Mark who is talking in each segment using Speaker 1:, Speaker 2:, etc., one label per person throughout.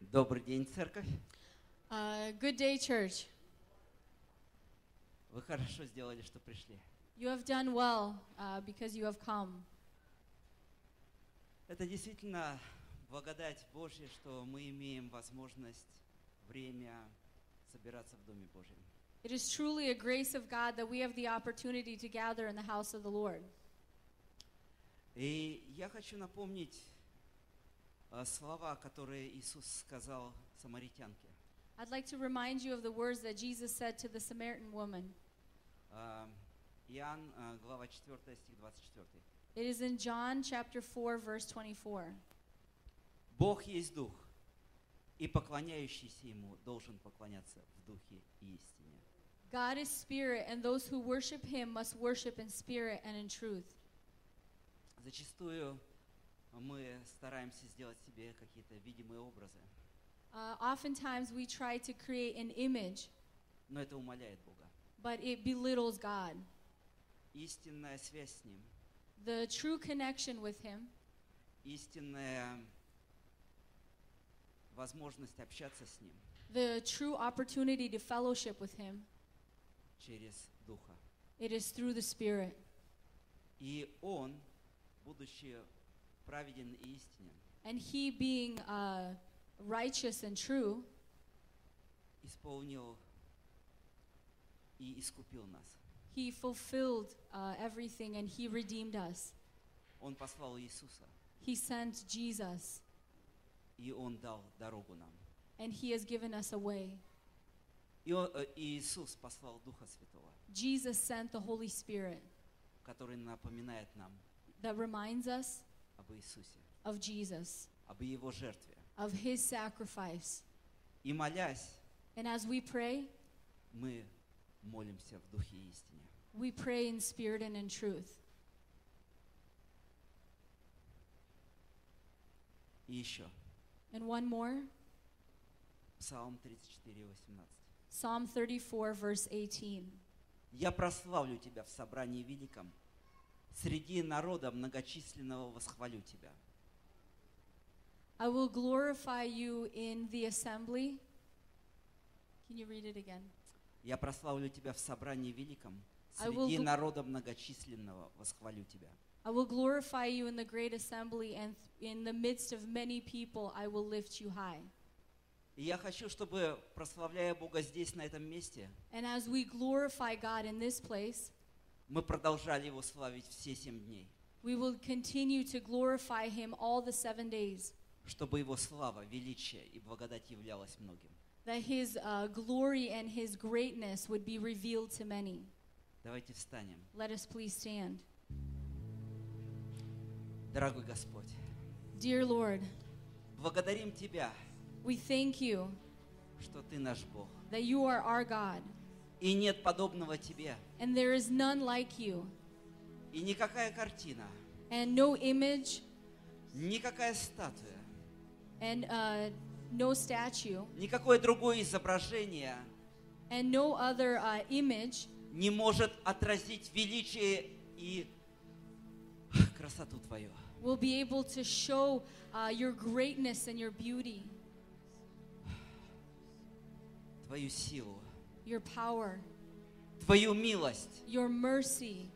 Speaker 1: Добрый день, церковь.
Speaker 2: Uh, good day, church.
Speaker 1: Вы хорошо сделали, что пришли.
Speaker 2: You have done well uh, because you have come.
Speaker 1: Это действительно благодать Божья, что мы имеем возможность, время собираться в Доме Божьем.
Speaker 2: It is truly a grace of God that we have the opportunity to gather in the house of the Lord.
Speaker 1: И я хочу напомнить э, слова, которые Иисус сказал самаритянке.
Speaker 2: I'd like to remind you of the words that Jesus said to the Samaritan woman.
Speaker 1: Э, Иоанн, э, глава 4, стих 24.
Speaker 2: It is in John chapter 4, verse 24.
Speaker 1: Бог есть Дух, и поклоняющийся Ему должен поклоняться в Духе и истине.
Speaker 2: God is spirit, and those who worship him must worship in spirit and in truth.
Speaker 1: Зачастую мы стараемся сделать себе какие-то видимые образы,
Speaker 2: Uh, oftentimes, we try to create an image,
Speaker 1: но это умаляет Бога.
Speaker 2: but it belittles God.
Speaker 1: Истинная связь с Ним,
Speaker 2: The true connection with him,
Speaker 1: истинная возможность общаться с Ним
Speaker 2: the true opportunity to fellowship with him,
Speaker 1: через Духа.
Speaker 2: It is through the Spirit.
Speaker 1: И Он, будучи праведен и истинен,
Speaker 2: And He, being uh, righteous and true,
Speaker 1: исполнил и искупил нас.
Speaker 2: He fulfilled uh, everything and He redeemed us.
Speaker 1: Он послал Иисуса,
Speaker 2: He sent Jesus
Speaker 1: и Он дал дорогу нам.
Speaker 2: and He has given us a way.
Speaker 1: И он- э, Иисус послал Духа Святого,
Speaker 2: Jesus sent the Holy Spirit
Speaker 1: который напоминает нам
Speaker 2: that reminds us
Speaker 1: об Иисусе,
Speaker 2: of Jesus,
Speaker 1: об Его жертве.
Speaker 2: of His sacrifice.
Speaker 1: И молясь,
Speaker 2: And as we pray,
Speaker 1: мы молимся в Духе и истине.
Speaker 2: we pray in spirit and in truth.
Speaker 1: И еще,
Speaker 2: And one more
Speaker 1: Псалм 34, 18.
Speaker 2: Psalm 34, verse 18.
Speaker 1: «Я прославлю Тебя в собрании великом, среди народа многочисленного восхвалю Тебя.
Speaker 2: I will glorify you in the assembly. Can you read it again?
Speaker 1: Я прославлю Тебя в собрании великом,
Speaker 2: I will
Speaker 1: среди
Speaker 2: gl-
Speaker 1: народа многочисленного восхвалю Тебя».
Speaker 2: I will glorify you in the great assembly, and th- in the midst of many people, I will lift you high.
Speaker 1: И я хочу, чтобы, прославляя Бога здесь, на этом месте,
Speaker 2: And as we glorify God in this place,
Speaker 1: мы продолжали Его славить все семь дней,
Speaker 2: we will continue to glorify Him all the seven days,
Speaker 1: чтобы Его слава, величие и благодать являлась многим.
Speaker 2: that His uh, glory and His greatness would be revealed to many.
Speaker 1: Давайте встанем.
Speaker 2: Let us please stand.
Speaker 1: Дорогой Господь,
Speaker 2: Dear Lord,
Speaker 1: благодарим Тебя,
Speaker 2: we thank you
Speaker 1: что Ты наш Бог.
Speaker 2: that you are our God,
Speaker 1: И нет подобного Тебе,
Speaker 2: and there is none like you,
Speaker 1: и никакая картина,
Speaker 2: and no image,
Speaker 1: никакая статуя,
Speaker 2: and uh, no statue,
Speaker 1: никакое другое изображение
Speaker 2: and no other uh, image.
Speaker 1: не может отразить величие и красоту Твою.
Speaker 2: will be able to show uh, your greatness and your beauty,
Speaker 1: Твою силу,
Speaker 2: your поwer,
Speaker 1: Твою милость,
Speaker 2: your mercy,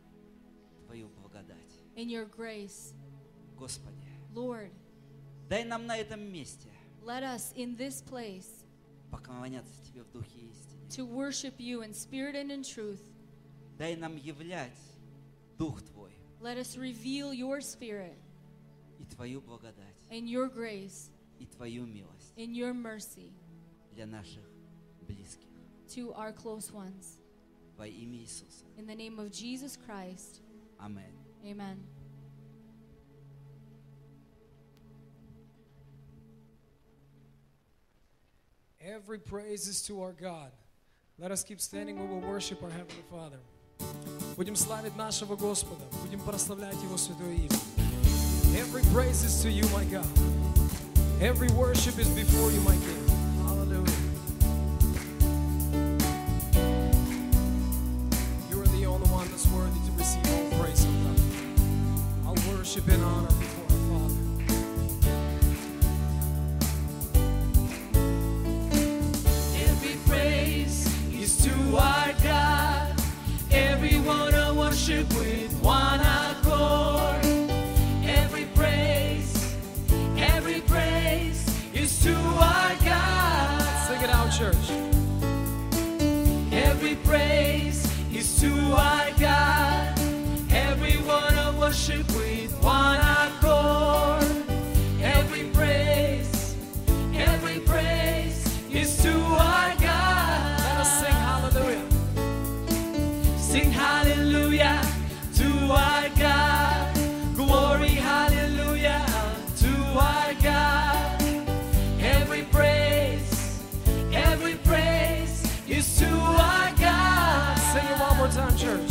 Speaker 1: Твою благодать.
Speaker 2: and your grace.
Speaker 1: Господи,
Speaker 2: Lord,
Speaker 1: дай нам на этом месте
Speaker 2: let us in this place
Speaker 1: поклоняться Тебе в Духе истины.
Speaker 2: to worship you in spirit and in truth.
Speaker 1: Дай нам являть Дух Твой
Speaker 2: Let us reveal your spirit
Speaker 1: и Твою благодать,
Speaker 2: and your grace
Speaker 1: и Твою милость
Speaker 2: and your mercy
Speaker 1: для наших близких.
Speaker 2: to our close ones.
Speaker 1: Во имя Иисуса.
Speaker 2: In the name of Jesus Christ,
Speaker 1: Аминь.
Speaker 2: amen.
Speaker 3: Every praise is to our God. Let us keep standing, we will worship our Heavenly Father. Будем славить нашего Господа, будем прославлять Его святое имя. Every praise is to you, my God. Every worship is before you, my King. Hallelujah. You are the only one that's worthy to receive all praise and God. I'll worship and honor before our Father.
Speaker 4: worship with one accord. Every praise, every praise is to our God.
Speaker 3: Sing it out, church.
Speaker 4: Every praise is to our God. Everyone of worship with one accord. Every praise, every praise is to our God.
Speaker 3: Let us sing hallelujah.
Speaker 4: Sing hallelujah to our God. Glory, hallelujah to our God. Every praise, every praise is to our God.
Speaker 3: Sing it one more time, church.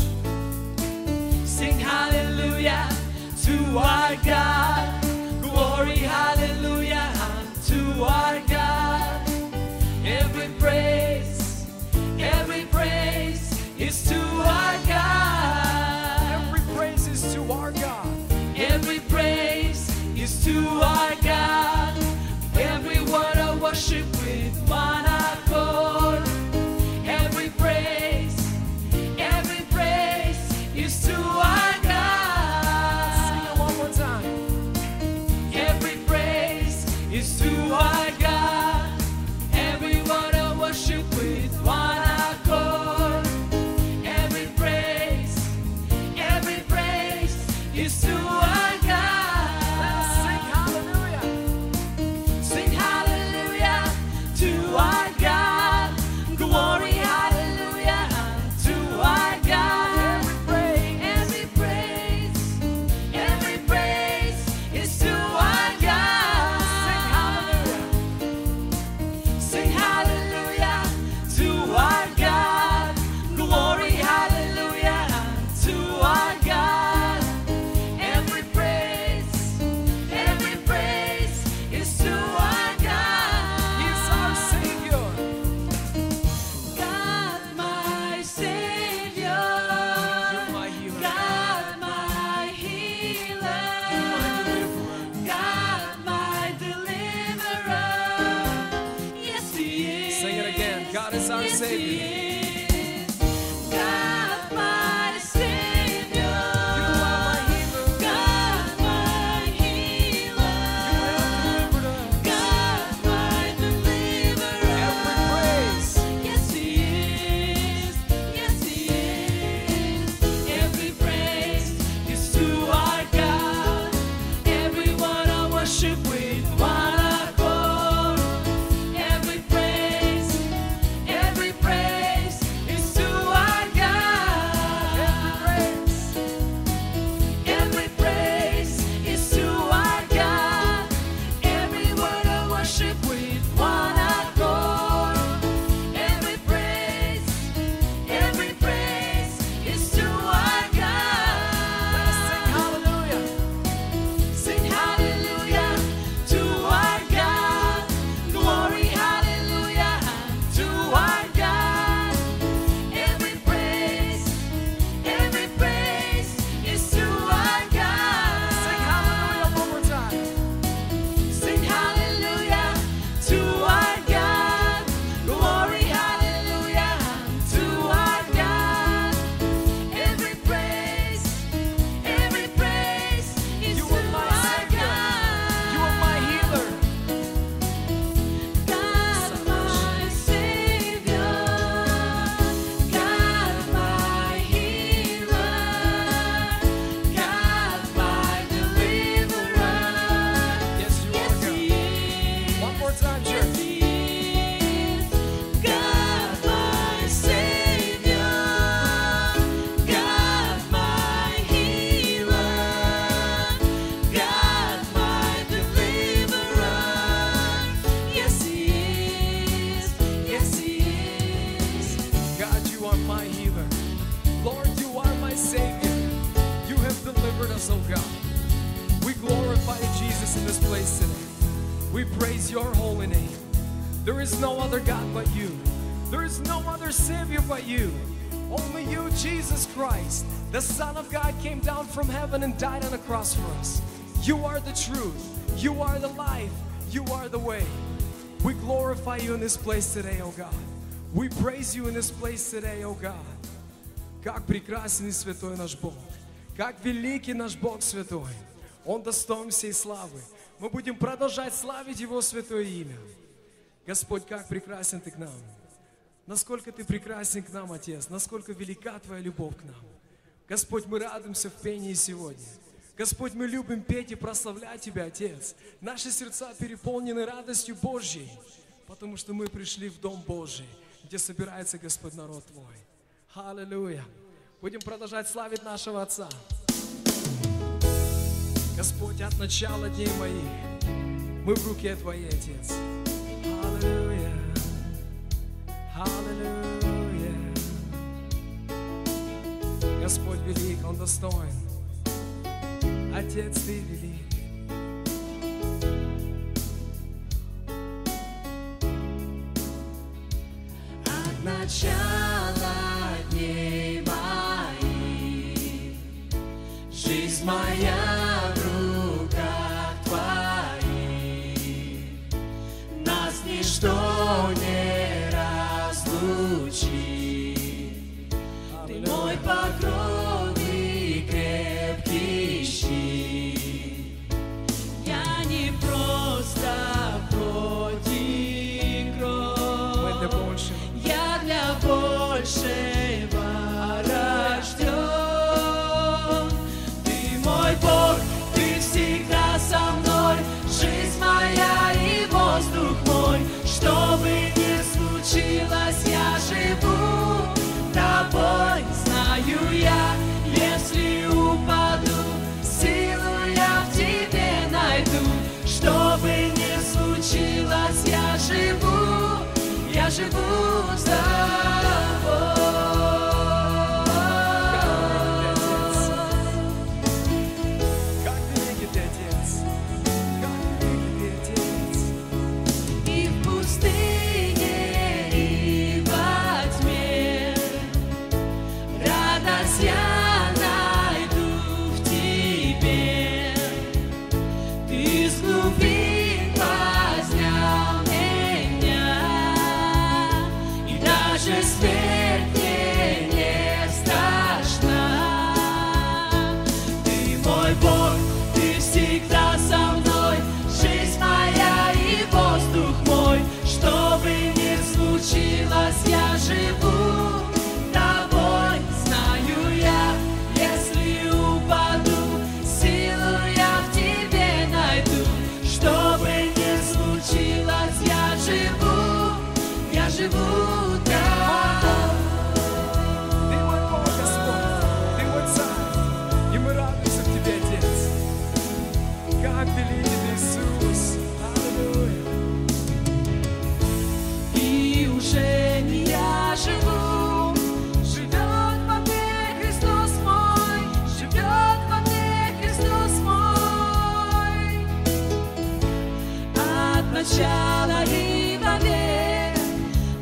Speaker 4: Sing hallelujah to our God. Glory, hallelujah to our God. Every praise, every praise is to our God.
Speaker 3: Every praise is to our God.
Speaker 4: Every praise is to our God. Every word of worship with one accord. Every praise, every praise is to our
Speaker 3: Sing
Speaker 4: God.
Speaker 3: it one more time.
Speaker 4: Every praise is to our God. Every word of worship with one accord. Every praise, every praise is to our
Speaker 3: Sing
Speaker 4: God.
Speaker 3: hallelujah.
Speaker 4: Sing hallelujah to our God. Glory, hallelujah to our God.
Speaker 3: Every praise.
Speaker 4: Every praise, every praise is to our God. Sing hallelujah. Sing hallelujah to our God. Glory, hallelujah to our God. Every praise, every praise is to our God.
Speaker 3: He's our Savior.
Speaker 4: God, my Savior.
Speaker 3: You're my healer.
Speaker 4: God, my healer. God, my deliverer. Yes, He is.
Speaker 3: Sing it again. God is our
Speaker 4: Yes,
Speaker 3: Savior.
Speaker 4: He is. God, my Savior.
Speaker 3: You are my healer.
Speaker 4: God, my healer.
Speaker 3: You have delivered us.
Speaker 4: God, my deliverer.
Speaker 3: Every praise.
Speaker 4: Yes, He is. Yes, He is. Every praise is to our God. Everyone I worship with one accord. Every praise, every praise is to our God. Every praise is to our God. Every word of worship with one accord. Every praise, every praise is to our God.
Speaker 3: Hallelujah.
Speaker 4: Sing hallelujah to our God. Glory, hallelujah to our God. Every praise, every praise is to our God.
Speaker 3: Sing hallelujah one more time.
Speaker 4: Sing hallelujah to our God. Glory, hallelujah to our God. Every praise, every praise is
Speaker 3: You
Speaker 4: to
Speaker 3: are my
Speaker 4: our
Speaker 3: Savior. You are my healer.
Speaker 4: God, my Savior. God, my healer. God, my deliverer.
Speaker 3: Yes, you
Speaker 4: Yes,
Speaker 3: are
Speaker 4: He
Speaker 3: God.
Speaker 4: is.
Speaker 3: One more time,
Speaker 4: Yes,
Speaker 3: church.
Speaker 4: He is. God, my Savior. God, my healer. God, my deliverer. Yes, He is. Yes, He is.
Speaker 3: God, you are my healer. Lord, you are my Savior. You have delivered us, oh God. We glorify you, Jesus, in this place today. We praise your holy name. There is no other God but you. There is no other Savior but you. Only you, Jesus Christ, the Son of God, came down from heaven and died on a cross for us. You are the truth. You are the life. You are the way. We glorify you in this place today, oh God. We praise you in this place today, oh God. Как прекрасен и святой наш Бог. Как великий наш Бог святой. Он достоин всей славы. Мы будем продолжать славить Его святое имя. Господь, как прекрасен Ты к нам. Насколько Ты прекрасен к нам, Отец. Насколько велика Твоя любовь к нам. Господь, мы радуемся в пении сегодня. Господь, мы любим петь и прославлять Тебя, Отец. Наши сердца переполнены радостью Божьей, потому что мы пришли в Дом Божий, где собирается Господь народ Твой. Аллилуйя. Будем продолжать славить нашего Отца. Господь, от начала дней моих мы в руке Твоей, Отец. Аллилуйя. Аллилуйя. Господь велик, Он достоин. Отец, Ты велик.
Speaker 4: От начала дней моих Жизнь моя в руках твоих Нас ничто не разлучит Ты мой покров и крепкий щит Я не просто плоть и
Speaker 3: Мы
Speaker 4: кровь
Speaker 3: для большего.
Speaker 4: я для большего рожден. Ты мой Бог, ты всегда со мной, жизнь моя и воздух мой. Что бы ни случилось, я живу тобой. Знаю я, если упаду, силу я в тебе найду. Что бы ни случилось, я живу, я живу с тобой.
Speaker 3: Как великий Ты, Отец. Как великий Ты, Отец.
Speaker 4: И в пустыне, и во тьме Радость я найду в Тебе Ты с глубин вознял меня И даже смерть мне не страшна Ты мой Бог, Ты всегда со мной Жизнь моя и воздух мой Что бы ни случилось, я живу тобой Знаю я, если упаду Силу я в тебе найду Что бы ни случилось, я живу Я живу тобой
Speaker 3: Ты мой Бог, Господь, Ты мой Царь, и мы радуемся в Тебе, Отец. Как великий Ты, Иисус, Аллилуйя.
Speaker 4: И уже не я живу, живет во мне Христос мой, живет во мне Христос мой. От начала и во век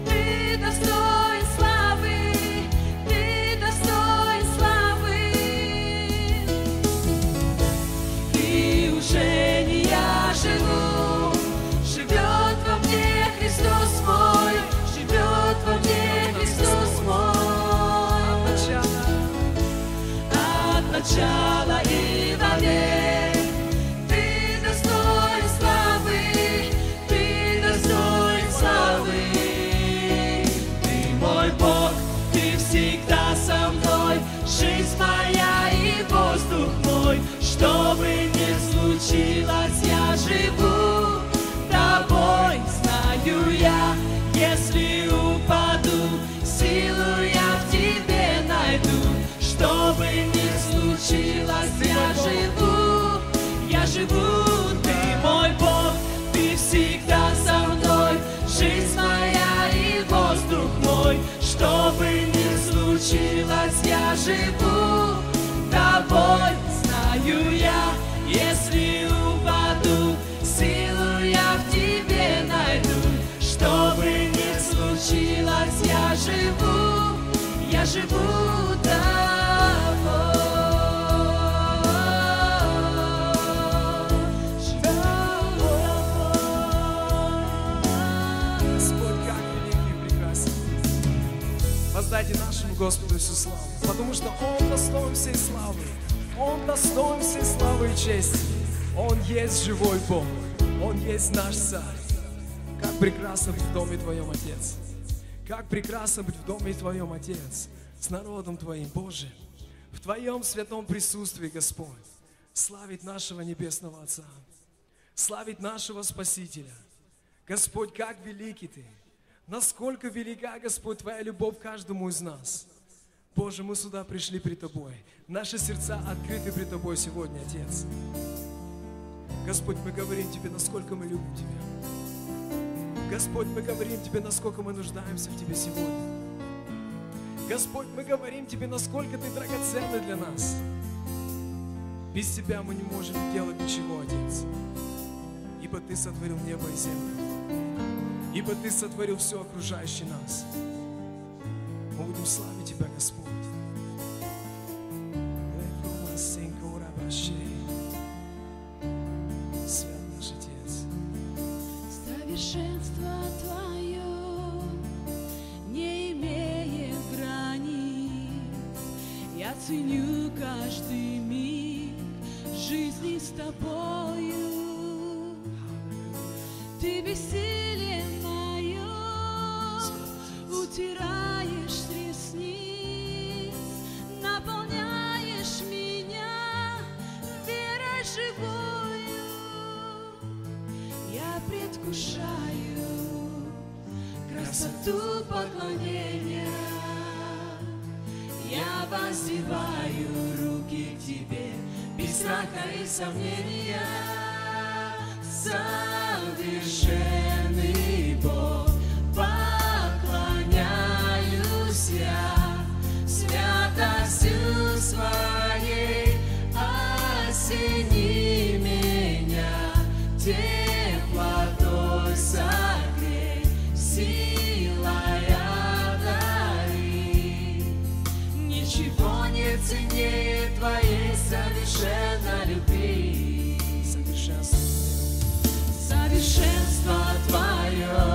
Speaker 4: ты достоин славы, ты достоин славы. И уже не я живу, живет во мне Христос мой, живет во мне Христос мой. От начала и во век ты достоин славы, ты достоин славы. Ты мой Бог, ты всегда со мной, жизнь моя и воздух мой. Что бы ни случилось, я живу тобой, знаю я, если упаду, силу я в тебе найду. Что бы ни случилось, я живу, я живу, ты мой Бог, ты всегда со мной, жизнь моя и воздух мой. Что бы ни случилось, я живу тобой, знаю я, если упаду, силу я в тебе найду. Что бы ни случилось, я живу, я живу тобой. Живу тобой.
Speaker 3: Господь, как великий и прекрасен. Ты. Воздайте нашему Господу всю славу, потому что Он достоин всей славы. Он достоин всей славы и чести. Он есть живой Бог. Он есть наш Царь. Как прекрасно быть в доме Твоем, Отец. Как прекрасно быть в доме Твоем, Отец, с народом Твоим, Боже. В Твоем святом присутствии, Господь, славить нашего Небесного Отца, славить нашего Спасителя. Господь, как великий Ты, насколько велика, Господь, Твоя любовь к каждому из нас. Боже, мы сюда пришли при Тобой. Наши сердца открыты при Тобой сегодня, Отец. Господь, мы говорим Тебе, насколько мы любим Тебя. Господь, мы говорим Тебе, насколько мы нуждаемся в Тебе сегодня. Господь, мы говорим Тебе, насколько Ты драгоценна для нас. Без Тебя мы не можем делать ничего, Отец. Ибо Ты сотворил небо и землю. Ибо Ты сотворил все окружающее нас. Мы будем славить Тебя, Господь. Свят наш Отец.
Speaker 4: Совершенство твое не имеет границ. Я ценю каждый миг жизни с тобою. Ты бессилен мое, утираешь с ресниц, наполняешь меня верой живою. Я предвкушаю красоту поклонения. Я воздеваю руки к тебе без страха и сомнения. Совершенный Бог, поклоняюсь я святостью своей. Осени меня теплотой согрей, силой одари. Ничего не ценнее твоей совершенно любви. Совершенство твое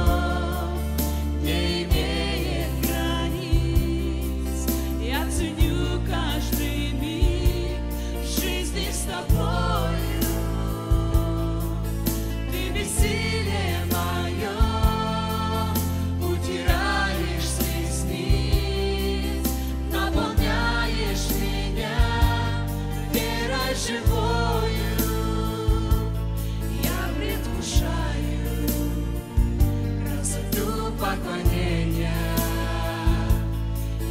Speaker 4: не имеет границ. Я ценю каждый миг жизни с тобою. Ты бессилие мое утираешь с ресниц, наполняешь меня верой живою. Я предвкушаю красоту поклонения.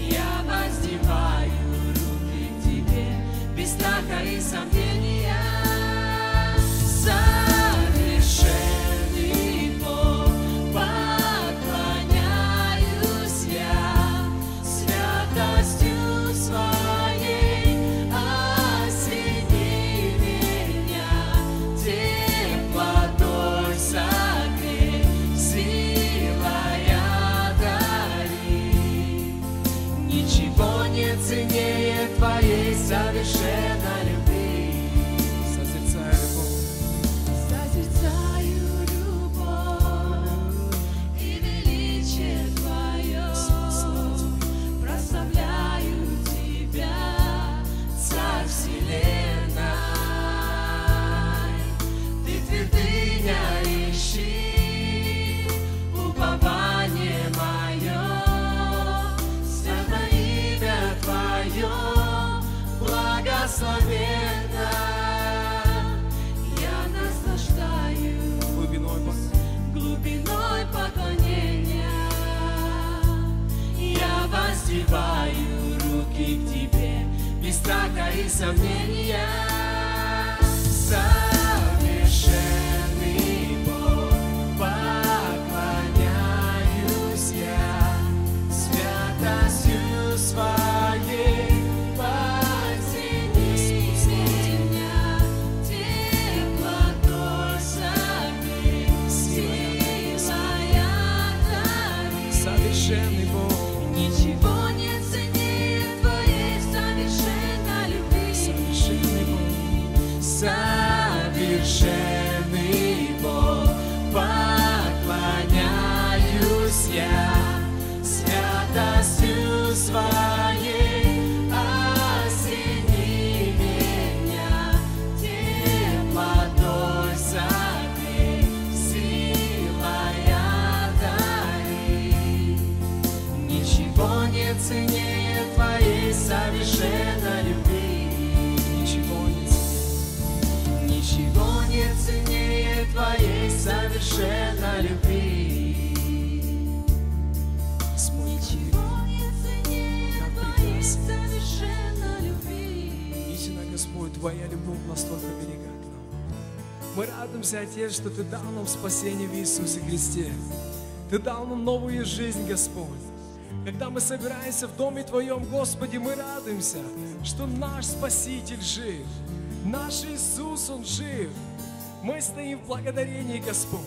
Speaker 4: Я воздеваю руки к тебе без страха и сомнения. Совершенный Бог, поклоняюсь я святостью своей. Осени меня теплотой согрей, силой одари. Ничего не ценнее твоей совершенно любви.
Speaker 3: Созерцаю любовь.
Speaker 4: Созерцаю любовь и величие твое, прославляю тебя, царь вселенной. Ты твердыня и щит, упование мое, святое имя твое, благословенно. Я наслаждаюсь
Speaker 3: глубиной Бога.
Speaker 4: глубиной поклонения. Я воздеваю руки к тебе без страха и сомнения. Совершенный Бог, поклоняюсь я святостью своей. Воздени меня теплотой согрей, силой одари.
Speaker 3: Совершенный Бог.
Speaker 4: Ничего не ценнее твоей совершенно любви.
Speaker 3: Совершенный Бог.
Speaker 4: Совершенный
Speaker 3: Твоя любовь настолько велика к нам. Мы радуемся, Отец, что Ты дал нам спасение в Иисусе Христе. Ты дал нам новую жизнь, Господь. Когда мы собираемся в Доме Твоем, Господи, мы радуемся, что наш Спаситель жив. Наш Иисус, Он жив. Мы стоим в благодарении, Господь.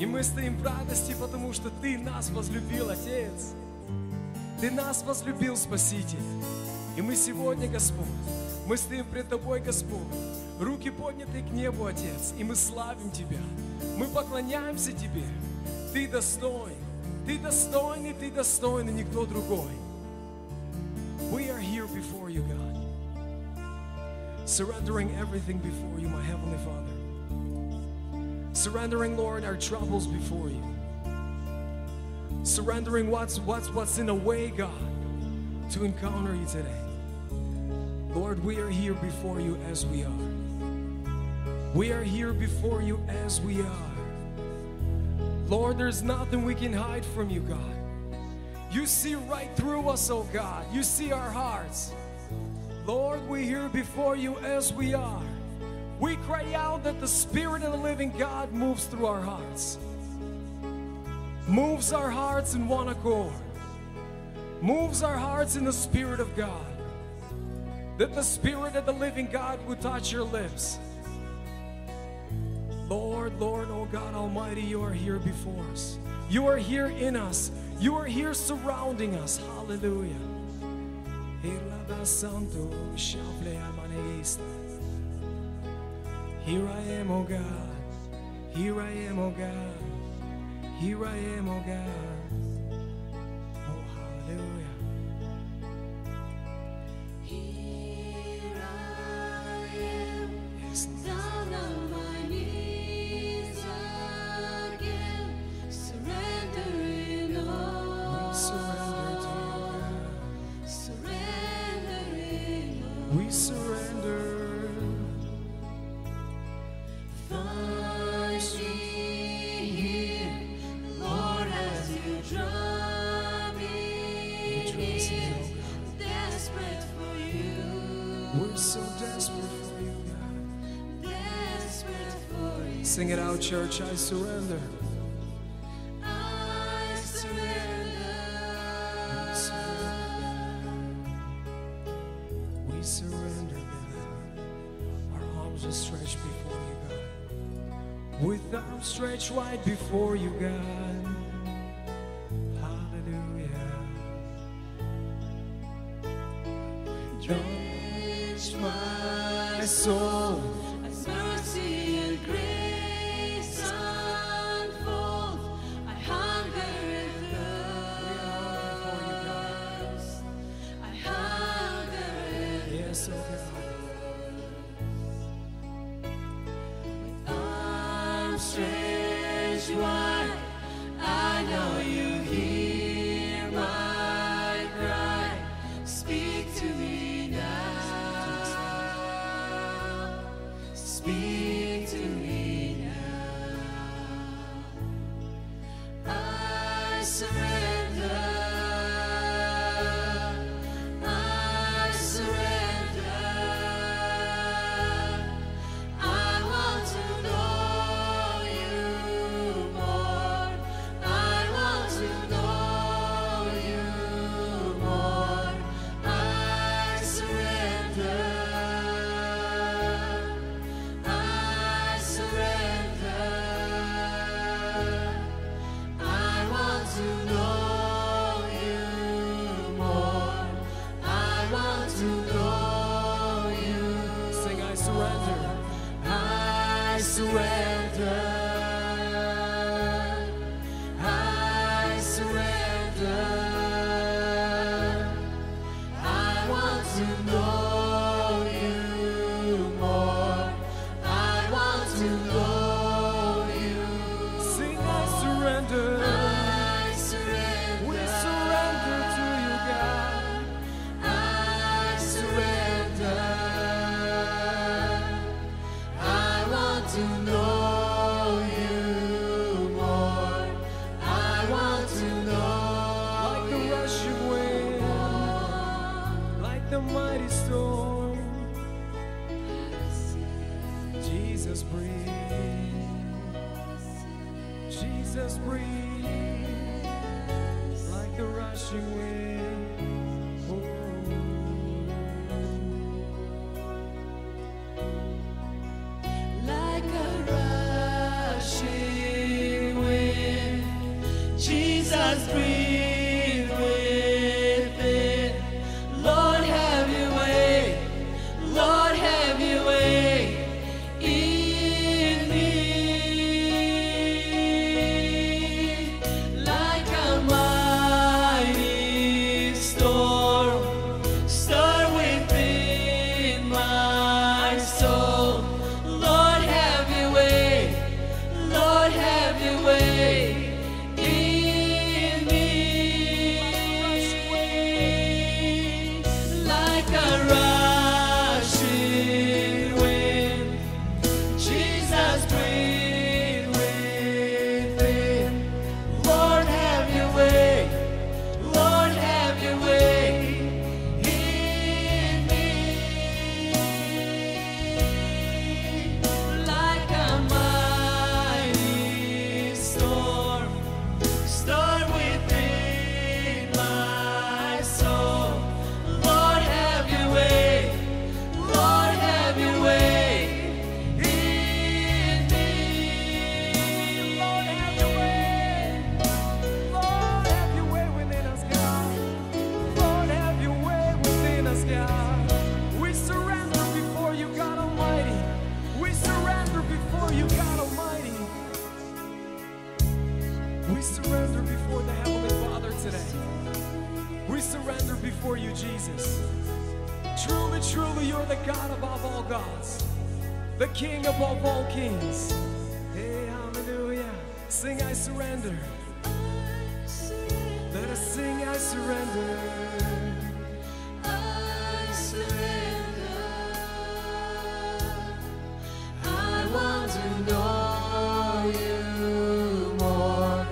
Speaker 3: И мы стоим в радости, потому что Ты нас возлюбил, Отец. Ты нас возлюбил, Спаситель. И мы сегодня, Господь, мы стоим пред Тобой, Господь, руки подняты к небу, Отец, и мы славим Тебя. Мы поклоняемся Тебе. Ты достоин, Ты достойный, Ты достойный, никто другой. We are here before you, God. Surrendering everything before you, my Heavenly Father. Surrendering, Lord, our troubles before you. Surrendering what's, what's, what's in the way, God to encounter you today. Lord, we are here before you as we are. We are here before you as we are. Lord, there's nothing we can hide from you, God. You see right through us, oh God. You see our hearts. Lord, we're here before you as we are. We cry out that the Spirit of the living God moves through our hearts, moves our hearts in one accord moves our hearts in the Spirit of God. That the Spirit of the living God would touch your lips. Lord, Lord, oh God Almighty, you are here before us. You are here in us. You are here surrounding us. Hallelujah. Irlada Santo, Shafle Amaneista. Here I am, oh God. Here I am, oh God. Here I am, oh God. Oh, hallelujah.
Speaker 4: Here I am,
Speaker 3: Yes, Lord.
Speaker 4: down on my knees again, surrendering all.
Speaker 3: We surrender to you,
Speaker 4: Surrendering all.
Speaker 3: God. We surrender.
Speaker 4: Find me here, Lord, as you draw me near, desperate for you,
Speaker 3: We're so desperate for you, God.
Speaker 4: desperate for you.
Speaker 3: Sing it out, church. I surrender.
Speaker 4: I
Speaker 3: We
Speaker 4: surrender.
Speaker 3: surrender. We surrender, God. Our arms are stretched before you, God. With arms stretched wide before you, God. Hallelujah.
Speaker 4: Drench my
Speaker 3: My soul.
Speaker 4: As mercy and grace unfold, I hunger and thirst. I hunger and
Speaker 3: Yes, oh God.
Speaker 4: arms stretched wide. I know you hear my cry. Speak to me now. Speak to me now. I surrender. I surrender. I want to know you more. I want to know you more. I surrender. I surrender. I want to know
Speaker 3: makes us breathe like the rushing wind. Oh.
Speaker 4: Like a rushing wind, Jesus breathe within. Lord, have Your way. Lord, have Your way in me. Like a mighty storm, stir within my soul. Lord, have Your way. Lord, have Your way in me. Like a rushing wind, Jesus breathe within. Lord, have Your way. Lord, have Your way in me. Like a mighty storm, storm within my soul. Lord, have Your way. Lord, have Your way in me. Lord, have Your way.
Speaker 3: Lord, have your way within us, God. Lord, have your way within us, God. We surrender before you, God Almighty. We surrender before you, God Almighty. We surrender before the Heavenly Father today. We surrender before you, Jesus. Truly, truly, you're the God above all gods, the King above all kings. Hey, hallelujah. Sing, I surrender. Let us sing, I surrender.
Speaker 4: I surrender. I want to know you more.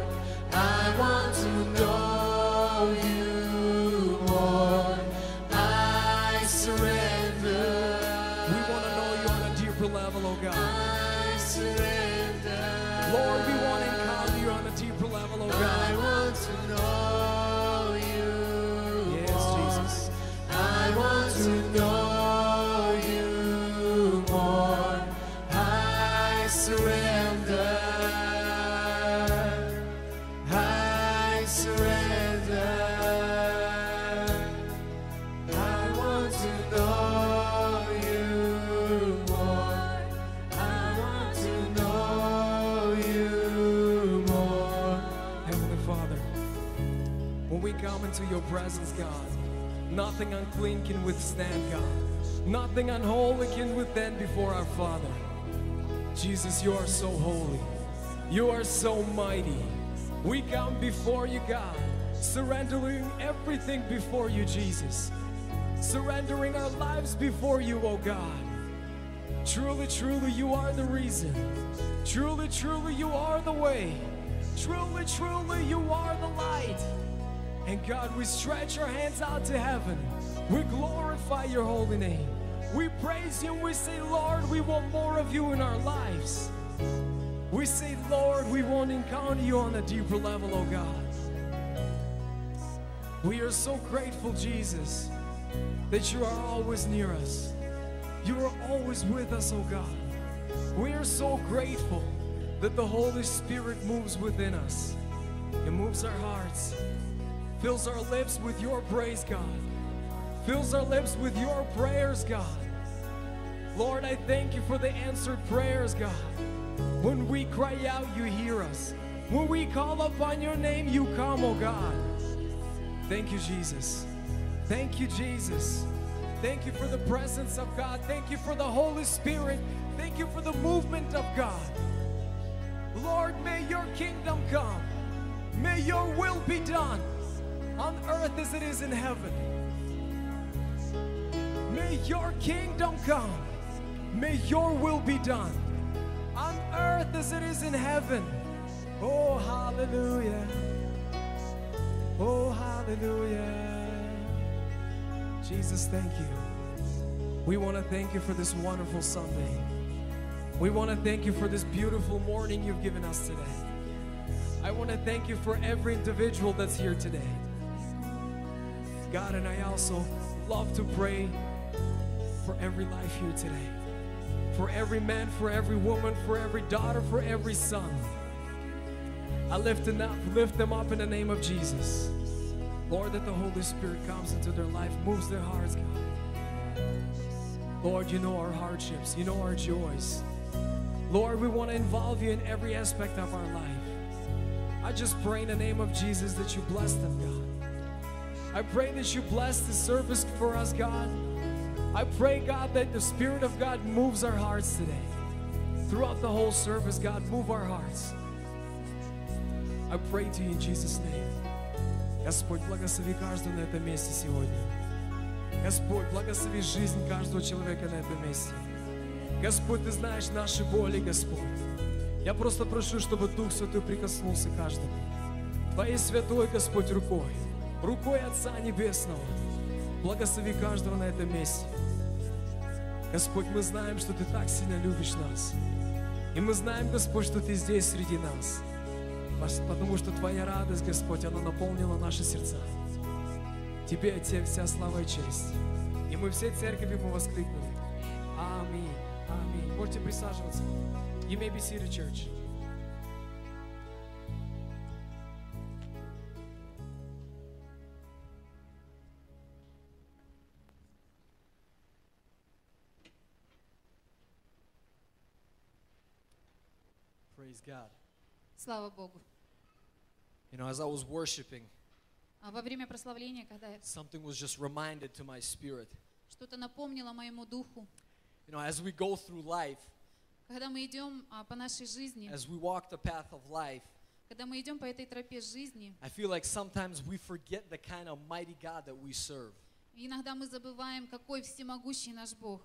Speaker 4: I want to know you more. I
Speaker 3: We
Speaker 4: surrender.
Speaker 3: want to know you on a deeper level, oh God.
Speaker 4: I surrender.
Speaker 3: Lord, we want to encounter you on a deeper level, oh
Speaker 4: I
Speaker 3: God.
Speaker 4: want to know you.
Speaker 3: Yes,
Speaker 4: more.
Speaker 3: Jesus.
Speaker 4: I want to know you more. I surrender. I surrender. I want to know you more. I want to know you more.
Speaker 3: Heavenly Father, when we come into your presence, God, nothing unclean can withstand, God. Nothing unholy can withstand before our Father. Jesus, you are so holy. You are so mighty. We come before you, God, surrendering everything before you, Jesus. Surrendering our lives before you, oh God. Truly, truly, you are the reason. Truly, truly, you are the way. Truly, truly, you are the light. And God, we stretch our hands out to heaven. We glorify your holy name. We praise you. We say, Lord, we want more of you in our lives. We say, Lord, we want to encounter you on a deeper level, oh God. We are so grateful, Jesus, that you are always near us. You are always with us, oh God. We are so grateful that the Holy Spirit moves within us. It moves our hearts, fills our lips with your praise, God, fills our lips with your prayers, God. Lord, I thank you for the answered prayers, God. When we cry out, you hear us. When we call upon your name, you come, oh God. Thank you, Jesus. Thank you, Jesus. Thank you for the presence of God. Thank you for the Holy Spirit. Thank you for the movement of God. Lord, may your kingdom come. May your will be done on earth as it is in heaven. May your kingdom come. May your will be done on earth as it is in heaven. Oh, hallelujah. Oh, hallelujah. Jesus, thank you. We want to thank you for this wonderful Sunday. We want to thank you for this beautiful morning you've given us today. I want to thank you for every individual that's here today. God, and I also love to pray for every life here today. For every man, for every woman, for every daughter, for every son. I lift them up, lift them up in the name of Jesus. Lord, that the Holy Spirit comes into their life, moves their hearts, God. Lord, you know our hardships, you know our joys. Lord, we want to involve you in every aspect of our life. I just pray in the name of Jesus that you bless them, God. I pray that you bless the service for us, God. I pray, God, that the Spirit of God moves our hearts today. Throughout the whole service, God, move our hearts. I pray to you in Jesus' name. Господь, благослови каждого на этом месте сегодня. Господь, благослови жизнь каждого человека на этом месте. Господь, Ты знаешь наши боли, Господь. Я просто прошу, чтобы Дух Святой прикоснулся к каждому. Твоей святой, Господь, рукой, рукой Отца Небесного, благослови каждого на этом месте. Господь, мы знаем, что Ты так сильно любишь нас. И мы знаем, Господь, что Ты здесь среди нас. Пос- Потому что Твоя радость, Господь, она наполнила наши сердца. Тебе, Отец, вся слава и честь. И мы все церковью мы воскликнули. Аминь. Аминь. Можете присаживаться. You may be seated, church. Praise God.
Speaker 5: Слава Богу.
Speaker 3: You know, as I was worshiping,
Speaker 5: А Во время прославления, когда я-
Speaker 3: something was just reminded to my spirit.
Speaker 5: что-то напомнило моему духу,
Speaker 3: You know, as we go through life,
Speaker 5: когда мы идем а, по нашей жизни,
Speaker 3: as we walk the path of life,
Speaker 5: когда мы идем по этой тропе жизни,
Speaker 3: I feel like sometimes we forget the kind of mighty God that we serve.
Speaker 5: иногда мы забываем, какой всемогущий наш Бог.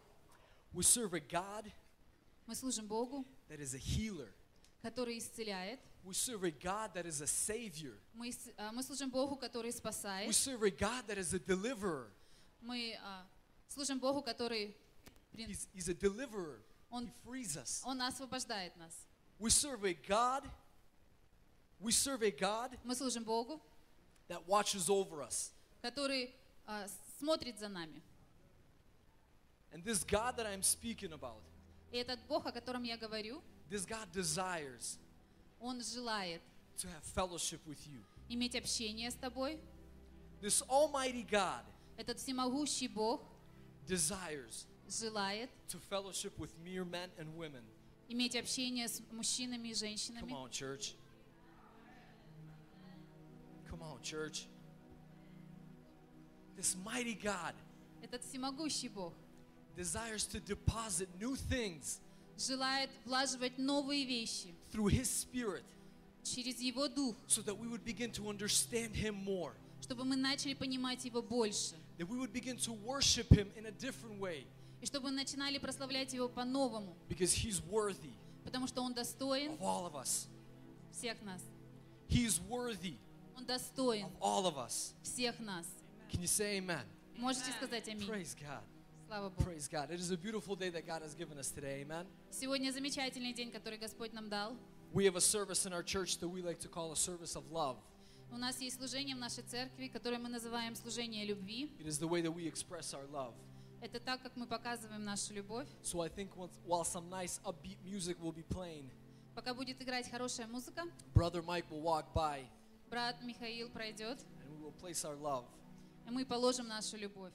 Speaker 3: We serve a God
Speaker 5: Мы служим Богу,
Speaker 3: that is a healer.
Speaker 5: который исцеляет.
Speaker 3: We serve a God that is a savior.
Speaker 5: Мы, ис- а, мы служим Богу, который
Speaker 3: We
Speaker 5: спасает.
Speaker 3: serve a God that is a deliverer.
Speaker 5: Мы а, служим Богу, который прин-
Speaker 3: He's, he's a deliverer.
Speaker 5: Он-
Speaker 3: He frees us.
Speaker 5: Он освобождает нас.
Speaker 3: We serve a God. We serve a God
Speaker 5: Мы служим Богу,
Speaker 3: that watches over us.
Speaker 5: который а, смотрит за нами.
Speaker 3: And this God that I'm speaking about,
Speaker 5: И этот Бог, о котором я говорю,
Speaker 3: this God desires
Speaker 5: Он желает
Speaker 3: to have fellowship with you.
Speaker 5: иметь общение с тобой.
Speaker 3: This Almighty God
Speaker 5: Этот всемогущий Бог
Speaker 3: desires
Speaker 5: желает
Speaker 3: to fellowship with mere men and women.
Speaker 5: иметь общение с мужчинами и
Speaker 3: Come
Speaker 5: женщинами.
Speaker 3: on, church. Come on, church. This mighty God
Speaker 5: Этот всемогущий Бог
Speaker 3: desires to deposit new things
Speaker 5: желает влаживать новые вещи
Speaker 3: through His Spirit
Speaker 5: через Его Дух,
Speaker 3: so that we would begin to understand Him more,
Speaker 5: чтобы мы начали понимать Его больше,
Speaker 3: that we would begin to worship Him in a different way
Speaker 5: и чтобы мы начинали прославлять Его по-новому,
Speaker 3: because He's worthy
Speaker 5: потому что Он достоин
Speaker 3: of all of us.
Speaker 5: всех нас.
Speaker 3: He's worthy
Speaker 5: Он
Speaker 3: of
Speaker 5: достоин
Speaker 3: all of us.
Speaker 5: всех нас.
Speaker 3: Can you say amen?
Speaker 5: Можете сказать аминь.
Speaker 3: Praise God.
Speaker 5: Слава Богу.
Speaker 3: Praise God. It is a beautiful day that God has given us today. Amen.
Speaker 5: Сегодня замечательный день, который Господь нам дал.
Speaker 3: We have a service in our church that we like to call a service of love.
Speaker 5: У нас есть служение в нашей церкви, которое мы называем служение любви.
Speaker 3: It is the way that we express our love.
Speaker 5: Это так, как мы показываем нашу любовь.
Speaker 3: So I think once, while some nice upbeat music will be playing,
Speaker 5: Пока будет играть хорошая музыка,
Speaker 3: Brother Mike will walk by
Speaker 5: брат Михаил пройдет,
Speaker 3: and we will place our love.
Speaker 5: и мы положим нашу любовь.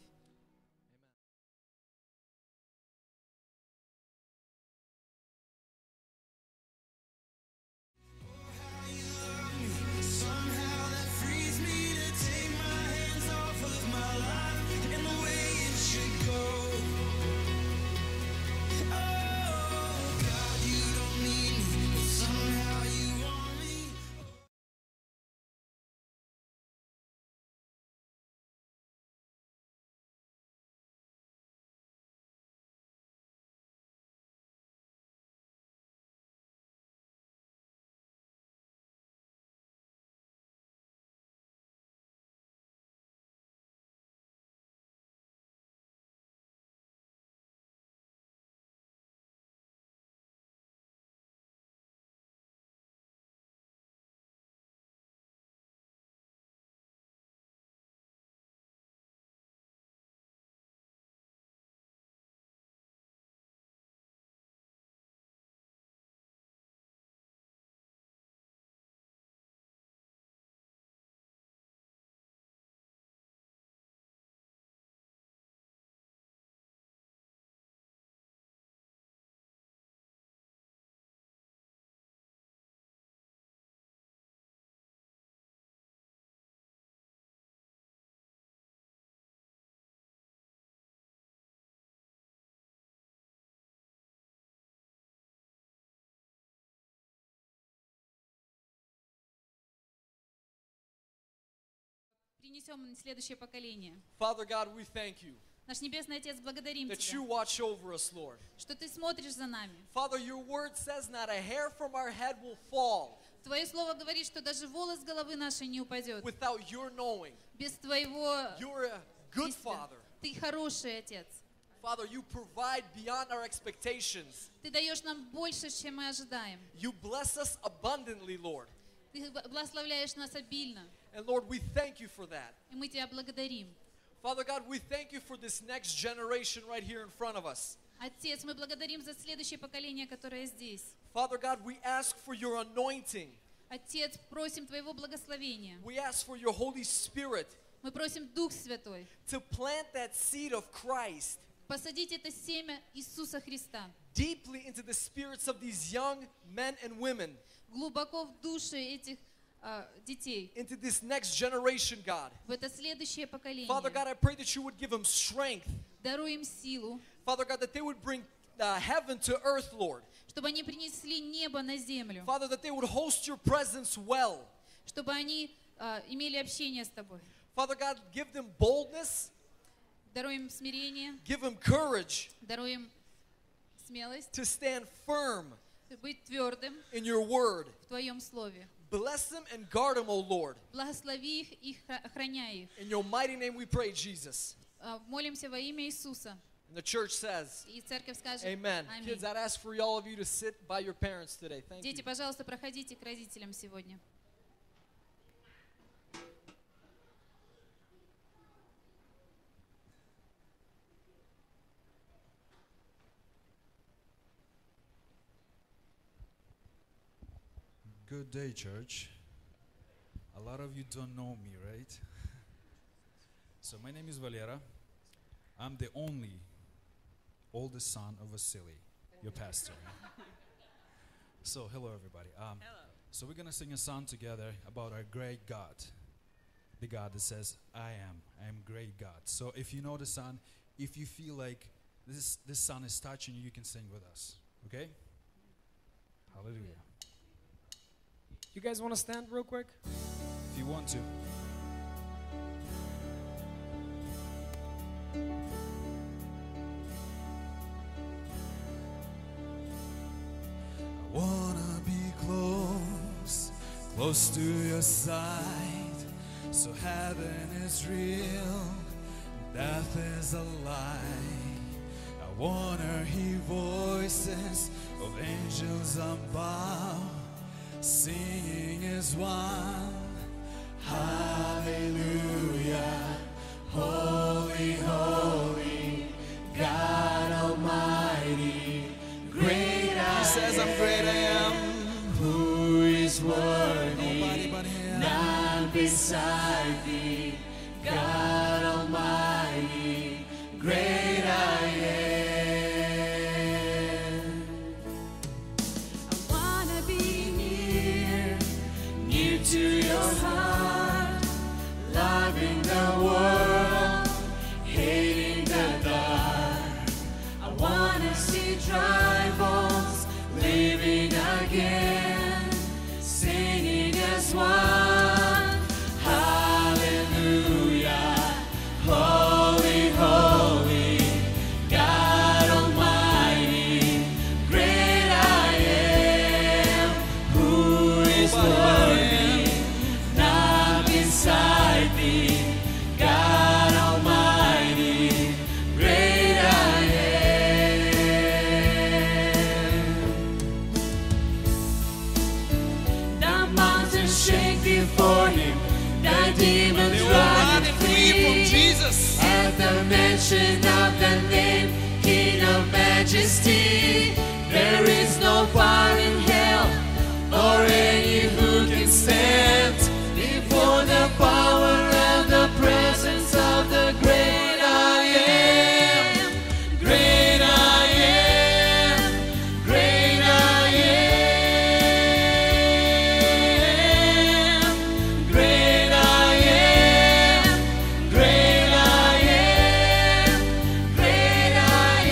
Speaker 5: перенесем на следующее поколение.
Speaker 6: Father God, we thank you
Speaker 5: Наш Небесный Отец, благодарим
Speaker 6: that you
Speaker 5: Тебя,
Speaker 6: watch over us, Lord.
Speaker 5: что Ты смотришь за нами.
Speaker 6: Father, your word says not a hair from our head will fall
Speaker 5: Твое слово говорит, что даже волос головы нашей не упадет.
Speaker 6: without your knowing.
Speaker 5: Без Твоего
Speaker 6: You're a good
Speaker 5: действия.
Speaker 6: Father.
Speaker 5: Ты хороший Отец.
Speaker 6: Father, you provide beyond our expectations.
Speaker 5: Ты даешь нам больше, чем мы ожидаем.
Speaker 6: You bless us abundantly, Lord.
Speaker 5: Ты б- благословляешь нас обильно.
Speaker 6: And Lord, we thank you for that.
Speaker 5: И мы Тебя благодарим.
Speaker 6: Father God, we thank you for this next generation right here in front of us.
Speaker 5: Отец, мы благодарим за следующее поколение, которое здесь.
Speaker 6: Father God, we ask for your anointing.
Speaker 5: Отец, просим Твоего благословения.
Speaker 6: We ask for your Holy Spirit
Speaker 5: Мы просим Дух Святой,
Speaker 6: to plant that seed of Christ
Speaker 5: посадить это семя Иисуса Христа
Speaker 6: deeply into the spirits of these young men and women,
Speaker 5: глубоко в души этих а, детей,
Speaker 6: into this next generation, God.
Speaker 5: в это следующее поколение.
Speaker 6: Father God, I pray that you would give them strength.
Speaker 5: Даруй им силу,
Speaker 6: Father God, that they would bring uh, heaven to earth, Lord.
Speaker 5: чтобы они принесли небо на землю,
Speaker 6: Father, that they would host your presence well.
Speaker 5: чтобы они а, имели общение с Тобой.
Speaker 6: Father God, give them boldness,
Speaker 5: Даруй им смирение,
Speaker 6: give them courage
Speaker 5: даруй им смелость,
Speaker 6: to stand firm
Speaker 5: быть твердым
Speaker 6: in your word.
Speaker 5: в Твоем Слове.
Speaker 6: Bless them and guard them, O Lord.
Speaker 5: Благослови их и хра- охраняй их.
Speaker 6: In your mighty name we pray, Jesus.
Speaker 5: А, Молимся во имя Иисуса.
Speaker 6: And the church says,
Speaker 5: И церковь скажет
Speaker 6: Amen.
Speaker 5: Аминь.
Speaker 6: Kids, I'd ask for all of you to sit by your parents today. Thank you.
Speaker 5: Дети, пожалуйста, проходите к родителям сегодня.
Speaker 7: Good day, church. A lot of you don't know me, right? so, my name is Valera. I'm the only oldest son of Vasily, your pastor. so, hello, everybody. Um, hello. So, we're going to sing a song together about our great God, the God that says, I am, I am great God. So, if you know the song, if you feel like this, this song is touching you, you can sing with us, okay? Hallelujah.
Speaker 3: You guys want to stand real quick?
Speaker 7: If you want to. I wanna be close, close to your side. So heaven is real, death is a lie. I wanna hear voices of angels above, singing as one. Hallelujah, holy, holy, God Almighty, great. He says, "I'm great. I am."
Speaker 4: Who is worthy?
Speaker 7: Nobody but Him.
Speaker 4: None beside thee, God Almighty, great I am. I wanna be near, near to your heart, loving the world, hating the dark. I wanna see dry bones living again, singing as one. Hallelujah, holy, holy, God Almighty, great I am. Who is worthy? None beside thee, God Almighty, great I am. The mountains shake before him. The demons run and flee from Jesus. At the mention of the name, King of Majesty, there is no fire in hell or any who can stand before the power and the presence of the great I am. Great I am. Great I am. Great I am. Great I am. Great I am.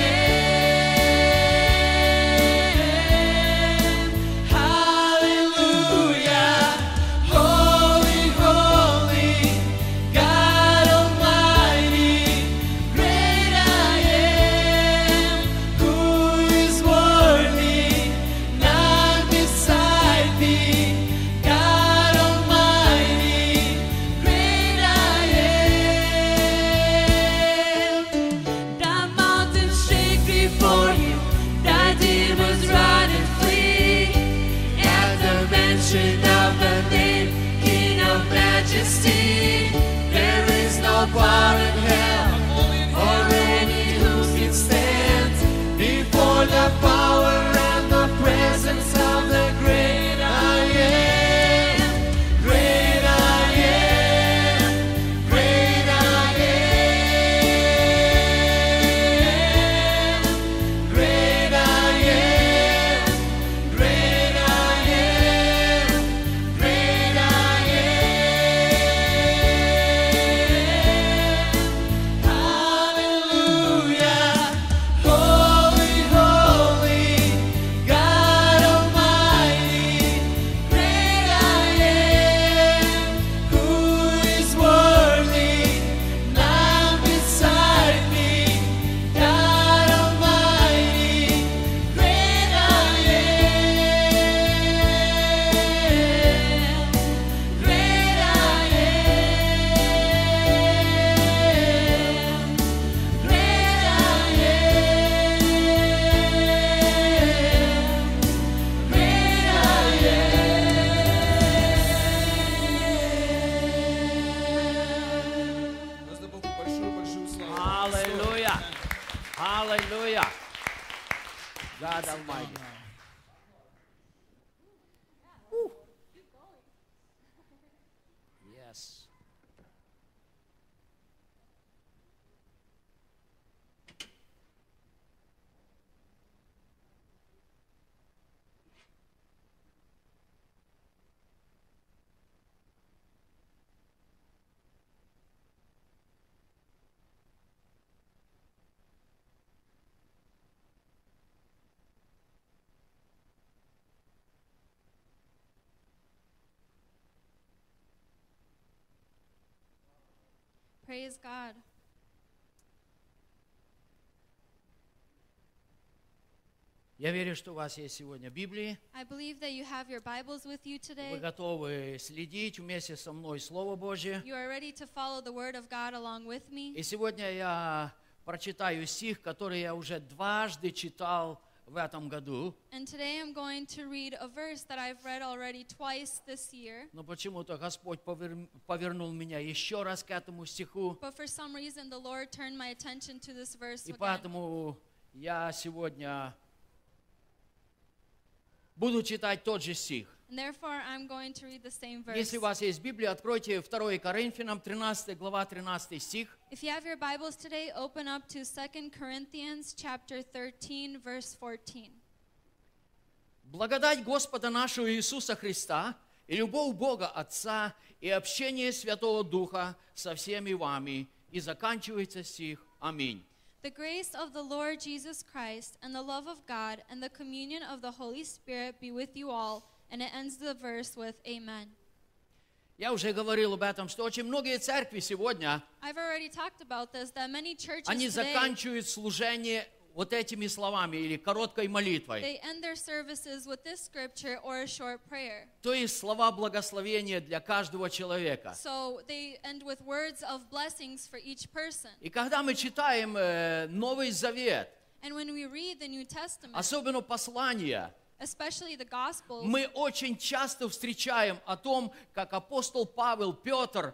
Speaker 8: majesty. There is no bar in hell or any who can stand before the power and the presence of the great I am. Great I am. Great I am. Great I am. Great I am. Great I am. Hallelujah. Holy, holy, God Almighty. Great I am. Who is worthy? Now beside me. God Almighty. Great I am. Great I am. Great I am. Great I am.
Speaker 4: Воздай Богу большую-большую славу.
Speaker 8: Hallelujah. Hallelujah. God Almighty. Woo. Yes.
Speaker 9: Praise God.
Speaker 8: Я верю, что у вас есть сегодня Библии.
Speaker 9: I believe that you have your Bibles with you
Speaker 8: Вы
Speaker 9: today.
Speaker 8: готовы следить вместе со мной Слово Божье.
Speaker 9: You are ready to follow the Word of God along with me.
Speaker 8: И сегодня я прочитаю стих, который я уже дважды читал в этом году,
Speaker 9: And today I'm going to read a verse that I've read already twice this year.
Speaker 8: но почему-то Господь повер- повернул меня еще раз к этому стиху,
Speaker 9: But for some reason, the Lord turned my attention to this verse
Speaker 8: и
Speaker 9: again.
Speaker 8: поэтому я сегодня буду читать тот же стих.
Speaker 9: And therefore, I'm going to read the same verse.
Speaker 8: Если у вас есть Библия, откройте 2 Коринфянам 13 глава 13 стих.
Speaker 9: If you have your Bibles today, open up to 2 Corinthians chapter 13 verse 14.
Speaker 8: Благодать Господа нашего Иисуса Христа и любовь Бога Отца и общение Святого Духа со всеми вами. И заканчивается стих. Аминь.
Speaker 9: The grace of the Lord Jesus Christ and the love of God and the communion of the Holy Spirit be with you all. And it ends the verse with amen.
Speaker 8: Я уже говорил об этом, что очень многие церкви сегодня,
Speaker 9: I've already talked about this that many churches
Speaker 8: они
Speaker 9: today
Speaker 8: заканчивают служение вот этими словами или короткой молитвой.
Speaker 9: they end their services with this scripture or a short prayer.
Speaker 8: То есть слова благословения для каждого человека.
Speaker 9: So they end with words of blessings for each person.
Speaker 8: И когда мы читаем э, Новый Завет,
Speaker 9: And when we read the New Testament,
Speaker 8: особенно послания,
Speaker 9: especially the Gospels,
Speaker 8: Мы очень часто встречаем о том, как апостол Павел, Петр,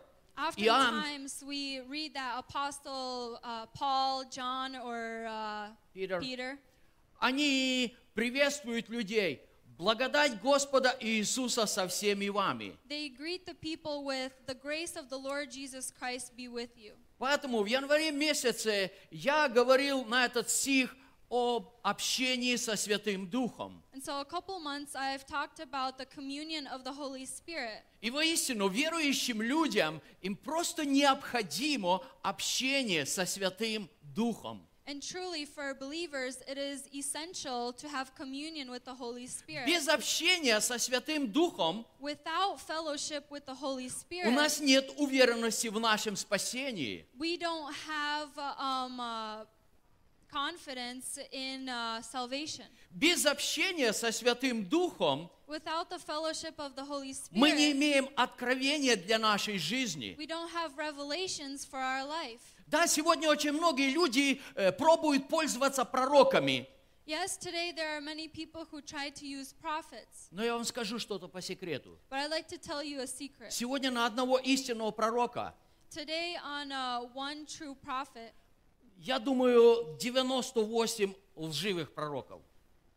Speaker 8: Иоанн,
Speaker 9: Oftentimes we read that Apostle uh, Paul, John, or uh,
Speaker 8: Peter.
Speaker 9: Peter,
Speaker 8: они приветствуют людей. Благодать Господа Иисуса со всеми вами.
Speaker 9: they greet the people with the grace of the Lord Jesus Christ be with you.
Speaker 8: Поэтому в январе месяце я говорил на этот стих об общении со Святым Духом.
Speaker 9: And so a couple months I've talked about the communion of the Holy Spirit.
Speaker 8: И воистину верующим людям им просто необходимо общение со Святым Духом.
Speaker 9: And truly, for believers, it is essential to have communion with the Holy Spirit.
Speaker 8: Без общения со Святым Духом
Speaker 9: Without fellowship with the Holy
Speaker 5: Э.
Speaker 8: У
Speaker 9: Spirit,
Speaker 8: нас нет уверенности в нашем спасении.
Speaker 9: we don't have um, uh, confidence in uh, salvation.
Speaker 8: Без общения со Святым Духом
Speaker 9: Without the fellowship of the Holy
Speaker 8: мы не
Speaker 9: Spirit,
Speaker 8: имеем откровения для нашей жизни.
Speaker 9: we don't have revelations for our life.
Speaker 8: Да, сегодня очень многие люди э, пробуют пользоваться пророками.
Speaker 9: Yes, today there are many people who try to use prophets,
Speaker 8: Но я вам скажу что-то по секрету.
Speaker 9: but I'd like to tell you a secret.
Speaker 8: Сегодня на одного истинного пророка,
Speaker 9: Today, on uh, one true prophet,
Speaker 8: я думаю, 98 лживых пророков.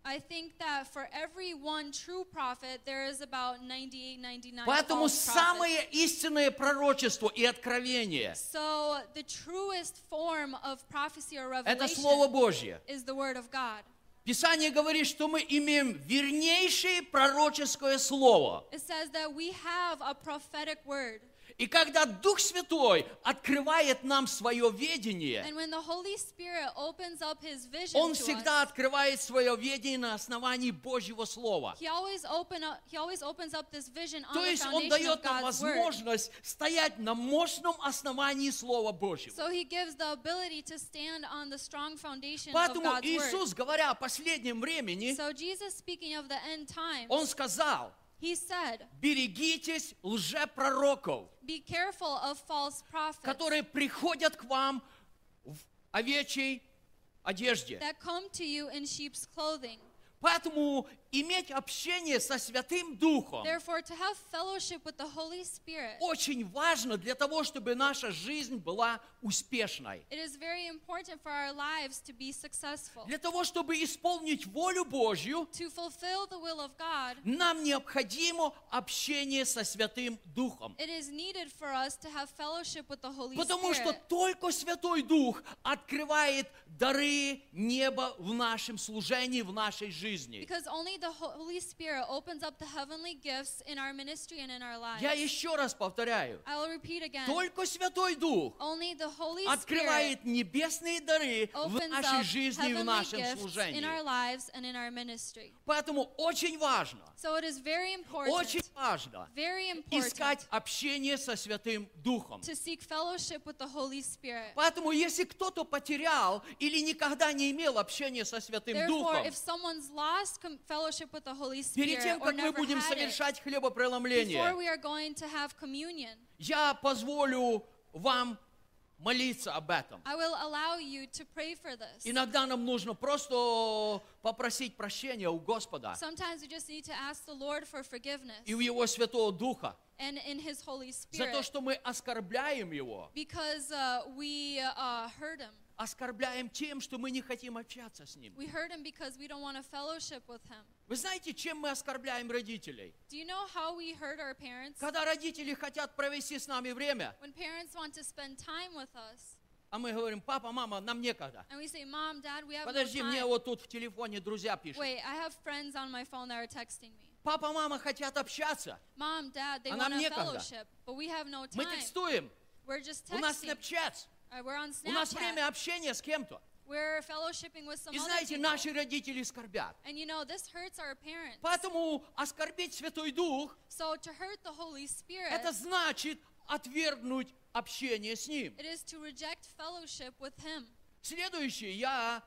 Speaker 9: I think that for every one true prophet, there is about 98, 99
Speaker 8: Поэтому
Speaker 9: false prophets.
Speaker 8: самое истинное пророчество и откровение
Speaker 9: So the truest form of prophecy or
Speaker 8: – это Слово
Speaker 9: revelation
Speaker 8: Божье.
Speaker 9: is the word of God.
Speaker 8: Писание говорит, что мы имеем вернейшее пророческое слово.
Speaker 9: It says that we have a prophetic word.
Speaker 8: И когда Дух Святой открывает нам свое ведение,
Speaker 9: And when the Holy Spirit opens up his vision
Speaker 8: Э. Он
Speaker 9: to
Speaker 8: всегда
Speaker 9: us,
Speaker 8: открывает свое ведение на основании Божьего Слова.
Speaker 9: he always, open up, he always opens up this vision on
Speaker 8: То
Speaker 9: the
Speaker 8: есть Он
Speaker 9: foundation
Speaker 8: дает
Speaker 9: of
Speaker 8: нам
Speaker 9: God's word.
Speaker 8: возможность стоять на мощном основании Слова Божьего.
Speaker 9: So he gives the ability to stand on the strong foundation of
Speaker 8: Поэтому
Speaker 9: God's word.
Speaker 8: Иисус, говоря о последнем времени,
Speaker 9: So Jesus speaking of the end times,
Speaker 8: Он сказал,
Speaker 9: he said,
Speaker 8: берегитесь лжепророков,
Speaker 9: be careful of false prophets
Speaker 8: которые приходят к вам в овечьей одежде.
Speaker 9: that come to you in sheep's clothing.
Speaker 8: Поэтому иметь общение со Святым Духом
Speaker 9: Therefore, to have fellowship with the Holy Spirit,
Speaker 8: очень важно для того, чтобы наша жизнь была успешной.
Speaker 9: it is very important for our lives to be successful.
Speaker 8: Для того, чтобы исполнить волю Божью,
Speaker 9: To fulfill the will of God,
Speaker 8: нам необходимо общение со Святым Духом.
Speaker 9: it is needed for us to have fellowship with the Holy
Speaker 8: Потому что
Speaker 9: Spirit.
Speaker 8: только Святой Дух открывает дары неба в нашем служении, в нашей жизни.
Speaker 9: Because only the Ho- Holy Spirit opens up the heavenly gifts in our ministry and in our lives.
Speaker 8: Я еще раз повторяю,
Speaker 9: I will repeat again.
Speaker 8: только Святой Дух
Speaker 9: Only the Holy Spirit
Speaker 8: открывает небесные дары в
Speaker 9: opens
Speaker 8: нашей
Speaker 9: up
Speaker 8: жизни и в
Speaker 9: heavenly
Speaker 8: нашем
Speaker 9: gifts in our
Speaker 8: служении.
Speaker 9: lives and in our ministry.
Speaker 8: Поэтому очень важно,
Speaker 9: So it is very important,
Speaker 8: очень важно
Speaker 9: very important
Speaker 8: искать общение со Святым Духом.
Speaker 9: to seek fellowship with the Holy Spirit.
Speaker 8: Поэтому, если кто-то потерял или никогда не имел общения со Святым
Speaker 9: Therefore,
Speaker 8: Духом,
Speaker 9: if someone's lost com- fellowship with the Holy
Speaker 8: перед
Speaker 9: Spirit
Speaker 8: тем,
Speaker 9: or
Speaker 8: как мы
Speaker 9: never
Speaker 8: будем
Speaker 9: had it,
Speaker 8: совершать
Speaker 9: before
Speaker 8: хлебопреломление,
Speaker 9: we are going to have communion,
Speaker 8: я позволю вам молиться об этом.
Speaker 9: I will allow you to pray for this.
Speaker 8: Иногда нам нужно просто попросить прощения у Господа
Speaker 9: Sometimes we just need to ask the Lord for forgiveness
Speaker 8: и у Его Святого Духа
Speaker 9: and in His Holy
Speaker 8: за то,
Speaker 9: Spirit
Speaker 8: что мы оскорбляем Его,
Speaker 9: because uh, we uh, hurt Him.
Speaker 8: оскорбляем тем, что мы не хотим общаться с Ним.
Speaker 9: We hurt Him because we don't want to fellowship with Him.
Speaker 8: Вы знаете, чем мы оскорбляем родителей?
Speaker 9: Do you know how we hurt our parents?
Speaker 8: Когда родители хотят провести с нами время,
Speaker 9: When parents want to spend time with us
Speaker 8: а мы говорим, папа, мама, нам некогда.
Speaker 9: and we say, Mom, Dad, we have no
Speaker 8: Подожди, мне
Speaker 9: time.
Speaker 8: вот тут в телефоне друзья пишут.
Speaker 9: Wait, I have friends on my phone that are texting me.
Speaker 8: Папа, мама хотят общаться.
Speaker 9: Mom, Dad, they
Speaker 8: А
Speaker 9: want
Speaker 8: нам
Speaker 9: a
Speaker 8: некогда.
Speaker 9: fellowship, but we have no
Speaker 8: Мы
Speaker 9: time.
Speaker 8: текстуем,
Speaker 9: We're just
Speaker 8: у нас
Speaker 9: texting.
Speaker 8: Snapchat,
Speaker 9: Uh, We're on
Speaker 8: у нас
Speaker 9: Snapchat.
Speaker 8: время общения с кем-то.
Speaker 9: We're fellowshipping with some
Speaker 8: И
Speaker 9: other
Speaker 8: знаете,
Speaker 9: people.
Speaker 8: наши родители скорбят.
Speaker 9: And you know, this hurts our parents.
Speaker 8: Поэтому оскорбить Святой Дух,
Speaker 9: So to hurt the Holy Spirit,
Speaker 5: Э.
Speaker 8: это значит отвергнуть общение с Ним.
Speaker 9: it is to reject fellowship with Him.
Speaker 8: Следующий, я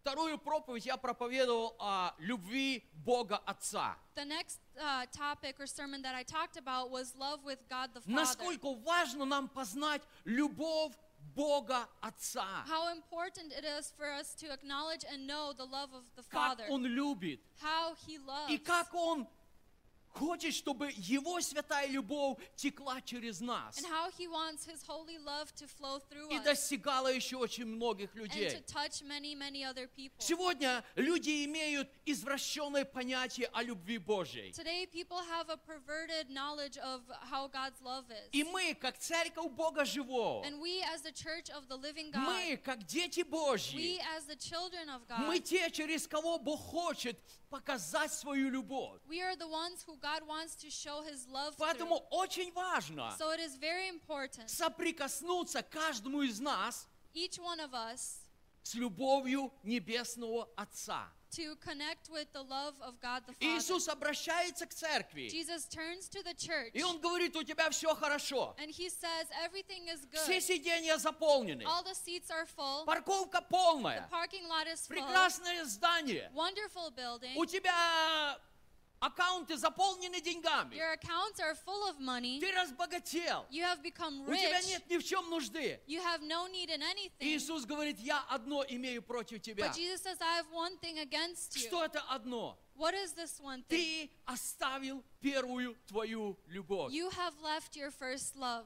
Speaker 8: вторую проповедь я проповедовал о любви Бога Отца.
Speaker 9: The next uh, topic or sermon that I talked about was love with God the Father.
Speaker 8: Насколько важно нам познать любовь Бога Отца.
Speaker 9: How important it is for us to acknowledge and know the love of the
Speaker 8: Как
Speaker 9: Father,
Speaker 8: Он любит.
Speaker 9: how He loves,
Speaker 8: И как Он хочет, чтобы Его святая любовь текла через нас.
Speaker 9: and how He wants His holy love to flow through
Speaker 8: И
Speaker 9: us.
Speaker 8: достигала еще очень многих
Speaker 9: and to
Speaker 8: людей.
Speaker 9: touch many, many other people.
Speaker 8: Сегодня люди имеют извращенное понятие о любви Божьей.
Speaker 9: Today, people have a perverted knowledge of how God's love
Speaker 8: И
Speaker 9: is.
Speaker 8: мы, как церковь Бога Живого,
Speaker 9: And we, as the church of the living
Speaker 8: мы,
Speaker 9: God,
Speaker 8: как дети
Speaker 9: we,
Speaker 8: Божьи,
Speaker 9: as the children of
Speaker 8: мы
Speaker 9: God,
Speaker 8: те, через кого Бог хочет показать свою любовь.
Speaker 9: we are the ones who God wants to show His love through.
Speaker 8: Поэтому очень важно
Speaker 9: So it is very important,
Speaker 8: соприкоснуться каждому из нас
Speaker 9: each one of us,
Speaker 8: с любовью Небесного Отца.
Speaker 9: to connect with the love of God the Father.
Speaker 8: Иисус обращается к церкви,
Speaker 9: Jesus turns to the church
Speaker 8: и Он говорит, у тебя все хорошо.
Speaker 9: and He says, Everything is
Speaker 8: Все
Speaker 9: good.
Speaker 8: сиденья заполнены,
Speaker 9: All the seats are full,
Speaker 8: парковка
Speaker 9: the
Speaker 8: полная,
Speaker 9: parking lot is full,
Speaker 8: прекрасное здание.
Speaker 9: wonderful building.
Speaker 8: У тебя Аккаунты заполнены деньгами.
Speaker 9: Your accounts are full of money.
Speaker 8: Ты разбогател.
Speaker 9: You have become
Speaker 8: У тебя
Speaker 9: rich.
Speaker 8: нет ни в чем нужды.
Speaker 9: You have no need in anything.
Speaker 8: Иисус говорит, я одно имею против тебя.
Speaker 9: But Jesus says, I have one thing against you.
Speaker 8: Что это одно?
Speaker 9: What is this one thing?
Speaker 8: Ты оставил первую твою любовь.
Speaker 9: You have left your first love.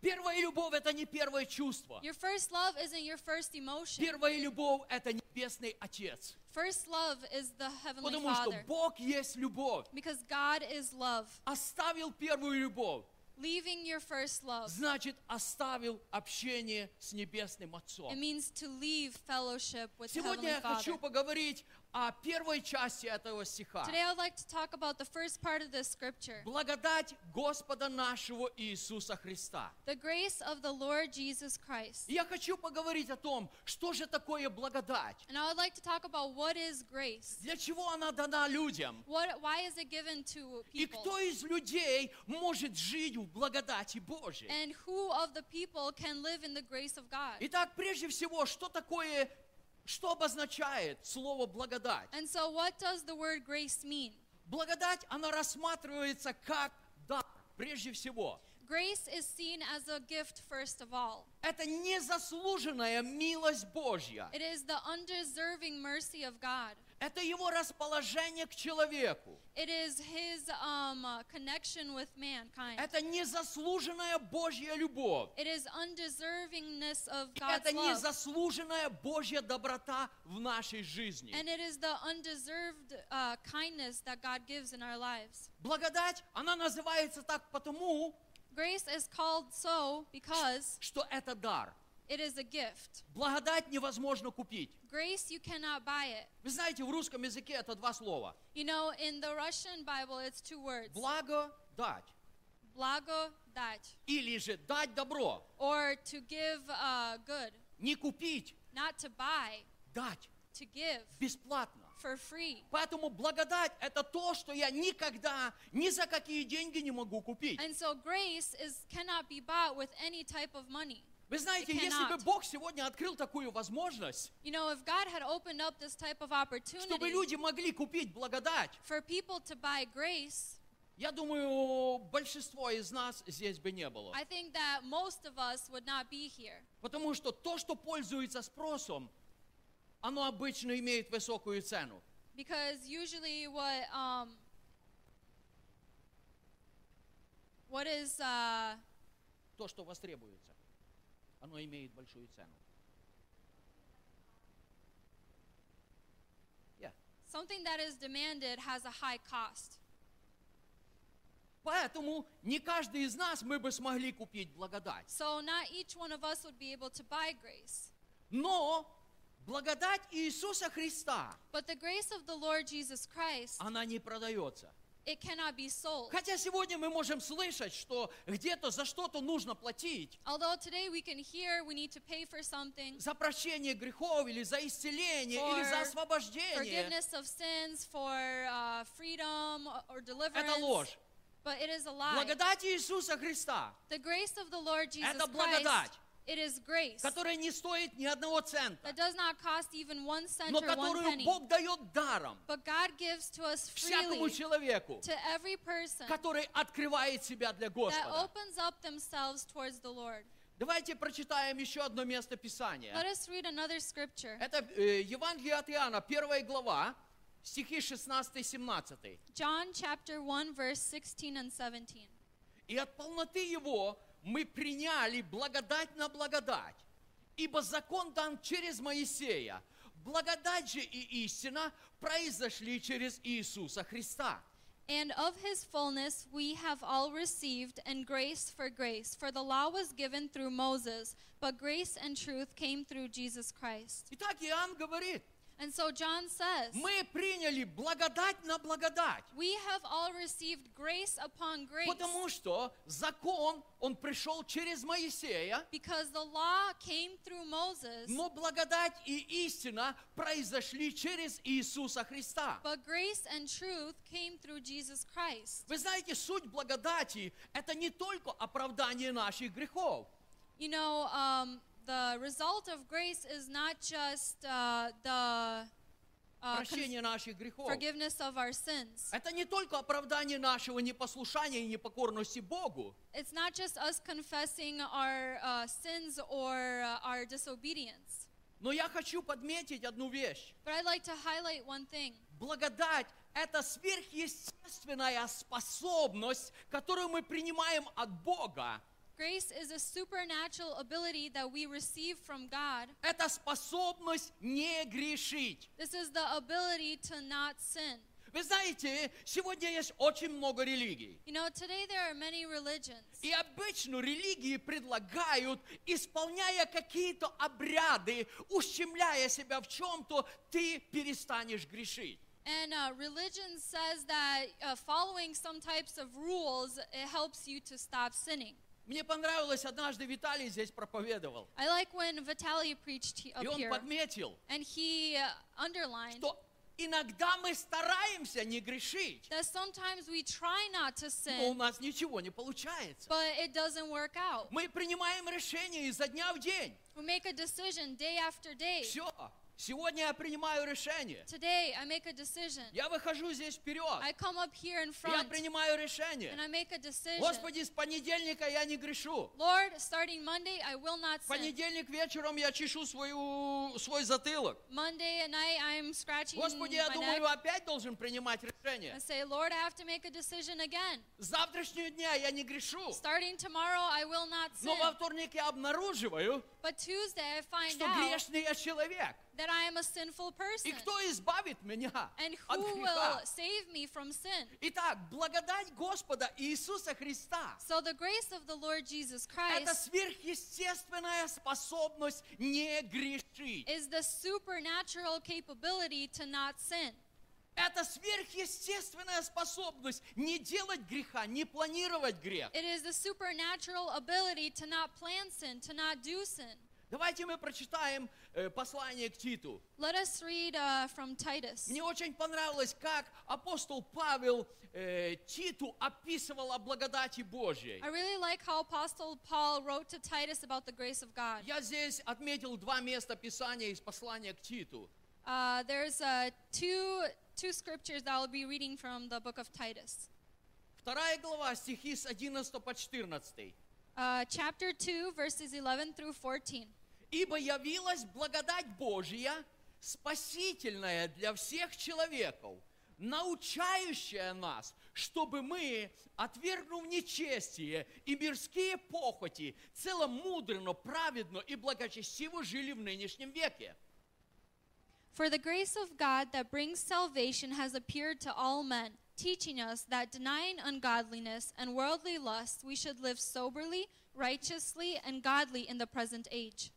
Speaker 8: Первая любовь это не первое чувство.
Speaker 9: Your first love isn't your first emotion.
Speaker 8: Первая любовь это небесный Отец.
Speaker 9: First love is the Heavenly
Speaker 8: Потому что
Speaker 9: Father.
Speaker 8: Бог есть любовь.
Speaker 9: Because God is love.
Speaker 8: Оставил первую любовь,
Speaker 9: Leaving your first love.
Speaker 8: значит оставил общение с небесным
Speaker 9: It
Speaker 8: Отцом.
Speaker 9: means to leave fellowship with the
Speaker 8: Сегодня
Speaker 9: Heavenly
Speaker 8: я
Speaker 9: Father.
Speaker 8: хочу поговорить о первой части этого стиха.
Speaker 9: Today I would like to talk about the first part of this scripture.
Speaker 8: Благодать Господа нашего Иисуса Христа.
Speaker 9: The grace of the Lord Jesus Christ.
Speaker 8: И я хочу поговорить о том, что же такое благодать.
Speaker 9: And I would like to talk about what is grace.
Speaker 8: Для чего она дана людям?
Speaker 9: What, why is it given to
Speaker 8: И
Speaker 9: people?
Speaker 8: кто из людей может жить в благодати Божьей?
Speaker 9: And who of the people can live in the grace of God?
Speaker 8: Итак, прежде всего, что такое, что обозначает слово благодать?
Speaker 9: And so, what does the word grace mean?
Speaker 8: Благодать, она рассматривается как дар, прежде всего.
Speaker 9: Grace is seen as a gift, first of all.
Speaker 8: Это незаслуженная милость Божья.
Speaker 9: It is the undeserving mercy of God.
Speaker 8: Это его расположение к человеку.
Speaker 9: It is His um, uh, connection with mankind.
Speaker 8: Это незаслуженная Божья любовь.
Speaker 9: It is undeservingness of
Speaker 8: И
Speaker 9: God's
Speaker 8: это
Speaker 9: love.
Speaker 8: незаслуженная Божья доброта в нашей жизни.
Speaker 9: And it is the undeserved uh, kindness that God gives in our lives.
Speaker 8: Благодать, она называется так потому,
Speaker 9: Grace is called so because
Speaker 8: что это дар.
Speaker 9: it is a gift.
Speaker 8: Благодать невозможно купить.
Speaker 9: Grace, you cannot buy it.
Speaker 8: Вы знаете, в русском языке это два слова.
Speaker 9: You know, in the Russian Bible, it's two words,
Speaker 8: Благо дать.
Speaker 9: blago dać,
Speaker 8: Или же дать добро.
Speaker 9: or to give uh, good,
Speaker 8: Не купить,
Speaker 9: not to buy,
Speaker 8: дать
Speaker 9: to give
Speaker 8: бесплатно.
Speaker 9: for free.
Speaker 8: Поэтому благодать – это то, что я никогда ни за какие деньги не могу купить.
Speaker 9: And so grace is cannot be bought with any type of money.
Speaker 8: Вы знаете,
Speaker 9: It
Speaker 8: если бы
Speaker 9: cannot.
Speaker 8: Бог сегодня открыл такую возможность,
Speaker 9: You know, if God had opened up this type of
Speaker 8: чтобы
Speaker 9: opportunity
Speaker 8: люди могли купить благодать,
Speaker 9: for people to buy grace,
Speaker 8: я думаю, большинство из нас здесь бы не было.
Speaker 9: I think that most of us would not be here.
Speaker 8: Потому что то, что пользуется спросом, оно обычно имеет высокую цену.
Speaker 9: Because usually, what um, what is uh,
Speaker 8: То, что востребуется, оно имеет большую цену. Yeah.
Speaker 9: something that is demanded has a high cost.
Speaker 8: Поэтому не каждый из нас мы бы смогли купить благодать.
Speaker 9: So not each one of us would be able to buy grace.
Speaker 8: Но благодать Иисуса Христа,
Speaker 9: But the grace of the Lord Jesus Christ,
Speaker 8: она не продается.
Speaker 9: it cannot be sold.
Speaker 8: Хотя сегодня мы можем слышать, что где-то за что-то нужно платить,
Speaker 9: Although today we can hear we need to pay for something,
Speaker 8: за прощение грехов или за исцеление или за
Speaker 9: For
Speaker 8: освобождение.
Speaker 9: forgiveness of sins, for uh, freedom or
Speaker 8: Это
Speaker 9: deliverance.
Speaker 8: ложь.
Speaker 9: But it is a lie.
Speaker 8: Благодать Иисуса Христа,
Speaker 9: The grace of the Lord Jesus
Speaker 8: Это благодать.
Speaker 9: Christ, it is grace
Speaker 8: которая не стоит ни одного цента,
Speaker 9: that does not cost even one cent
Speaker 8: но
Speaker 9: or one
Speaker 8: которую
Speaker 9: penny.
Speaker 8: Бог дает даром
Speaker 9: But God gives to us
Speaker 8: всякому
Speaker 9: freely
Speaker 8: человеку,
Speaker 9: to every person
Speaker 8: который открывает себя для
Speaker 9: that
Speaker 8: Господа.
Speaker 9: opens up themselves towards the Lord.
Speaker 8: Давайте прочитаем еще одно место Писания.
Speaker 9: Let us read another scripture.
Speaker 8: Это э, Евангелие от Иоанна, первая глава, стихи 16-17.
Speaker 9: John chapter 1 verse 16 and 17.
Speaker 8: «И от полноты его мы приняли благодать на благодать, ибо закон дан через Моисея, благодать же и истина произошли через Иисуса Христа».
Speaker 9: And of his fullness we have all received, and grace for grace. For the law was given through Moses, but grace and truth came through Jesus Christ.
Speaker 8: Итак, Иоанн говорит,
Speaker 9: And so John says,
Speaker 8: мы приняли благодать на благодать,
Speaker 9: We have all received grace upon grace.
Speaker 8: потому что закон, он пришел через Моисея,
Speaker 9: Because the law came through Moses,
Speaker 8: Но благодать и истина произошли через Иисуса Христа.
Speaker 9: but grace and truth came through Jesus Christ.
Speaker 8: Вы знаете, суть благодати – это не только оправдание наших грехов.
Speaker 9: You know, um, the result of grace is not just uh, the uh, cons-
Speaker 8: прощение наших грехов.
Speaker 9: forgiveness of our sins.
Speaker 8: Это не только оправдание нашего непослушания и непокорности Богу,
Speaker 9: It's not just us confessing our uh, sins or uh, our disobedience.
Speaker 8: но я хочу подметить одну вещь.
Speaker 9: But I'd like to highlight one thing.
Speaker 8: Благодать – это сверхъестественная способность, которую мы принимаем от Бога.
Speaker 9: Grace is a supernatural ability that we receive from God.
Speaker 8: Это способность не грешить.
Speaker 9: This is the ability to not sin.
Speaker 8: Вы знаете, сегодня есть очень много религий.
Speaker 9: You know, today there are many religions.
Speaker 8: И обычно религии предлагают, исполняя какие-то обряды, ущемляя себя в чем-то, ты перестанешь грешить.
Speaker 9: And uh, religion says that uh, following some types of rules, it helps you to stop sinning.
Speaker 8: Мне понравилось, однажды Виталий здесь проповедовал.
Speaker 9: I like when Vitaly preached he- up
Speaker 8: И он
Speaker 9: here,
Speaker 8: подметил,
Speaker 9: and he uh, underlined
Speaker 8: что иногда мы стараемся не грешить,
Speaker 9: that sometimes we try not to
Speaker 8: но у
Speaker 9: sin,
Speaker 8: нас ничего не получается.
Speaker 9: but it doesn't work out.
Speaker 8: Мы принимаем решение изо дня в день.
Speaker 9: We make a decision day after day.
Speaker 8: Все, сегодня я принимаю решение.
Speaker 9: Today, I make a decision.
Speaker 8: Я выхожу здесь вперед.
Speaker 9: I come up here in
Speaker 8: Я
Speaker 9: front,
Speaker 8: принимаю
Speaker 9: and
Speaker 8: решение.
Speaker 9: I make a decision.
Speaker 8: Господи, с понедельника я не грешу.
Speaker 9: Lord, starting Monday, I will not
Speaker 8: В
Speaker 9: sin.
Speaker 8: понедельник вечером я чешу свою, свой затылок.
Speaker 9: Monday at night, I'm scratching
Speaker 8: Господи, я
Speaker 9: my
Speaker 8: думаю,
Speaker 9: neck.
Speaker 8: опять должен принимать решение.
Speaker 9: I say, Lord, I have to make a decision again.
Speaker 8: С завтрашнего дня я не грешу.
Speaker 9: Starting tomorrow, I will not sin.
Speaker 8: Но во вторник я обнаруживаю,
Speaker 9: But Tuesday, I find
Speaker 8: что
Speaker 9: out
Speaker 8: грешный я человек.
Speaker 9: that I am a sinful person.
Speaker 8: И кто избавит меня
Speaker 9: And
Speaker 8: от
Speaker 9: who will
Speaker 8: греха?
Speaker 9: save me from sin?
Speaker 8: Итак, благодать Господа Иисуса Христа
Speaker 9: So the grace of the Lord Jesus
Speaker 8: – это
Speaker 9: Christ
Speaker 8: сверхъестественная способность не грешить.
Speaker 9: is the supernatural capability to not sin.
Speaker 8: Это сверхъестественная способность не делать греха, не планировать грех.
Speaker 9: It is the supernatural ability to not plan sin, to not do sin.
Speaker 8: Давайте мы прочитаем э, послание к Титу.
Speaker 9: Let us read uh, from Titus.
Speaker 8: Мне очень понравилось, как апостол Павел э, Титу описывал о благодати Божьей.
Speaker 9: I really like how Apostle Paul wrote to Titus about the grace of God.
Speaker 8: Я здесь отметил два места Писания из послания к Титу.
Speaker 9: Uh, there's uh, two, two scriptures that I'll be reading from the book of Titus.
Speaker 8: Вторая глава, стихи с 11 по 14.
Speaker 9: Uh, chapter 2, verses 11 through 14.
Speaker 8: «Ибо явилась благодать Божья, спасительная для всех человеков, научающая нас, чтобы мы, отвергнув нечестие и мирские похоти, целомудренно, праведно и благочестиво жили в нынешнем веке».
Speaker 9: For the grace of God that brings salvation has appeared to all men, teaching us that denying ungodliness and worldly lusts, we should live soberly, righteously, and godly in the present age.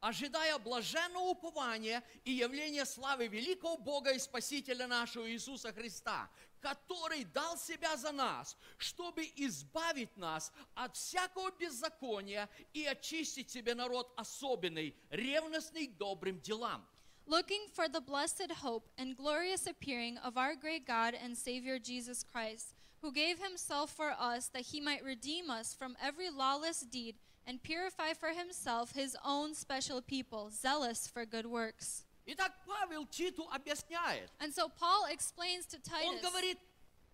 Speaker 8: ожидая блаженного упования и явления славы великого Бога и Спасителя нашего Иисуса Христа, который дал себя за нас, чтобы избавить нас от всякого беззакония и очистить себе народ особенный, ревностный к добрым делам.
Speaker 9: Looking for the blessed hope and glorious appearing of our great God and Savior Jesus Christ, who gave himself for us that he might redeem us from every lawless deed and purify for himself his own special people, zealous for good works.
Speaker 8: Итак, Павел Титу объясняет.
Speaker 9: And so Paul explains to
Speaker 8: Он
Speaker 9: Titus,
Speaker 8: говорит,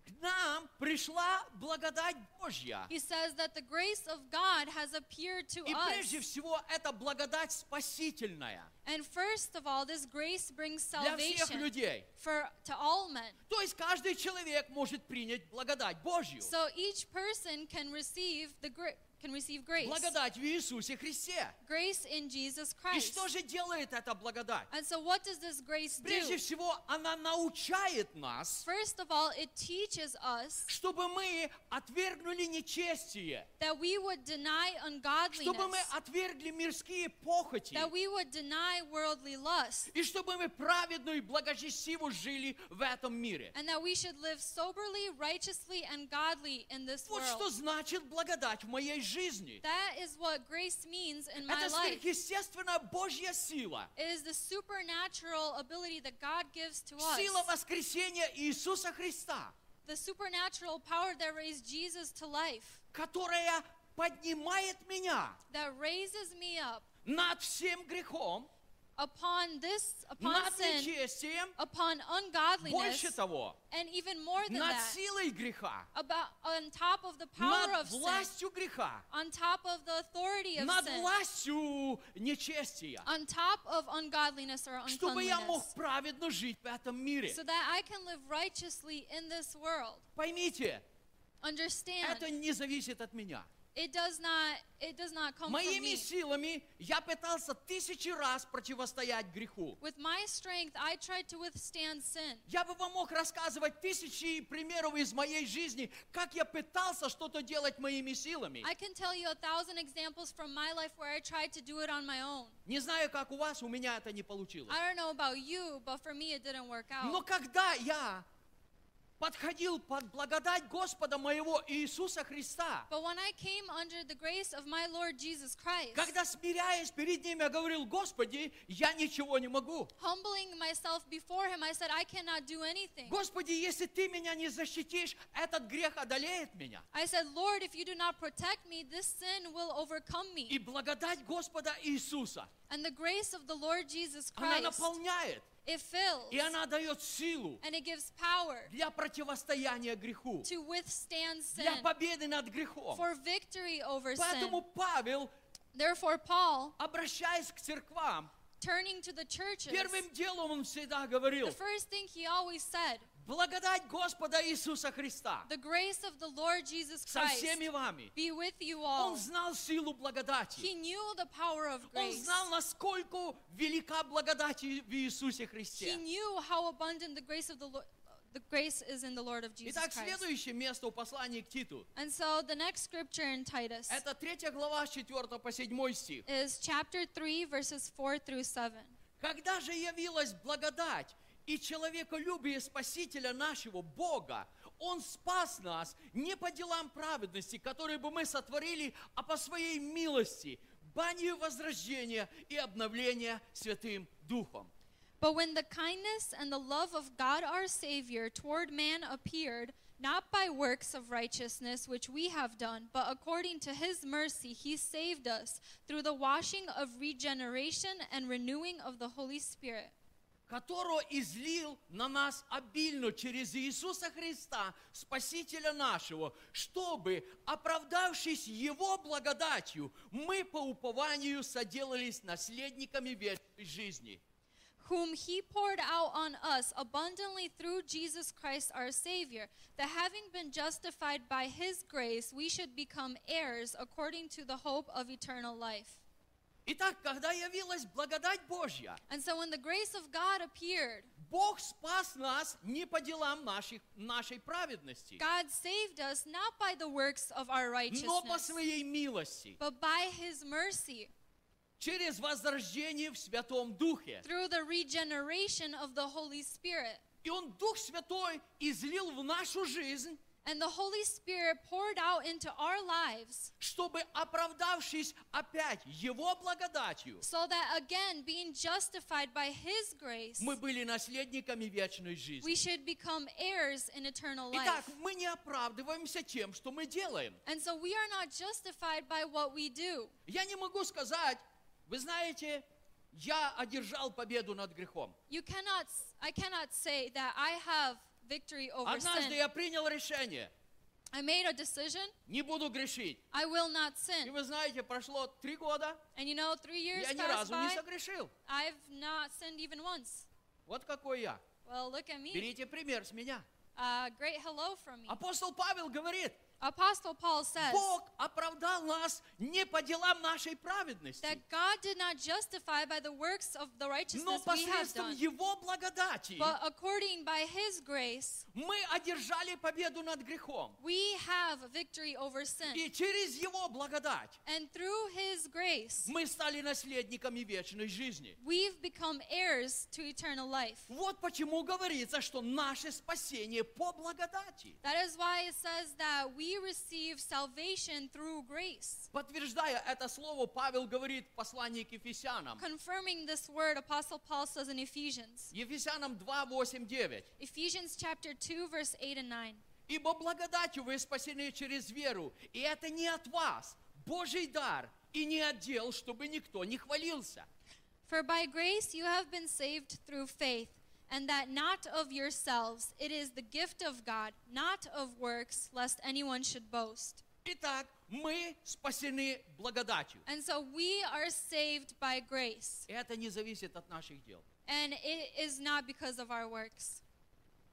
Speaker 8: к нам пришла благодать Божья.
Speaker 9: he says that the grace of God has appeared to
Speaker 8: И прежде
Speaker 9: us.
Speaker 8: всего, это благодать спасительная
Speaker 9: And first of all, this grace brings
Speaker 8: для всех
Speaker 9: salvation
Speaker 8: людей.
Speaker 9: for to all men.
Speaker 8: То есть каждый человек может принять благодать Божью.
Speaker 9: So each person can receive the gra- can receive grace.
Speaker 8: Благодать в Иисусе Христе.
Speaker 9: grace in Jesus
Speaker 8: И
Speaker 9: Christ.
Speaker 8: что же делает эта благодать?
Speaker 9: And so, what does this grace
Speaker 8: Прежде
Speaker 9: do?
Speaker 8: всего, она научает нас,
Speaker 9: First of all, it teaches us
Speaker 8: чтобы мы отвергнули нечестие,
Speaker 9: that we would deny
Speaker 8: чтобы мы
Speaker 9: ungodliness,
Speaker 8: отвергли мирские похоти,
Speaker 9: that we would deny worldly lust,
Speaker 8: и чтобы мы праведно и благочестиво жили в этом мире.
Speaker 9: and that we should live soberly, righteously, and godly in this
Speaker 8: Вот что
Speaker 9: world.
Speaker 8: значит благодать в моей жизни.
Speaker 9: That is what grace means in my
Speaker 8: Это
Speaker 9: life.
Speaker 8: сверхъестественная Божья сила.
Speaker 9: It is the supernatural ability that God gives to
Speaker 8: Сила
Speaker 9: us,
Speaker 8: воскресения Иисуса Христа.
Speaker 9: the supernatural power that raised Jesus to life,
Speaker 8: которая поднимает меня
Speaker 9: that raises me up
Speaker 8: над всем грехом
Speaker 9: upon this, upon
Speaker 8: над
Speaker 9: sin,
Speaker 8: нечестием,
Speaker 9: upon
Speaker 8: больше
Speaker 9: ungodliness,
Speaker 8: того,
Speaker 9: and even more than
Speaker 8: над
Speaker 9: that,
Speaker 8: силой греха,
Speaker 9: about on top of the power
Speaker 8: над
Speaker 9: of sin,
Speaker 8: властью греха,
Speaker 9: on top of the authority of
Speaker 8: над
Speaker 9: sin,
Speaker 8: властью нечестия,
Speaker 9: on top of ungodliness or
Speaker 8: чтобы я мог
Speaker 9: uncleanliness,
Speaker 8: праведно жить в этом мире.
Speaker 9: so that I can live righteously in this world.
Speaker 8: Поймите, это
Speaker 9: Understand,
Speaker 8: не зависит от меня.
Speaker 9: it does not it does not come from
Speaker 8: Моими
Speaker 9: me.
Speaker 8: силами я пытался тысячи раз противостоять греху.
Speaker 9: With my strength, I tried to withstand sin.
Speaker 8: Я бы вам мог рассказывать тысячи примеров из моей жизни, как я пытался что-то делать моими силами.
Speaker 9: I can tell you a thousand examples from my life where I tried to do it on my own.
Speaker 8: Не знаю, как у вас, у меня это не получилось.
Speaker 9: I don't know about you, but for me, it didn't work out.
Speaker 8: Но когда я подходил под благодать Господа моего Иисуса Христа,
Speaker 9: But when I came under the grace of my Lord Jesus Christ,
Speaker 8: когда смиряясь перед Ним, я говорил, Господи, я ничего не могу.
Speaker 9: humbling myself before Him, I said, I cannot do anything.
Speaker 8: Господи, если Ты меня не защитишь, этот грех одолеет меня.
Speaker 9: I said, Lord, if you do not protect me, this sin will overcome
Speaker 8: И
Speaker 9: me.
Speaker 8: благодать Господа Иисуса,
Speaker 9: And the grace of the Lord Jesus
Speaker 8: она
Speaker 9: Christ,
Speaker 8: наполняет,
Speaker 9: it fills
Speaker 8: и она дает силу
Speaker 9: and it gives power
Speaker 8: для противостояния греху,
Speaker 9: to withstand sin,
Speaker 8: для победы над грехом.
Speaker 9: for victory over
Speaker 8: Поэтому
Speaker 9: sin.
Speaker 8: Павел,
Speaker 9: Therefore, Paul,
Speaker 8: обращаясь к церквам,
Speaker 9: turning to the churches,
Speaker 8: первым делом он всегда
Speaker 9: the
Speaker 8: говорил,
Speaker 9: first thing he always said,
Speaker 8: благодать Господа Иисуса Христа
Speaker 9: the grace of the Lord Jesus
Speaker 8: со
Speaker 9: Christ
Speaker 8: всеми вами.
Speaker 9: be with you
Speaker 8: Он
Speaker 9: all.
Speaker 8: знал силу
Speaker 9: He
Speaker 8: благодати.
Speaker 9: knew the power of
Speaker 8: Он
Speaker 9: grace.
Speaker 8: знал, насколько велика благодать И- в Иисусе
Speaker 9: He
Speaker 8: Христе.
Speaker 9: knew how abundant the grace of the Lord, the grace is in the Lord of Jesus
Speaker 8: Итак,
Speaker 9: Christ.
Speaker 8: следующее место в послании к Титу.
Speaker 9: And so the next scripture in Titus
Speaker 8: Это 3 глава с 4 по 7 стих.
Speaker 9: is chapter 3 verses 4 through 7.
Speaker 8: Когда же явилась благодать и человеколюбие Спасителя нашего Бога, Он спас нас не по делам праведности, которые бы мы сотворили, а по Своей милости, банию возрождения и обновления Святым Духом.
Speaker 9: But when the kindness and the love of God our Savior toward man appeared, not by works of righteousness which we have done, but according to his mercy he saved us through the washing of regeneration and renewing of the Holy Spirit.
Speaker 8: которого излил на нас обильно через Иисуса Христа, Спасителя нашего, чтобы, оправдавшись Его благодатью, мы по упованию соделались наследниками вечной жизни.
Speaker 9: whom he poured out on us abundantly through Jesus Christ our Savior, that having been justified by his grace, we should become heirs according to the hope of eternal life.
Speaker 8: Итак, когда явилась благодать Божья,
Speaker 9: And so when the grace of God appeared,
Speaker 8: Бог спас нас не по делам наших, нашей праведности,
Speaker 9: God saved us not by the works of our
Speaker 8: но по
Speaker 9: righteousness,
Speaker 8: Своей милости,
Speaker 9: but by his mercy,
Speaker 8: через возрождение в Святом Духе.
Speaker 9: through the regeneration of the Holy Spirit.
Speaker 8: И Он, Дух Святой, излил в нашу жизнь
Speaker 9: And the Holy Spirit poured out into our lives
Speaker 8: чтобы, оправдавшись опять Его благодатью,
Speaker 9: so that again, being justified by His grace,
Speaker 8: мы были наследниками вечной жизни.
Speaker 9: we should become heirs in eternal
Speaker 8: Итак,
Speaker 9: life.
Speaker 8: мы не оправдываемся тем, что мы делаем.
Speaker 9: And so we are not justified by what we do.
Speaker 8: Я не могу сказать, вы знаете, я одержал победу над грехом.
Speaker 9: You cannot I cannot say that I have victory over
Speaker 8: Однажды
Speaker 9: sin.
Speaker 8: я принял решение,
Speaker 9: I made a decision,
Speaker 8: не буду грешить.
Speaker 9: I will not
Speaker 8: И
Speaker 9: sin.
Speaker 8: вы знаете, прошло три года,
Speaker 9: And you know, 3 years
Speaker 8: я ни
Speaker 9: passed
Speaker 8: разу не
Speaker 9: by.
Speaker 8: согрешил.
Speaker 9: I've not sinned even once.
Speaker 8: Вот какой я.
Speaker 9: Well, look at me.
Speaker 8: Берите пример с меня.
Speaker 9: Uh, great hello from me.
Speaker 8: Апостол Павел говорит,
Speaker 9: Apostle Paul says
Speaker 8: Бог оправдал нас не по делам нашей праведности,
Speaker 9: that God did not justify by the works of the
Speaker 8: Но
Speaker 9: righteousness we have
Speaker 8: посредством
Speaker 9: done,
Speaker 8: Его благодати
Speaker 9: but according by His grace,
Speaker 8: мы одержали победу над грехом.
Speaker 9: we have victory over sin.
Speaker 8: И через Его благодать
Speaker 9: And through His grace,
Speaker 8: мы стали наследниками вечной жизни.
Speaker 9: we've become heirs to eternal life.
Speaker 8: Вот почему говорится, что наше спасение по благодати.
Speaker 9: That is why it says that we receive salvation through grace.
Speaker 8: Подтверждая это слово, Павел говорит в послании к Ефесянам.
Speaker 9: Confirming this word, Apostle Paul says in Ephesians,
Speaker 8: Ефесянам 2, 8, 9.
Speaker 9: Ephesians chapter 2, verse 8 and 9.
Speaker 8: «Ибо благодатью вы спасены через веру, и это не от вас, Божий дар, и не от дел, чтобы никто не хвалился».
Speaker 9: For by grace you have been saved through faith, and that not of yourselves. It is the gift of God, not of works, lest anyone should boast.
Speaker 8: Итак, мы спасены благодатью.
Speaker 9: And so we are saved by grace,
Speaker 8: Это не зависит от наших дел.
Speaker 9: and it is not because of our works.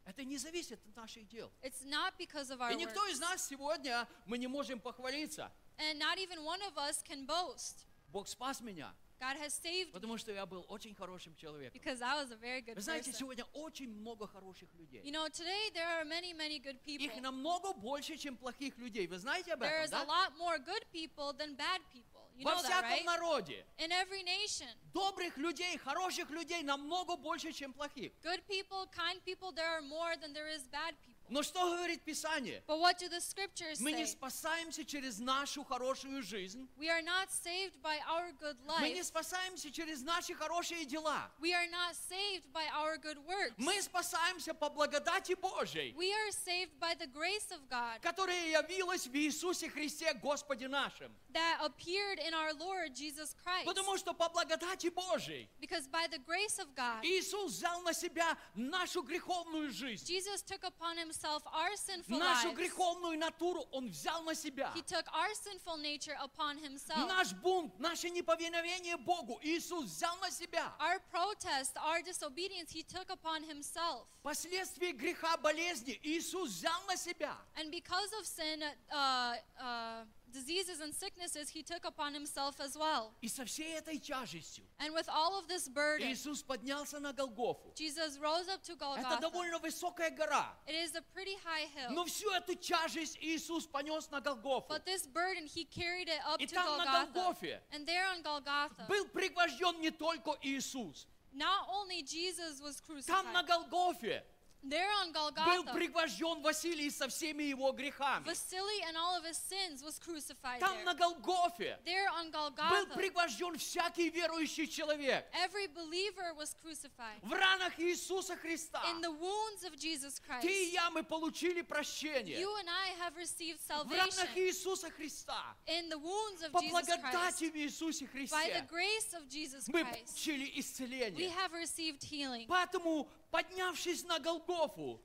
Speaker 8: Это не зависит от наших дел.
Speaker 9: It's not because of our
Speaker 8: И никто
Speaker 9: works.
Speaker 8: из нас сегодня, мы не можем похвалиться.
Speaker 9: And not even one of us can boast.
Speaker 8: Бог спас меня,
Speaker 9: God has saved me
Speaker 8: потому что я был очень хорошим человеком.
Speaker 9: because I was a very good
Speaker 8: Вы знаете,
Speaker 9: person.
Speaker 8: сегодня очень много хороших
Speaker 9: You
Speaker 8: людей.
Speaker 9: know, today there are many, many good people.
Speaker 8: Их намного больше, чем плохих людей. Вы знаете об
Speaker 9: There
Speaker 8: этом,
Speaker 9: is a
Speaker 8: да?
Speaker 9: lot more good people than bad people. You
Speaker 8: Во
Speaker 9: know that,
Speaker 8: всяком
Speaker 9: right?
Speaker 8: народе
Speaker 9: In every nation,
Speaker 8: добрых людей, хороших людей намного больше, чем плохих.
Speaker 9: good people, kind people, there are more than there is bad people.
Speaker 8: Но что говорит Писание?
Speaker 9: But what do the scriptures
Speaker 8: Мы не
Speaker 9: say?
Speaker 8: спасаемся через нашу хорошую жизнь.
Speaker 9: We are not saved by our good
Speaker 8: Мы не
Speaker 9: life.
Speaker 8: спасаемся через наши хорошие дела.
Speaker 9: We are not saved by our good
Speaker 8: Мы
Speaker 9: works.
Speaker 8: спасаемся по благодати Божьей,
Speaker 9: We are saved by the grace of God
Speaker 8: которая явилась в Иисусе Христе Господе нашим.
Speaker 9: that appeared in our Lord Jesus Christ.
Speaker 8: Потому что по благодати Божьей
Speaker 9: Because by the grace of God,
Speaker 8: Иисус взял на себя нашу греховную жизнь,
Speaker 9: Jesus took upon himself our sinful
Speaker 8: нашу
Speaker 9: lives.
Speaker 8: греховную натуру Он взял на себя.
Speaker 9: He took our sinful nature upon himself.
Speaker 8: Наш бунт, наше неповиновение Богу Иисус взял на себя.
Speaker 9: Our protest, our disobedience, he took upon himself.
Speaker 8: Последствия греха, болезни Иисус взял на себя.
Speaker 9: And because of sin, uh, uh, diseases and sicknesses, he took upon himself as well.
Speaker 8: И со всей этой тяжестью
Speaker 9: And with all of this burden,
Speaker 8: Иисус поднялся на Голгофу.
Speaker 9: Jesus rose up to
Speaker 8: Это
Speaker 9: Golgotha.
Speaker 8: довольно высокая гора.
Speaker 9: It is a pretty high hill.
Speaker 8: Но всю эту тяжесть Иисус понес на Голгофу.
Speaker 9: But this burden, he carried it up
Speaker 8: И
Speaker 9: to
Speaker 8: там на
Speaker 9: Golgotha.
Speaker 8: Голгофе
Speaker 9: And there on Golgotha,
Speaker 8: Был пригвожден не только Иисус.
Speaker 9: not only Jesus was
Speaker 8: Там на
Speaker 9: crucified,
Speaker 8: Голгофе
Speaker 9: there on
Speaker 8: был
Speaker 9: Golgotha,
Speaker 8: пригвожден Василий со всеми его грехами.
Speaker 9: Vasily and all of his sins was crucified
Speaker 8: Там на
Speaker 9: there.
Speaker 8: Голгофе
Speaker 9: There on
Speaker 8: был
Speaker 9: Golgotha,
Speaker 8: пригвожден всякий верующий человек.
Speaker 9: Every believer was crucified.
Speaker 8: В ранах Иисуса Христа
Speaker 9: In the wounds of Jesus Christ,
Speaker 8: ты и я, мы получили прощение.
Speaker 9: you and I have received
Speaker 8: В ранах
Speaker 9: salvation.
Speaker 8: Иисуса Христа,
Speaker 9: In the wounds of
Speaker 8: по
Speaker 9: Jesus Christ,
Speaker 8: благодати в Иисусе
Speaker 9: by the
Speaker 8: Христе,
Speaker 9: grace of Jesus
Speaker 8: мы
Speaker 9: Christ,
Speaker 8: получили
Speaker 9: we
Speaker 8: исцеление.
Speaker 9: have received healing.
Speaker 8: Поэтому, поднявшись на Голгофу,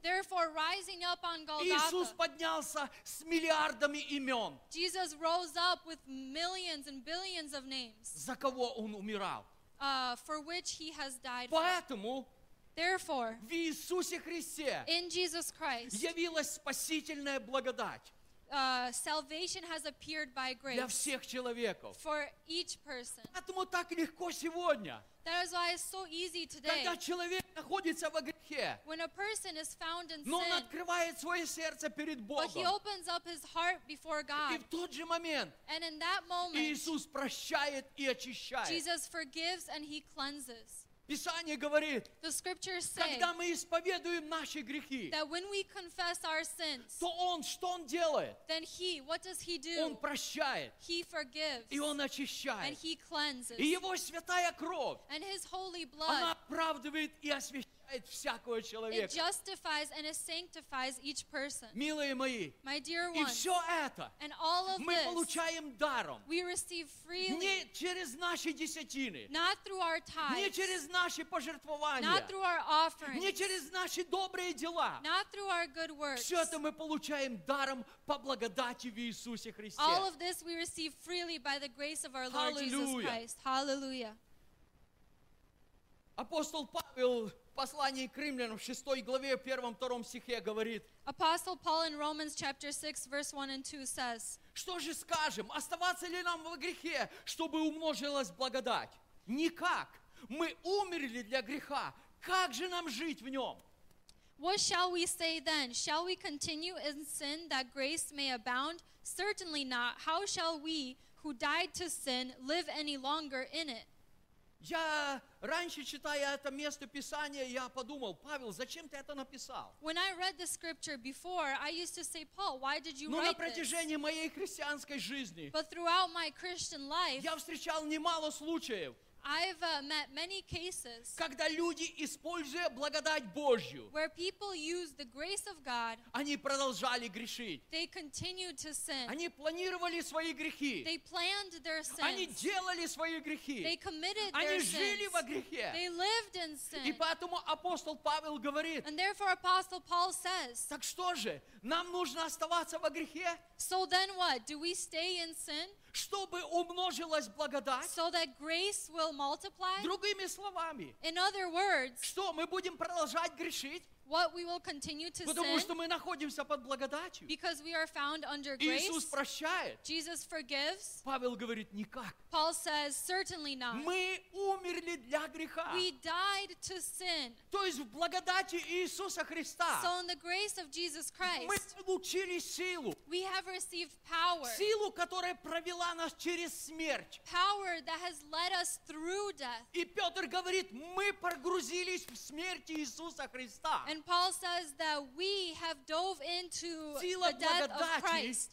Speaker 9: Therefore, rising up on
Speaker 8: Иисус
Speaker 9: Golgotha,
Speaker 8: поднялся с миллиардами имен,
Speaker 9: Jesus rose up with millions and billions of names
Speaker 8: за кого Он умирал.
Speaker 9: uh, for which he has died. for.
Speaker 8: Поэтому
Speaker 9: Therefore,
Speaker 8: в Иисусе Христе
Speaker 9: in Jesus Christ,
Speaker 8: явилась спасительная благодать
Speaker 9: uh, salvation has appeared by
Speaker 8: для
Speaker 9: grace
Speaker 8: всех человеков.
Speaker 9: for each person.
Speaker 8: Поэтому так легко сегодня,
Speaker 9: That is why it's so easy today.
Speaker 8: когда человек находится во грехе,
Speaker 9: When a person is found in
Speaker 8: но он
Speaker 9: sin,
Speaker 8: открывает свое сердце перед
Speaker 9: but he
Speaker 8: Богом.
Speaker 9: opens up his heart before
Speaker 8: И
Speaker 9: God,
Speaker 8: в тот же момент
Speaker 9: and in that moment,
Speaker 8: Иисус прощает и очищает.
Speaker 9: Jesus forgives and he cleanses.
Speaker 8: Писание говорит,
Speaker 9: The scriptures say
Speaker 8: когда мы исповедуем наши грехи,
Speaker 9: that when we confess our sins,
Speaker 8: то Он, что Он делает?
Speaker 9: then he, what does he do?
Speaker 8: Он прощает,
Speaker 9: He forgives
Speaker 8: и Он
Speaker 9: and
Speaker 8: очищает.
Speaker 9: he cleanses.
Speaker 8: И Его святая кровь,
Speaker 9: And his holy
Speaker 8: она
Speaker 9: blood,
Speaker 8: оправдывает и освящает всякого
Speaker 9: it
Speaker 8: человека.
Speaker 9: justifies and it sanctifies each person.
Speaker 8: Милые мои,
Speaker 9: My dear
Speaker 8: и
Speaker 9: ones,
Speaker 8: все это
Speaker 9: and all of
Speaker 8: мы
Speaker 9: this
Speaker 8: получаем даром.
Speaker 9: we receive freely,
Speaker 8: Не через наши десятины,
Speaker 9: not through our
Speaker 8: не
Speaker 9: tithes,
Speaker 8: через наши пожертвования,
Speaker 9: not through our offerings,
Speaker 8: не через наши добрые дела.
Speaker 9: not through our good works.
Speaker 8: Все это мы получаем даром по благодати в Иисусе Христе.
Speaker 9: All of this we receive freely by the grace of our Lord Jesus
Speaker 8: Hallelujah.
Speaker 9: Christ. Hallelujah.
Speaker 8: Апостол Павел в послании к римлянам в 6 главе, 1-2 стихе говорит,
Speaker 9: Apostle Paul in Romans chapter 6 verse 1 and 2 says,
Speaker 8: что же скажем, оставаться ли нам во грехе, чтобы умножилась благодать? Никак. Мы умерли для греха. Как же нам жить в нем?
Speaker 9: "What shall we say then? Shall we continue in sin that grace may abound? Certainly not. How shall we who died to sin live any longer in it?"
Speaker 8: Я раньше, читая это место Писания, я подумал, Павел, зачем ты это написал?
Speaker 9: When I read the scripture before, I used to say, "Paul, why did you
Speaker 8: Но на
Speaker 9: write this?"
Speaker 8: протяжении моей христианской жизни
Speaker 9: But throughout my Christian life,
Speaker 8: я встречал немало случаев,
Speaker 9: I've uh, met many cases
Speaker 8: когда люди, используя благодать Божью,
Speaker 9: where people use the grace of God,
Speaker 8: они продолжали грешить.
Speaker 9: they continued to sin.
Speaker 8: Они планировали свои грехи.
Speaker 9: They planned their
Speaker 8: Они
Speaker 9: sins.
Speaker 8: делали свои
Speaker 9: They
Speaker 8: грехи.
Speaker 9: committed
Speaker 8: Они
Speaker 9: their
Speaker 8: жили
Speaker 9: sins.
Speaker 8: во грехе.
Speaker 9: They lived in
Speaker 8: И
Speaker 9: sin.
Speaker 8: поэтому апостол Павел говорит,
Speaker 9: And therefore, Apostle Paul says,
Speaker 8: так что же, нам нужно оставаться во грехе,
Speaker 9: So then what? Do we stay in sin
Speaker 8: чтобы умножилась благодать?
Speaker 9: so that grace will multiply?
Speaker 8: Другими словами,
Speaker 9: In other words,
Speaker 8: что мы будем продолжать грешить,
Speaker 9: what we will continue to
Speaker 8: потому
Speaker 9: sin
Speaker 8: что мы находимся под благодатью.
Speaker 9: because we are found under grace.
Speaker 8: Иисус прощает.
Speaker 9: Jesus forgives.
Speaker 8: Павел говорит, никак.
Speaker 9: Paul says, Certainly not.
Speaker 8: Мы умерли для греха.
Speaker 9: We died to sin.
Speaker 8: То есть в благодати Иисуса Христа
Speaker 9: So, in the grace of Jesus
Speaker 8: мы
Speaker 9: Christ,
Speaker 8: получили силу.
Speaker 9: we have received power.
Speaker 8: Силу, которая провела нас через смерть.
Speaker 9: Power that has led us through death.
Speaker 8: И Петр говорит, мы погрузились в смерть Иисуса Христа.
Speaker 9: And Paul says that we have dove into
Speaker 8: Сила
Speaker 9: the death
Speaker 8: благодати.
Speaker 9: of Christ.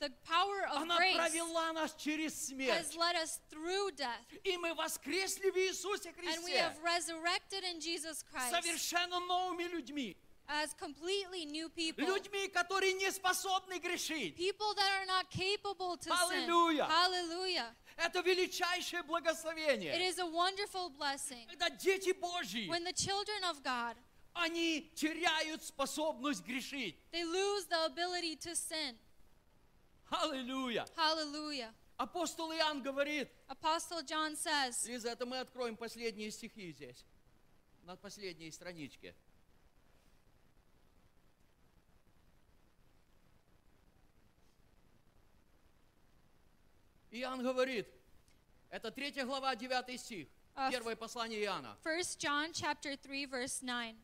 Speaker 9: The power of
Speaker 8: Она
Speaker 9: grace
Speaker 8: провела нас через
Speaker 9: has
Speaker 8: смерть.
Speaker 9: led us through death.
Speaker 8: И мы воскресли в Иисусе
Speaker 9: And we have
Speaker 8: Христе
Speaker 9: resurrected in Jesus Christ
Speaker 8: совершенно новыми людьми.
Speaker 9: as completely new people.
Speaker 8: Людьми, которые не способны грешить.
Speaker 9: People that are not capable to
Speaker 8: Hallelujah.
Speaker 9: sin. Hallelujah.
Speaker 8: Это величайшее
Speaker 9: It
Speaker 8: благословение.
Speaker 9: is a wonderful blessing
Speaker 8: Когда дети Божьи,
Speaker 9: when the children of God
Speaker 8: они теряют способность грешить.
Speaker 9: they lose the ability to sin.
Speaker 8: Аллилуйя.
Speaker 9: Hallelujah.
Speaker 8: Апостол Иоанн говорит,
Speaker 9: Apostle John says,
Speaker 8: Лиза, это мы откроем последние стихи здесь, на последней страничке. Иоанн говорит, это 3 глава, 9 стих,
Speaker 9: А,
Speaker 8: первое послание Иоанна.
Speaker 9: 1 John chapter 3 verse 9.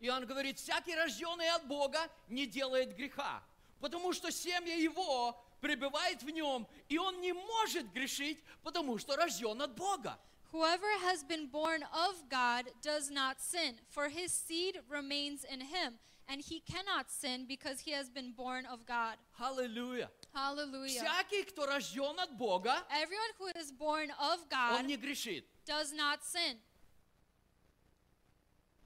Speaker 8: Иоанн говорит, всякий рожденный от Бога не делает греха, потому что семя его пребывает в нем, и он не может грешить, потому что рожден от Бога.
Speaker 9: Whoever has been born of God does not sin, for his seed remains in him, and he cannot sin because he has been born of God.
Speaker 8: Аллилуйя.
Speaker 9: Hallelujah.
Speaker 8: Всякий, кто рожден от Бога,
Speaker 9: Everyone who is born of God
Speaker 8: он не грешит.
Speaker 9: does not sin.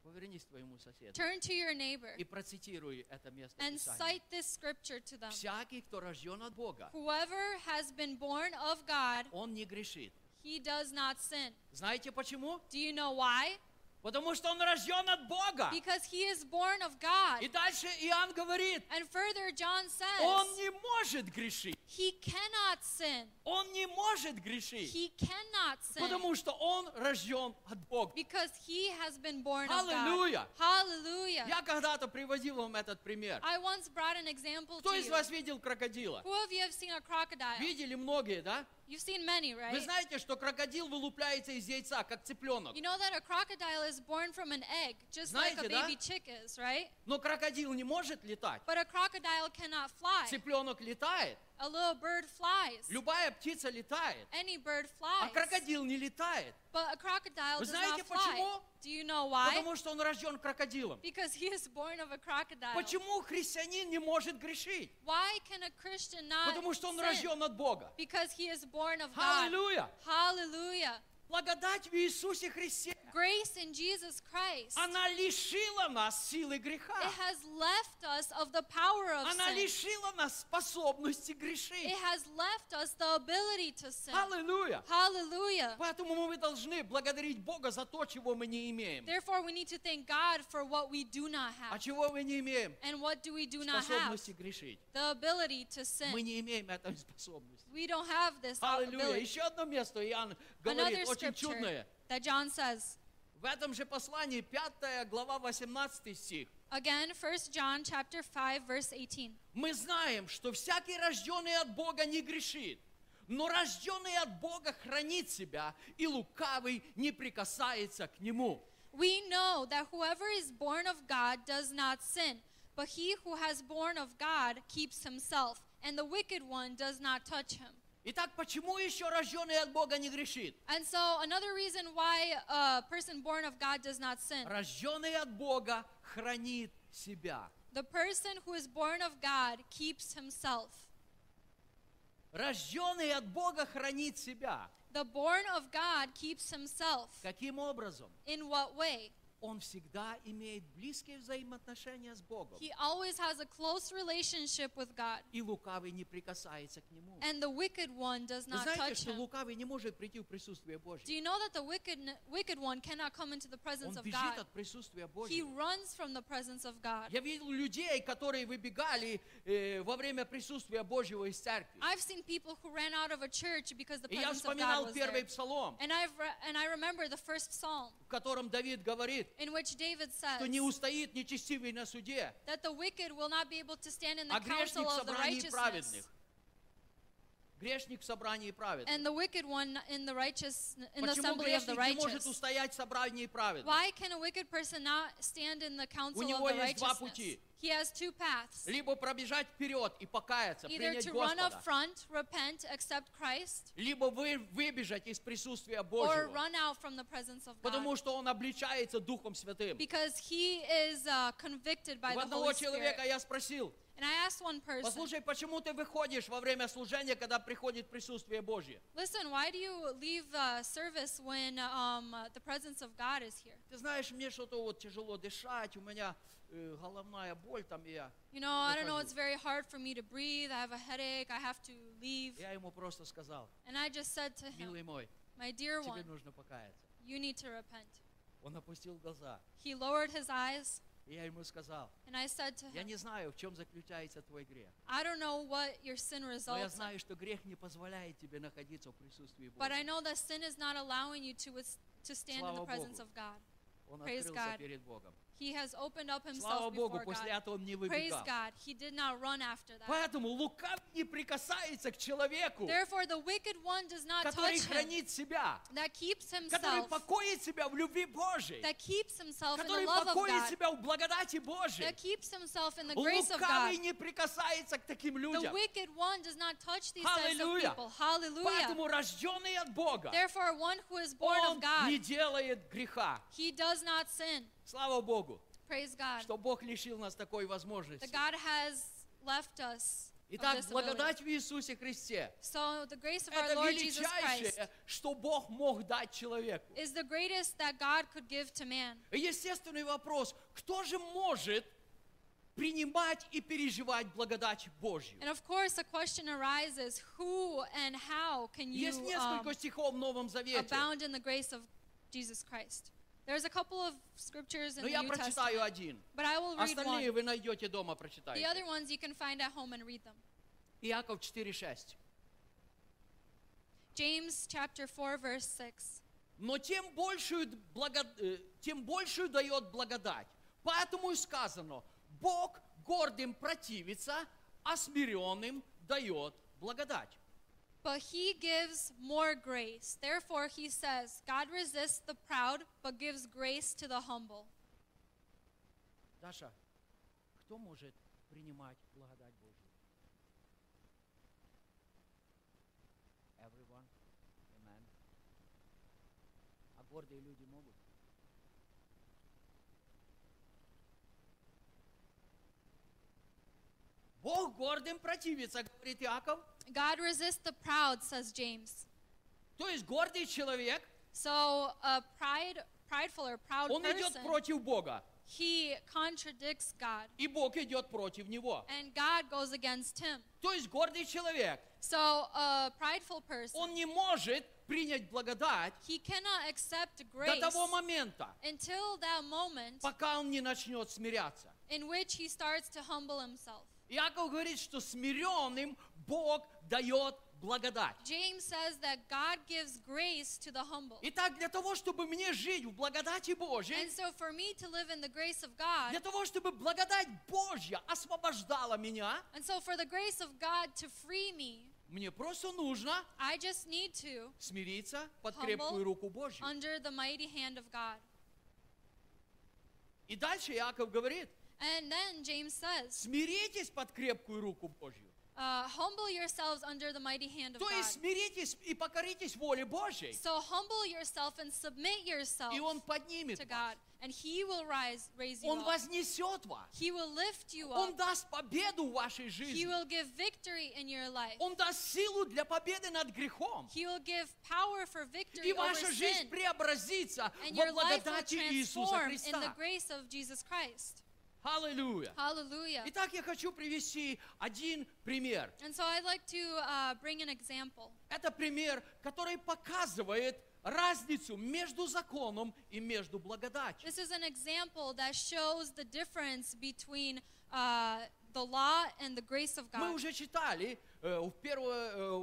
Speaker 8: Повернись к твоему соседу
Speaker 9: Turn to your neighbor
Speaker 8: и процитируй это место
Speaker 9: and
Speaker 8: Писания.
Speaker 9: cite this scripture to them.
Speaker 8: Всякий, кто рожден от Бога,
Speaker 9: Whoever has been born of God,
Speaker 8: он не грешит.
Speaker 9: he does not sin.
Speaker 8: Знаете почему?
Speaker 9: Do you know why?
Speaker 8: Потому что он рожден от Бога.
Speaker 9: Because he is born of God.
Speaker 8: И дальше Иоанн говорит,
Speaker 9: And further, John
Speaker 8: он
Speaker 9: says,
Speaker 8: не может грешить.
Speaker 9: he cannot sin.
Speaker 8: Он не может грешить.
Speaker 9: He cannot sin
Speaker 8: Потому что он рожден от Бога.
Speaker 9: because he has been born of God.
Speaker 8: Hallelujah.
Speaker 9: Hallelujah.
Speaker 8: Я когда-то приводил вам этот пример.
Speaker 9: I once brought an example to
Speaker 8: Кто из
Speaker 9: you.
Speaker 8: вас видел крокодила?
Speaker 9: Who of you have seen a crocodile?
Speaker 8: Видели многие, да?
Speaker 9: You've seen many, right?
Speaker 8: Вы знаете, что крокодил вылупляется из яйца, как цыпленок.
Speaker 9: You know that a crocodile is born from an egg, just like a
Speaker 8: Знаете, да?
Speaker 9: baby chick is, right?
Speaker 8: Но крокодил не может летать.
Speaker 9: But a crocodile cannot fly.
Speaker 8: Цыпленок летает,
Speaker 9: A little bird flies.
Speaker 8: любая птица летает,
Speaker 9: Any bird
Speaker 8: а
Speaker 9: flies.
Speaker 8: крокодил не летает,
Speaker 9: But a crocodile
Speaker 8: Вы
Speaker 9: does not
Speaker 8: знаете,
Speaker 9: fly.
Speaker 8: почему?
Speaker 9: Do you know why?
Speaker 8: потому что он рожден крокодилом.
Speaker 9: Because he is born of a crocodile.
Speaker 8: Почему христианин не может грешить?
Speaker 9: Why can a Christian not
Speaker 8: Потому что он
Speaker 9: sin?
Speaker 8: рожден от Бога.
Speaker 9: Because he is born of God.
Speaker 8: Аллилуйя!
Speaker 9: Hallelujah.
Speaker 8: Благодать в Иисусе Христе,
Speaker 9: Grace in Jesus Christ.
Speaker 8: она лишила нас силы
Speaker 9: It
Speaker 8: греха.
Speaker 9: has left us of the power of
Speaker 8: Она
Speaker 9: sin.
Speaker 8: лишила нас способности грешить.
Speaker 9: It has left us the ability to sin.
Speaker 8: Аллилуйя!
Speaker 9: Hallelujah.
Speaker 8: Поэтому мы должны благодарить Бога за то, чего мы не имеем.
Speaker 9: Therefore, we need to thank God for what we do not
Speaker 8: А
Speaker 9: have.
Speaker 8: чего мы не имеем?
Speaker 9: And what do we do not have?
Speaker 8: Способности грешить.
Speaker 9: The ability to
Speaker 8: Мы
Speaker 9: sin.
Speaker 8: не имеем этой способности.
Speaker 9: We don't have this
Speaker 8: Аллилуйя.
Speaker 9: ability.
Speaker 8: Еще одно место Иоанн
Speaker 9: Another
Speaker 8: говорит, очень
Speaker 9: scripture
Speaker 8: чудное.
Speaker 9: that John says.
Speaker 8: В этом же послании, 5 глава, 18 стих.
Speaker 9: Again, 1 John chapter 5 verse 18.
Speaker 8: Мы знаем, что всякий рожденный от Бога не грешит, но рожденный от Бога хранит себя, и лукавый не прикасается к нему.
Speaker 9: We know that whoever is born of God does not sin, but he who has born of God keeps himself, and the wicked one does not touch him.
Speaker 8: Итак, почему еще рожденный от Бога не грешит?
Speaker 9: And so, another reason why a person born of God does not sin
Speaker 8: Рожденный от Бога хранит себя.
Speaker 9: the person who is born of God keeps himself.
Speaker 8: Рожденный от Бога хранит себя.
Speaker 9: The born of God keeps himself.
Speaker 8: Каким образом?
Speaker 9: In what way?
Speaker 8: Он всегда имеет близкие взаимоотношения с Богом.
Speaker 9: He always has a close relationship with God,
Speaker 8: И лукавый не прикасается к нему.
Speaker 9: and the wicked one does
Speaker 8: Вы
Speaker 9: not
Speaker 8: знаете,
Speaker 9: touch
Speaker 8: что
Speaker 9: him.
Speaker 8: лукавый не может прийти в присутствие
Speaker 9: Do
Speaker 8: Божье?
Speaker 9: you know that the wicked, wicked one cannot come into the
Speaker 8: Он
Speaker 9: presence of
Speaker 8: бежит
Speaker 9: God?
Speaker 8: от присутствия
Speaker 9: He
Speaker 8: Божьего.
Speaker 9: runs from the presence of God.
Speaker 8: Я видел людей, которые выбегали э, во время присутствия Божьего из церкви.
Speaker 9: I've seen people who ran out of a church because the
Speaker 8: И я
Speaker 9: presence of God
Speaker 8: вспоминал
Speaker 9: was there.
Speaker 8: первый псалом,
Speaker 9: And, I've re- and I remember the first psalm
Speaker 8: в котором Давид говорит,
Speaker 9: in which David
Speaker 8: что не
Speaker 9: says
Speaker 8: устоит нечестивый на суде,
Speaker 9: that the wicked will not be able to stand in the
Speaker 8: а
Speaker 9: counsel
Speaker 8: грешник в
Speaker 9: of the
Speaker 8: собрании
Speaker 9: righteous.
Speaker 8: праведных. Грешник в собрании праведных.
Speaker 9: And the wicked one in the righteous in the
Speaker 8: Почему
Speaker 9: assembly of the
Speaker 8: грешник не может
Speaker 9: righteous.
Speaker 8: устоять в собрании праведных?
Speaker 9: Why can a wicked person not stand in the counsel of
Speaker 8: него
Speaker 9: the
Speaker 8: есть два
Speaker 9: righteous?
Speaker 8: пути.
Speaker 9: He has two paths.
Speaker 8: Либо пробежать вперед и покаяться,
Speaker 9: Either
Speaker 8: принять
Speaker 9: to run up
Speaker 8: Господа,
Speaker 9: front, repent, accept Christ,
Speaker 8: либо вы, выбежать из присутствия
Speaker 9: or
Speaker 8: Божьего,
Speaker 9: run out from the presence of
Speaker 8: потому
Speaker 9: God.
Speaker 8: что он обличается Духом Святым.
Speaker 9: Because he is uh, convicted by the
Speaker 8: У
Speaker 9: Holy
Speaker 8: одного
Speaker 9: Spirit.
Speaker 8: человека я спросил,
Speaker 9: And I asked one person,
Speaker 8: послушай, почему ты выходишь во время служения, когда приходит присутствие Божье?
Speaker 9: listen, why do you leave uh, service when um, uh, the presence of God is here?
Speaker 8: Ты знаешь, мне что-то вот тяжело дышать, у меня э, головная боль там, и я,
Speaker 9: You know, I don't know,
Speaker 8: Выхожу.
Speaker 9: it's very hard for me to breathe. I have a headache. I have to leave.
Speaker 8: я ему просто сказал,
Speaker 9: And I just said to
Speaker 8: милый
Speaker 9: him,
Speaker 8: мой,
Speaker 9: my dear one,
Speaker 8: тебе нужно покаяться.
Speaker 9: you need to repent.
Speaker 8: Он опустил глаза,
Speaker 9: He lowered his eyes,
Speaker 8: и я ему сказал,
Speaker 9: and I said to
Speaker 8: я
Speaker 9: him,
Speaker 8: не знаю, в чем заключается твой грех,
Speaker 9: I don't know what your sin
Speaker 8: но я
Speaker 9: results in,
Speaker 8: знаю, что грех не позволяет тебе находиться в присутствии
Speaker 9: but I
Speaker 8: Божьем.
Speaker 9: know that sin is not allowing you to, wis- to stand in the
Speaker 8: Слава
Speaker 9: presence
Speaker 8: Богу.
Speaker 9: of God.
Speaker 8: Он
Speaker 9: Praise
Speaker 8: открылся
Speaker 9: God.
Speaker 8: перед Богом.
Speaker 9: He has opened up
Speaker 8: Слава
Speaker 9: himself
Speaker 8: Богу,
Speaker 9: before
Speaker 8: после
Speaker 9: God.
Speaker 8: этого он не
Speaker 9: Praise
Speaker 8: выбегал.
Speaker 9: God. He did not run after that.
Speaker 8: Поэтому лукав не прикасается к человеку,
Speaker 9: Therefore, the wicked one does not
Speaker 8: который
Speaker 9: touch him,
Speaker 8: хранит себя,
Speaker 9: that keeps
Speaker 8: который
Speaker 9: himself,
Speaker 8: покоит себя в любви Божьей,
Speaker 9: that keeps himself in the
Speaker 8: который
Speaker 9: love of
Speaker 8: покоит
Speaker 9: God,
Speaker 8: себя в благодати Божьей.
Speaker 9: that keeps himself in the grace of God.
Speaker 8: Лукавый не прикасается к таким
Speaker 9: The
Speaker 8: людям.
Speaker 9: wicked one does not touch these types of
Speaker 8: Hallelujah.
Speaker 9: people. Hallelujah.
Speaker 8: Поэтому рожденный от Бога,
Speaker 9: Therefore, one who is born
Speaker 8: он
Speaker 9: of God,
Speaker 8: не делает греха.
Speaker 9: he does not sin.
Speaker 8: Слава Богу,
Speaker 9: Praise God.
Speaker 8: что Бог лишил нас такой
Speaker 9: That
Speaker 8: возможности.
Speaker 9: А God has left us. of
Speaker 8: Итак,
Speaker 9: this ability.
Speaker 8: благодать в Иисусе Христе
Speaker 9: So the grace
Speaker 8: –
Speaker 9: of our
Speaker 8: это
Speaker 9: Lord Jesus Christ
Speaker 8: величайшее, что Бог мог дать человеку.
Speaker 9: is the greatest that God could give to man.
Speaker 8: И Естественный вопрос, кто же может принимать и переживать благодать Божью?
Speaker 9: And of course, the question arises: Who and how can you
Speaker 8: Есть
Speaker 9: um,
Speaker 8: несколько стихов в Новом Завете,
Speaker 9: abound in the grace of Jesus Christ? There's a couple of scriptures in
Speaker 8: но
Speaker 9: the
Speaker 8: я
Speaker 9: New
Speaker 8: прочитаю
Speaker 9: Testament,
Speaker 8: один.
Speaker 9: but I will read one.
Speaker 8: Остальные вы найдете дома,
Speaker 9: The other
Speaker 8: прочитайте.
Speaker 9: ones you can find at home and read them.
Speaker 8: Иаков 4,6.
Speaker 9: James chapter 4 verse 6.
Speaker 8: Но тем большую, д- благо- э, тем большую дает благодать. Поэтому и сказано, Бог гордым противится, а смиренным дает благодать.
Speaker 9: But he gives more grace. Therefore he says, God resists the proud but gives grace to the humble.
Speaker 8: Даша, кто может принимать благодать Божью? Everyone. Amen. А гордые люди могут? Бог гордым противится, говорит Иаков.
Speaker 9: God resists the proud, says James.
Speaker 8: То есть гордый человек,
Speaker 9: So a pride prideful or proud
Speaker 8: он идет
Speaker 9: person
Speaker 8: против Бога,
Speaker 9: he contradicts God
Speaker 8: и Бог идет против него.
Speaker 9: and God goes against him.
Speaker 8: То есть гордый человек,
Speaker 9: So a prideful person
Speaker 8: он не может принять благодать
Speaker 9: he cannot accept
Speaker 8: до
Speaker 9: grace
Speaker 8: того момента,
Speaker 9: until that moment
Speaker 8: пока он не начнет смиряться.
Speaker 9: in which he starts to humble himself.
Speaker 8: Иаков говорит, что смиренным Бог дает благодать.
Speaker 9: James says that God gives grace to the humble.
Speaker 8: Итак, для того, чтобы мне жить в благодати Божьей,
Speaker 9: And so for me to live in the grace of God,
Speaker 8: для того, чтобы благодать Божья освобождала меня,
Speaker 9: and so for the grace of God to free me,
Speaker 8: мне просто нужно
Speaker 9: I just need to
Speaker 8: смириться под
Speaker 9: Humble.
Speaker 8: крепкую руку Божью.
Speaker 9: under the mighty hand of God.
Speaker 8: И дальше Иаков говорит,
Speaker 9: And then James says,
Speaker 8: смиритесь под крепкую руку Божью.
Speaker 9: Uh, humble yourselves under the mighty hand of
Speaker 8: То
Speaker 9: God.
Speaker 8: есть смиритесь и покоритесь воле Божьей.
Speaker 9: So humble yourself and submit yourself
Speaker 8: И Он поднимет
Speaker 9: to
Speaker 8: вас.
Speaker 9: God, and He will rise, raise you
Speaker 8: Он
Speaker 9: up.
Speaker 8: вознесет вас.
Speaker 9: He will lift you
Speaker 8: Он
Speaker 9: up.
Speaker 8: даст победу в вашей
Speaker 9: He
Speaker 8: жизни.
Speaker 9: will give victory in your life.
Speaker 8: Он даст силу для победы над грехом.
Speaker 9: He will give power for victory
Speaker 8: И
Speaker 9: over
Speaker 8: ваша
Speaker 9: sin,
Speaker 8: жизнь преобразится
Speaker 9: and
Speaker 8: во
Speaker 9: your life will
Speaker 8: благодати Иисуса
Speaker 9: transform in the
Speaker 8: Христа.
Speaker 9: grace of Jesus Christ.
Speaker 8: Аллилуйя.
Speaker 9: Hallelujah.
Speaker 8: Итак, я хочу привести один пример.
Speaker 9: And so I'd like to uh, bring an example.
Speaker 8: Это пример, который показывает разницу между законом и между благодатью.
Speaker 9: This is an example that shows the difference between uh, the law and the grace of
Speaker 8: Мы
Speaker 9: God.
Speaker 8: уже читали э, в, первой, э,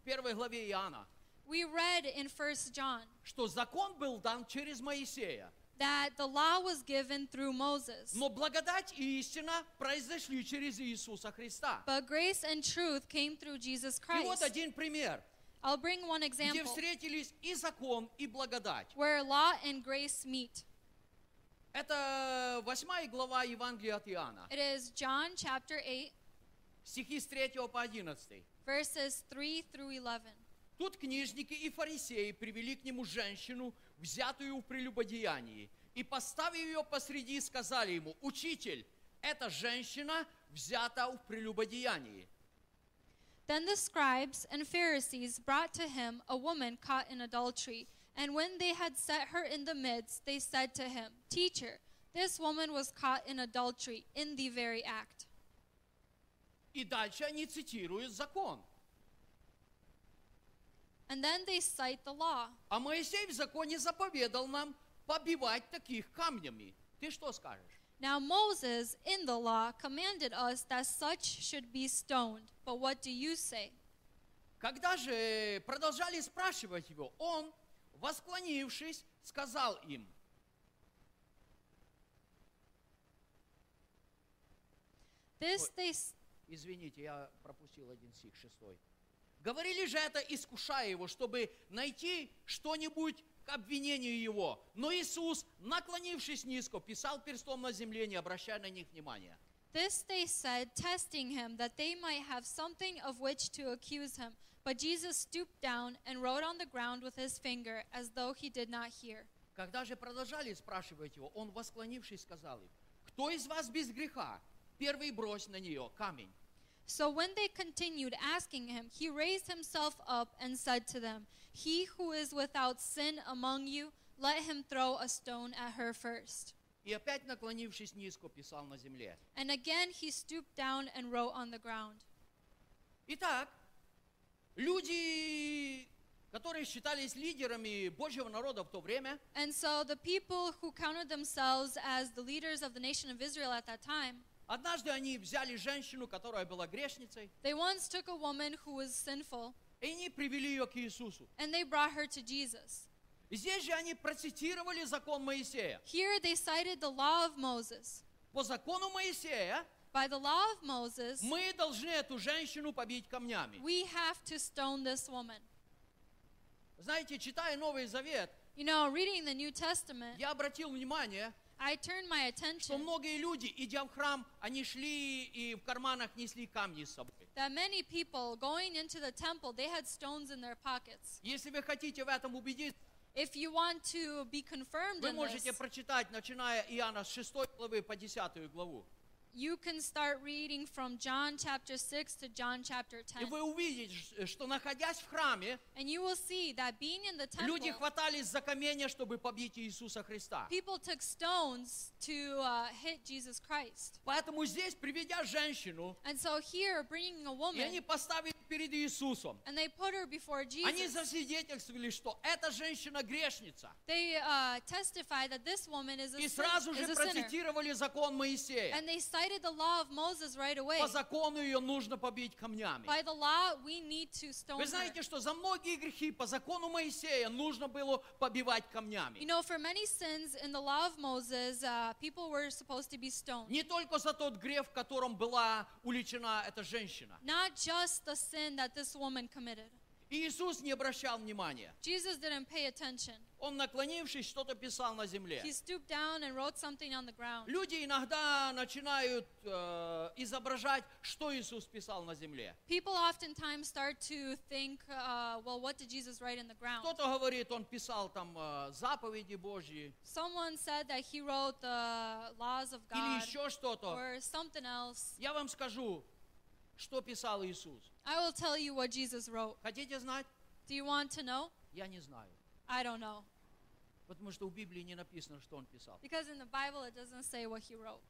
Speaker 8: в первой главе Иоанна,
Speaker 9: We read in 1 John
Speaker 8: что закон был дан через Моисея,
Speaker 9: that the law was given through Moses,
Speaker 8: но благодать и истина произошли через Иисуса Христа.
Speaker 9: but grace and truth came through Jesus
Speaker 8: И вот
Speaker 9: Christ.
Speaker 8: один пример,
Speaker 9: I'll bring one
Speaker 8: где
Speaker 9: example
Speaker 8: встретились и закон, и благодать.
Speaker 9: where law and grace meet.
Speaker 8: Это 8 глава Евангелия от Иоанна,
Speaker 9: It is John chapter 8,
Speaker 8: стихи с 3 по 11.
Speaker 9: verses 3 through 11.
Speaker 8: Тут книжники и фарисеи привели к нему женщину, взятую в прелюбодеянии, и, поставив ее посреди, сказали ему, «Учитель, эта женщина взята в прелюбодеянии».
Speaker 9: Then the scribes and Pharisees brought to him a woman caught in adultery. And when they had set her in the midst, they said to him, Teacher, this woman was caught in adultery in the very act.
Speaker 8: И дальше они цитируют закон.
Speaker 9: And then they cite the law.
Speaker 8: А Моисей в законе заповедал нам побивать таких камнями. Ты что скажешь?
Speaker 9: Now Moses, in the law, commanded us that such should be stoned. But what do you say?
Speaker 8: Когда же продолжали спрашивать его, он, восклонившись, сказал им,
Speaker 9: This
Speaker 8: Ой.
Speaker 9: they s-
Speaker 8: Извините, я пропустил один стих, шестой. Говорили же это, искушая его, чтобы найти что-нибудь к обвинению его. Но Иисус, наклонившись низко, писал перстом на земле, не обращая на них внимания.
Speaker 9: This they said, testing him, that they might have something of which to accuse him. But Jesus stooped down and wrote on the ground with his finger, as though he did not hear.
Speaker 8: Когда же продолжали спрашивать его, он, восклонившись, сказал им, «Кто из вас без греха? Первый брось на нее камень».
Speaker 9: So when they continued asking him, he raised himself up and said to them, He who is without sin among you, let him throw a stone at her first.
Speaker 8: И опять, наклонившись низко, писал на земле.
Speaker 9: And again he stooped down and wrote on the ground.
Speaker 8: Итак, люди, которые считались лидерами Божьего народа в то время –
Speaker 9: And so the people who counted themselves as the leaders of the nation of Israel at that time
Speaker 8: Однажды они взяли женщину, которая была грешницей,
Speaker 9: They once took a woman who was sinful
Speaker 8: и они привели ее к Иисусу.
Speaker 9: and they brought her to Jesus.
Speaker 8: И Здесь же они процитировали закон Моисея.
Speaker 9: Here they cited the law of Moses.
Speaker 8: По закону Моисея
Speaker 9: By the law of Moses,
Speaker 8: мы должны эту женщину побить камнями.
Speaker 9: we have to stone this woman.
Speaker 8: Знаете, читая Новый Завет,
Speaker 9: You know, reading the New Testament,
Speaker 8: я обратил внимание,
Speaker 9: I turned my
Speaker 8: что
Speaker 9: attention
Speaker 8: многие люди, идя в храм, они шли и в карманах несли камни с собой.
Speaker 9: that many people going into the temple, they had stones in their pockets.
Speaker 8: Если вы хотите в этом убедиться,
Speaker 9: If you want to be confirmed
Speaker 8: вы
Speaker 9: in
Speaker 8: можете
Speaker 9: this,
Speaker 8: прочитать, начиная Иоанна с 6 главы по 10 главу.
Speaker 9: you can start reading from John chapter 6 to John chapter
Speaker 8: И
Speaker 9: 10.
Speaker 8: вы увидите, ш- э, что находясь в храме,
Speaker 9: And you will see that being in the
Speaker 8: Люди
Speaker 9: temple,
Speaker 8: хватались за камень, чтобы побить Иисуса Христа.
Speaker 9: people took stones to uh, hit Jesus Christ.
Speaker 8: Поэтому здесь, приведя женщину,
Speaker 9: And so here, bringing a
Speaker 8: и они
Speaker 9: woman,
Speaker 8: поставили перед Иисусом,
Speaker 9: and they put her before
Speaker 8: они
Speaker 9: Jesus.
Speaker 8: засвидетельствовали, что эта женщина грешница.
Speaker 9: They uh, testify that this woman is a,
Speaker 8: И
Speaker 9: sin,
Speaker 8: сразу
Speaker 9: is
Speaker 8: же
Speaker 9: a sinner.
Speaker 8: процитировали закон Моисея.
Speaker 9: And they cited the law of Moses right away.
Speaker 8: По закону ее нужно побить камнями.
Speaker 9: By the law, we need to stone
Speaker 8: Вы
Speaker 9: her.
Speaker 8: знаете, что за многие грехи по закону Моисея нужно было побивать
Speaker 9: You
Speaker 8: камнями.
Speaker 9: know, for many sins in the law of Moses, uh, people were supposed to be stoned.
Speaker 8: Не только за тот грех, в котором была уличена эта женщина.
Speaker 9: Not just the sin that this woman committed.
Speaker 8: И Иисус не обращал внимания.
Speaker 9: Jesus didn't pay attention.
Speaker 8: Он, наклонившись, что-то писал на земле.
Speaker 9: He stooped down and wrote something on the ground.
Speaker 8: Люди иногда начинают э, изображать, что Иисус писал на земле.
Speaker 9: People oftentimes start to think, uh, well, what did Jesus write in the ground?
Speaker 8: Кто-то говорит, он писал там э, заповеди Божьи
Speaker 9: Someone said that he wrote the laws of
Speaker 8: или
Speaker 9: God
Speaker 8: еще что-то.
Speaker 9: or something else.
Speaker 8: Я вам скажу, что писал Иисус.
Speaker 9: I will tell you what Jesus wrote.
Speaker 8: Хотите знать?
Speaker 9: Do you want to know?
Speaker 8: Я не знаю.
Speaker 9: I don't know.
Speaker 8: Потому что в Библии не написано, что он писал.
Speaker 9: Because in the Bible it doesn't say what he wrote.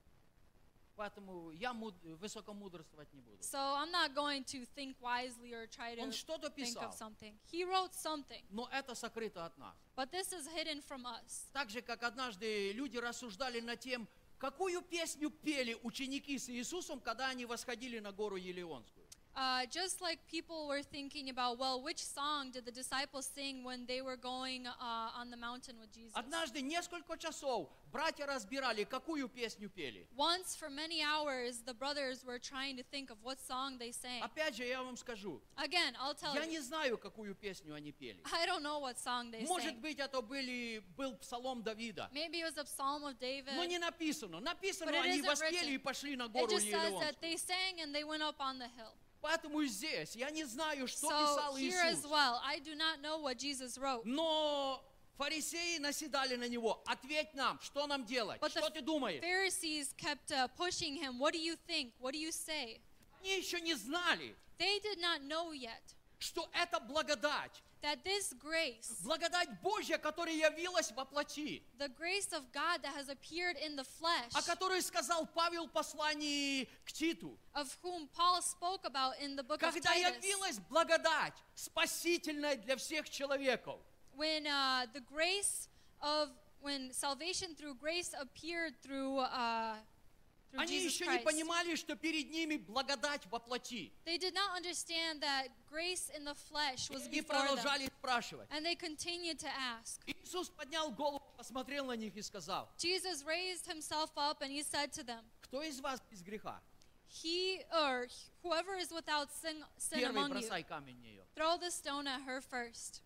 Speaker 8: Поэтому я муд- высокомудрствовать не буду.
Speaker 9: So I'm not going to think wisely or try
Speaker 8: Он
Speaker 9: to
Speaker 8: что-то
Speaker 9: think
Speaker 8: писал,
Speaker 9: of something. He wrote something,
Speaker 8: но это сокрыто от нас.
Speaker 9: but this is hidden from us.
Speaker 8: Так же, как однажды люди рассуждали над тем, какую песню пели ученики с Иисусом, когда они восходили на гору Елеонскую.
Speaker 9: Uh, just like people were thinking about, well, which song did the disciples sing when they were going uh, on the mountain with Jesus?
Speaker 8: Однажды несколько часов братья разбирали, какую песню пели.
Speaker 9: Once for many hours, the brothers were trying to think of what song they sang.
Speaker 8: Опять же, я вам скажу,
Speaker 9: Again, I'll tell
Speaker 8: я не
Speaker 9: you,
Speaker 8: знаю, какую песню они пели.
Speaker 9: I don't know what song they
Speaker 8: Может
Speaker 9: sang.
Speaker 8: быть, это были, был псалом Давида.
Speaker 9: Maybe it was a psalm of David.
Speaker 8: Но не написано. Написано,
Speaker 9: But it
Speaker 8: они
Speaker 9: isn't
Speaker 8: воспели
Speaker 9: written.
Speaker 8: и пошли на
Speaker 9: It
Speaker 8: гору
Speaker 9: just says that
Speaker 8: Елеонскую.
Speaker 9: they sang and they went up on the hill.
Speaker 8: Поэтому и здесь я не знаю, что
Speaker 9: So
Speaker 8: писал
Speaker 9: here as
Speaker 8: Иисус.
Speaker 9: well, I do not know what Jesus wrote.
Speaker 8: Но фарисеи наседали на него. Ответь нам, что нам делать?
Speaker 9: But
Speaker 8: что
Speaker 9: the
Speaker 8: ты думаешь?
Speaker 9: Pharisees kept uh, pushing him. What do you think? What do you say?
Speaker 8: Они еще не знали,
Speaker 9: They did not know yet
Speaker 8: что это благодать.
Speaker 9: that this grace,
Speaker 8: Благодать Божья, которая явилась во плоти.
Speaker 9: the grace of God that has appeared in the flesh,
Speaker 8: О которой сказал Павел в послании к Титу.
Speaker 9: of whom Paul spoke about in the book of
Speaker 8: Когда
Speaker 9: Titus,
Speaker 8: явилась благодать, спасительная для всех человеков.
Speaker 9: when uh, the grace of when salvation through grace appeared through uh, through
Speaker 8: Они
Speaker 9: Jesus
Speaker 8: еще не
Speaker 9: Christ.
Speaker 8: понимали, что перед ними благодать во плоти.
Speaker 9: They did not understand that grace in the flesh was
Speaker 8: И
Speaker 9: before them,
Speaker 8: продолжали спрашивать.
Speaker 9: and they continued to ask.
Speaker 8: Иисус поднял голову, посмотрел на них и сказал,
Speaker 9: Jesus raised himself up and he said to them,
Speaker 8: кто из вас без греха?
Speaker 9: He or whoever is without sin, sin
Speaker 8: Первый
Speaker 9: among you,
Speaker 8: бросай камень в нее.
Speaker 9: throw the stone at her first.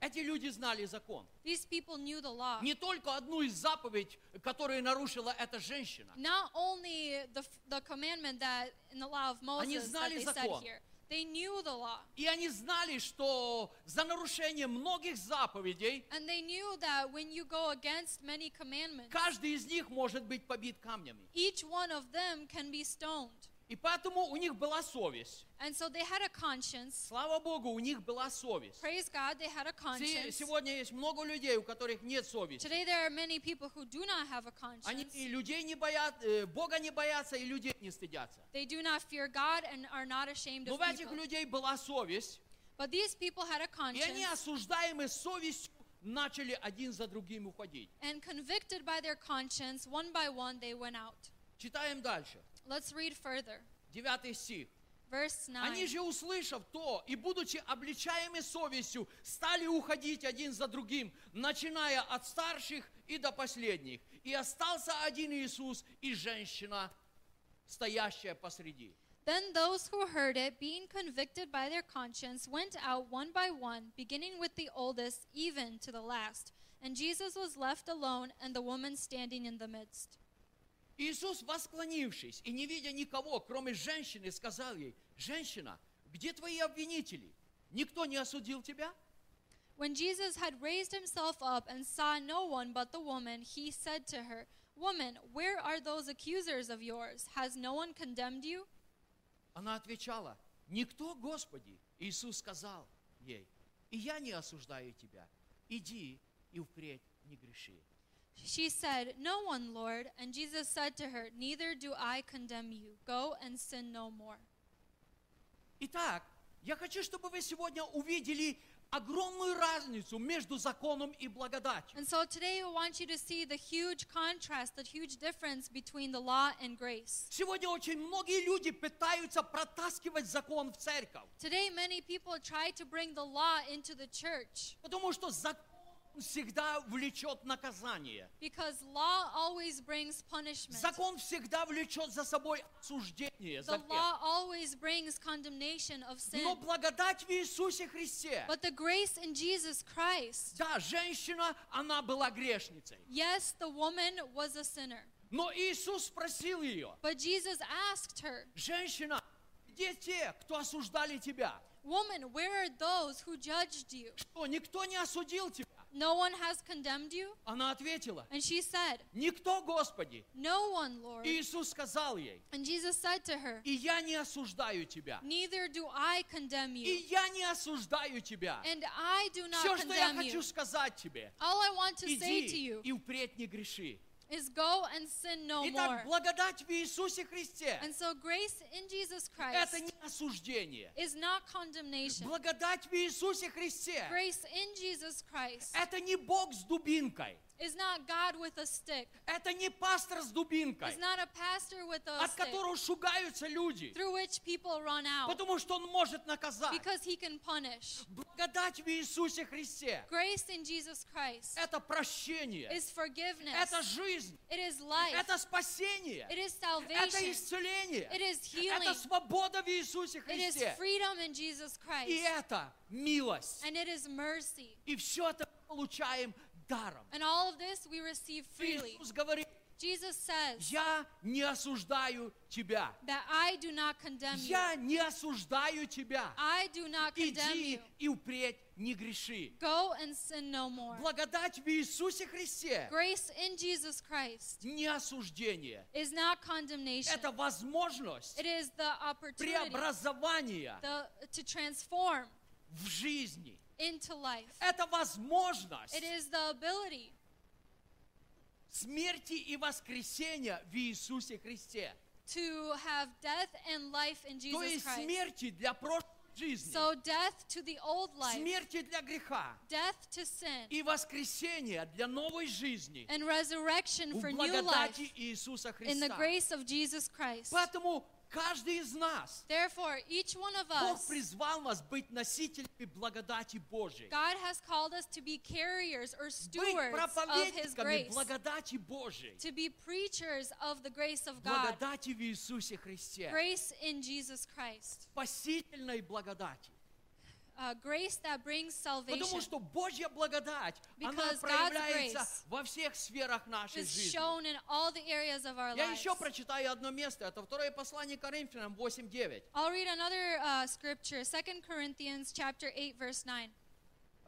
Speaker 8: Эти люди знали закон.
Speaker 9: These people knew the law.
Speaker 8: Не только одну из заповедей, которую нарушила эта женщина.
Speaker 9: Not only the, f- the commandment that in the law of Moses that
Speaker 8: знали
Speaker 9: they said
Speaker 8: закон.
Speaker 9: here, they knew the law.
Speaker 8: И они знали, что за нарушение многих заповедей
Speaker 9: And they knew that when you go against many commandments,
Speaker 8: каждый из них может быть побит камнями.
Speaker 9: each one of them can be stoned.
Speaker 8: И поэтому у них была совесть.
Speaker 9: And so they had a conscience.
Speaker 8: Слава Богу, у них была совесть.
Speaker 9: Praise God, they had a
Speaker 8: Се-
Speaker 9: conscience.
Speaker 8: Сегодня есть много людей, у которых нет совести.
Speaker 9: Today there are many people who do not have a
Speaker 8: Они
Speaker 9: conscience.
Speaker 8: и людей не боятся, Бога не боятся, и людей не стыдятся.
Speaker 9: They do not fear God and are not ashamed
Speaker 8: Но
Speaker 9: of
Speaker 8: у этих
Speaker 9: people.
Speaker 8: людей была совесть,
Speaker 9: But these people had a
Speaker 8: и они
Speaker 9: conscience
Speaker 8: осуждаемы совестью начали один за другим уходить.
Speaker 9: and convicted by their conscience, one by one they went out.
Speaker 8: Читаем дальше.
Speaker 9: Let's read further.
Speaker 8: Девятый стих.
Speaker 9: Verse 9.
Speaker 8: Они же, услышав то, и будучи обличаемы совестью, стали уходить один за другим, начиная от старших и до последних. И остался один Иисус и женщина, стоящая посреди.
Speaker 9: Then those who heard it, being convicted by their conscience, went out one by one, beginning with the oldest, even to the last. And Jesus was left alone, and the woman standing in the midst.
Speaker 8: Иисус, восклонившись и не видя никого, кроме женщины, сказал ей, «Женщина, где твои обвинители? Никто не осудил тебя?»
Speaker 9: When Jesus had raised himself up and saw no one but the woman, he said to her, Woman, where are those accusers of yours? Has no one condemned you?
Speaker 8: Она отвечала, «Никто, Господи!» Иисус сказал ей, «И я не осуждаю тебя. Иди и впредь не греши».
Speaker 9: She said, No one, Lord. And Jesus said to her, Neither do I condemn you. Go and sin no more.
Speaker 8: Итак, я хочу, чтобы вы сегодня увидели огромную разницу между законом и благодатью.
Speaker 9: And so today I want you to see the huge contrast, the huge difference between the law and grace.
Speaker 8: Сегодня очень многие люди пытаются протаскивать закон в церковь,
Speaker 9: Today, many people try to bring the law into the church
Speaker 8: потому что закон всегда влечет наказание.
Speaker 9: Because law always brings punishment.
Speaker 8: Закон всегда влечет за собой осуждение за
Speaker 9: The
Speaker 8: грех.
Speaker 9: law always brings condemnation of
Speaker 8: Но
Speaker 9: sin.
Speaker 8: благодать в Иисусе Христе.
Speaker 9: But the grace in Jesus Christ.
Speaker 8: Да, женщина, она была грешницей.
Speaker 9: Yes, the woman was a sinner.
Speaker 8: Но Иисус спросил ее,
Speaker 9: But Jesus asked her,
Speaker 8: женщина, где те, кто осуждали тебя?
Speaker 9: Woman, where are those who judged you?
Speaker 8: Что, никто не осудил тебя?
Speaker 9: No one has condemned you?
Speaker 8: Она ответила,
Speaker 9: And she said,
Speaker 8: никто, Господи.
Speaker 9: No one, Lord.
Speaker 8: И Иисус сказал ей,
Speaker 9: And Jesus said to her,
Speaker 8: и я не осуждаю тебя.
Speaker 9: Neither do I condemn
Speaker 8: И
Speaker 9: you.
Speaker 8: я не осуждаю тебя.
Speaker 9: And I do
Speaker 8: Все,
Speaker 9: not
Speaker 8: что я
Speaker 9: condemn you.
Speaker 8: хочу сказать тебе,
Speaker 9: All I want to say to
Speaker 8: иди
Speaker 9: you
Speaker 8: и впредь не греши.
Speaker 9: is go and sin no more.
Speaker 8: Итак, благодать в Иисусе Христе
Speaker 9: And so grace in Jesus
Speaker 8: – это
Speaker 9: Christ
Speaker 8: не осуждение.
Speaker 9: is not condemnation.
Speaker 8: Благодать в Иисусе Христе
Speaker 9: Grace in Jesus
Speaker 8: –
Speaker 9: Christ
Speaker 8: это не Бог с дубинкой,
Speaker 9: is not God with a stick.
Speaker 8: это не пастор с дубинкой,
Speaker 9: It's not a pastor with a
Speaker 8: от
Speaker 9: stick
Speaker 8: которого шугаются люди,
Speaker 9: through which people run out
Speaker 8: потому что он может наказать.
Speaker 9: because he can punish.
Speaker 8: Благодать в Иисусе Христе
Speaker 9: Grace in Jesus
Speaker 8: –
Speaker 9: Christ
Speaker 8: это прощение,
Speaker 9: is forgiveness.
Speaker 8: это жизнь,
Speaker 9: It is life.
Speaker 8: это спасение,
Speaker 9: It is
Speaker 8: это
Speaker 9: salvation.
Speaker 8: исцеление,
Speaker 9: It is
Speaker 8: это
Speaker 9: healing.
Speaker 8: свобода в Иисусе
Speaker 9: It is
Speaker 8: Христе.
Speaker 9: freedom in Jesus Christ.
Speaker 8: И это милость.
Speaker 9: And it is mercy.
Speaker 8: И все это получаем даром.
Speaker 9: And all of this we receive freely.
Speaker 8: Иисус говорит,
Speaker 9: Jesus says
Speaker 8: я не осуждаю тебя.
Speaker 9: that I do not condemn you.
Speaker 8: Я не осуждаю тебя.
Speaker 9: I do not
Speaker 8: E
Speaker 9: condemn you.
Speaker 8: Иди и впредь не греши.
Speaker 9: Go and sin no more.
Speaker 8: Благодать в Иисусе Христе
Speaker 9: Grace in Jesus Christ
Speaker 8: не осуждение.
Speaker 9: is not condemnation.
Speaker 8: Это возможность
Speaker 9: It is the opportunity
Speaker 8: преобразования
Speaker 9: the- to transform
Speaker 8: в жизни.
Speaker 9: into life.
Speaker 8: Это возможность
Speaker 9: It is the ability
Speaker 8: смерти и воскресения в Иисусе Христе.
Speaker 9: to have death and life in
Speaker 8: То
Speaker 9: Jesus
Speaker 8: есть
Speaker 9: Christ.
Speaker 8: смерти для прошлой жизни,
Speaker 9: So death to the old life,
Speaker 8: смерти для греха
Speaker 9: death to sin,
Speaker 8: и воскресения для новой жизни
Speaker 9: and resurrection
Speaker 8: в
Speaker 9: for new life
Speaker 8: благодати Иисуса
Speaker 9: in the
Speaker 8: Христа.
Speaker 9: grace of Jesus Christ.
Speaker 8: Поэтому каждый из нас,
Speaker 9: Therefore, each one of
Speaker 8: Бог
Speaker 9: us,
Speaker 8: призвал нас быть носителями благодати Божьей,
Speaker 9: God has called us to be carriers or
Speaker 8: быть
Speaker 9: stewards of His
Speaker 8: проповедниками
Speaker 9: grace,
Speaker 8: благодати Божьей,
Speaker 9: to be preachers of the grace of God,
Speaker 8: благодати в Иисусе Христе,
Speaker 9: grace in Jesus Christ,
Speaker 8: спасительной благодати.
Speaker 9: uh, grace that brings salvation
Speaker 8: Потому что Божья благодать, она
Speaker 9: Because God's
Speaker 8: проявляется
Speaker 9: grace
Speaker 8: во всех сферах нашей
Speaker 9: is
Speaker 8: жизни.
Speaker 9: shown in all the areas of our
Speaker 8: Я
Speaker 9: lives.
Speaker 8: еще прочитаю одно место, это второе послание Коринфянам 8.9.
Speaker 9: I'll read another uh, scripture, 2 Corinthians chapter 8, verse 9.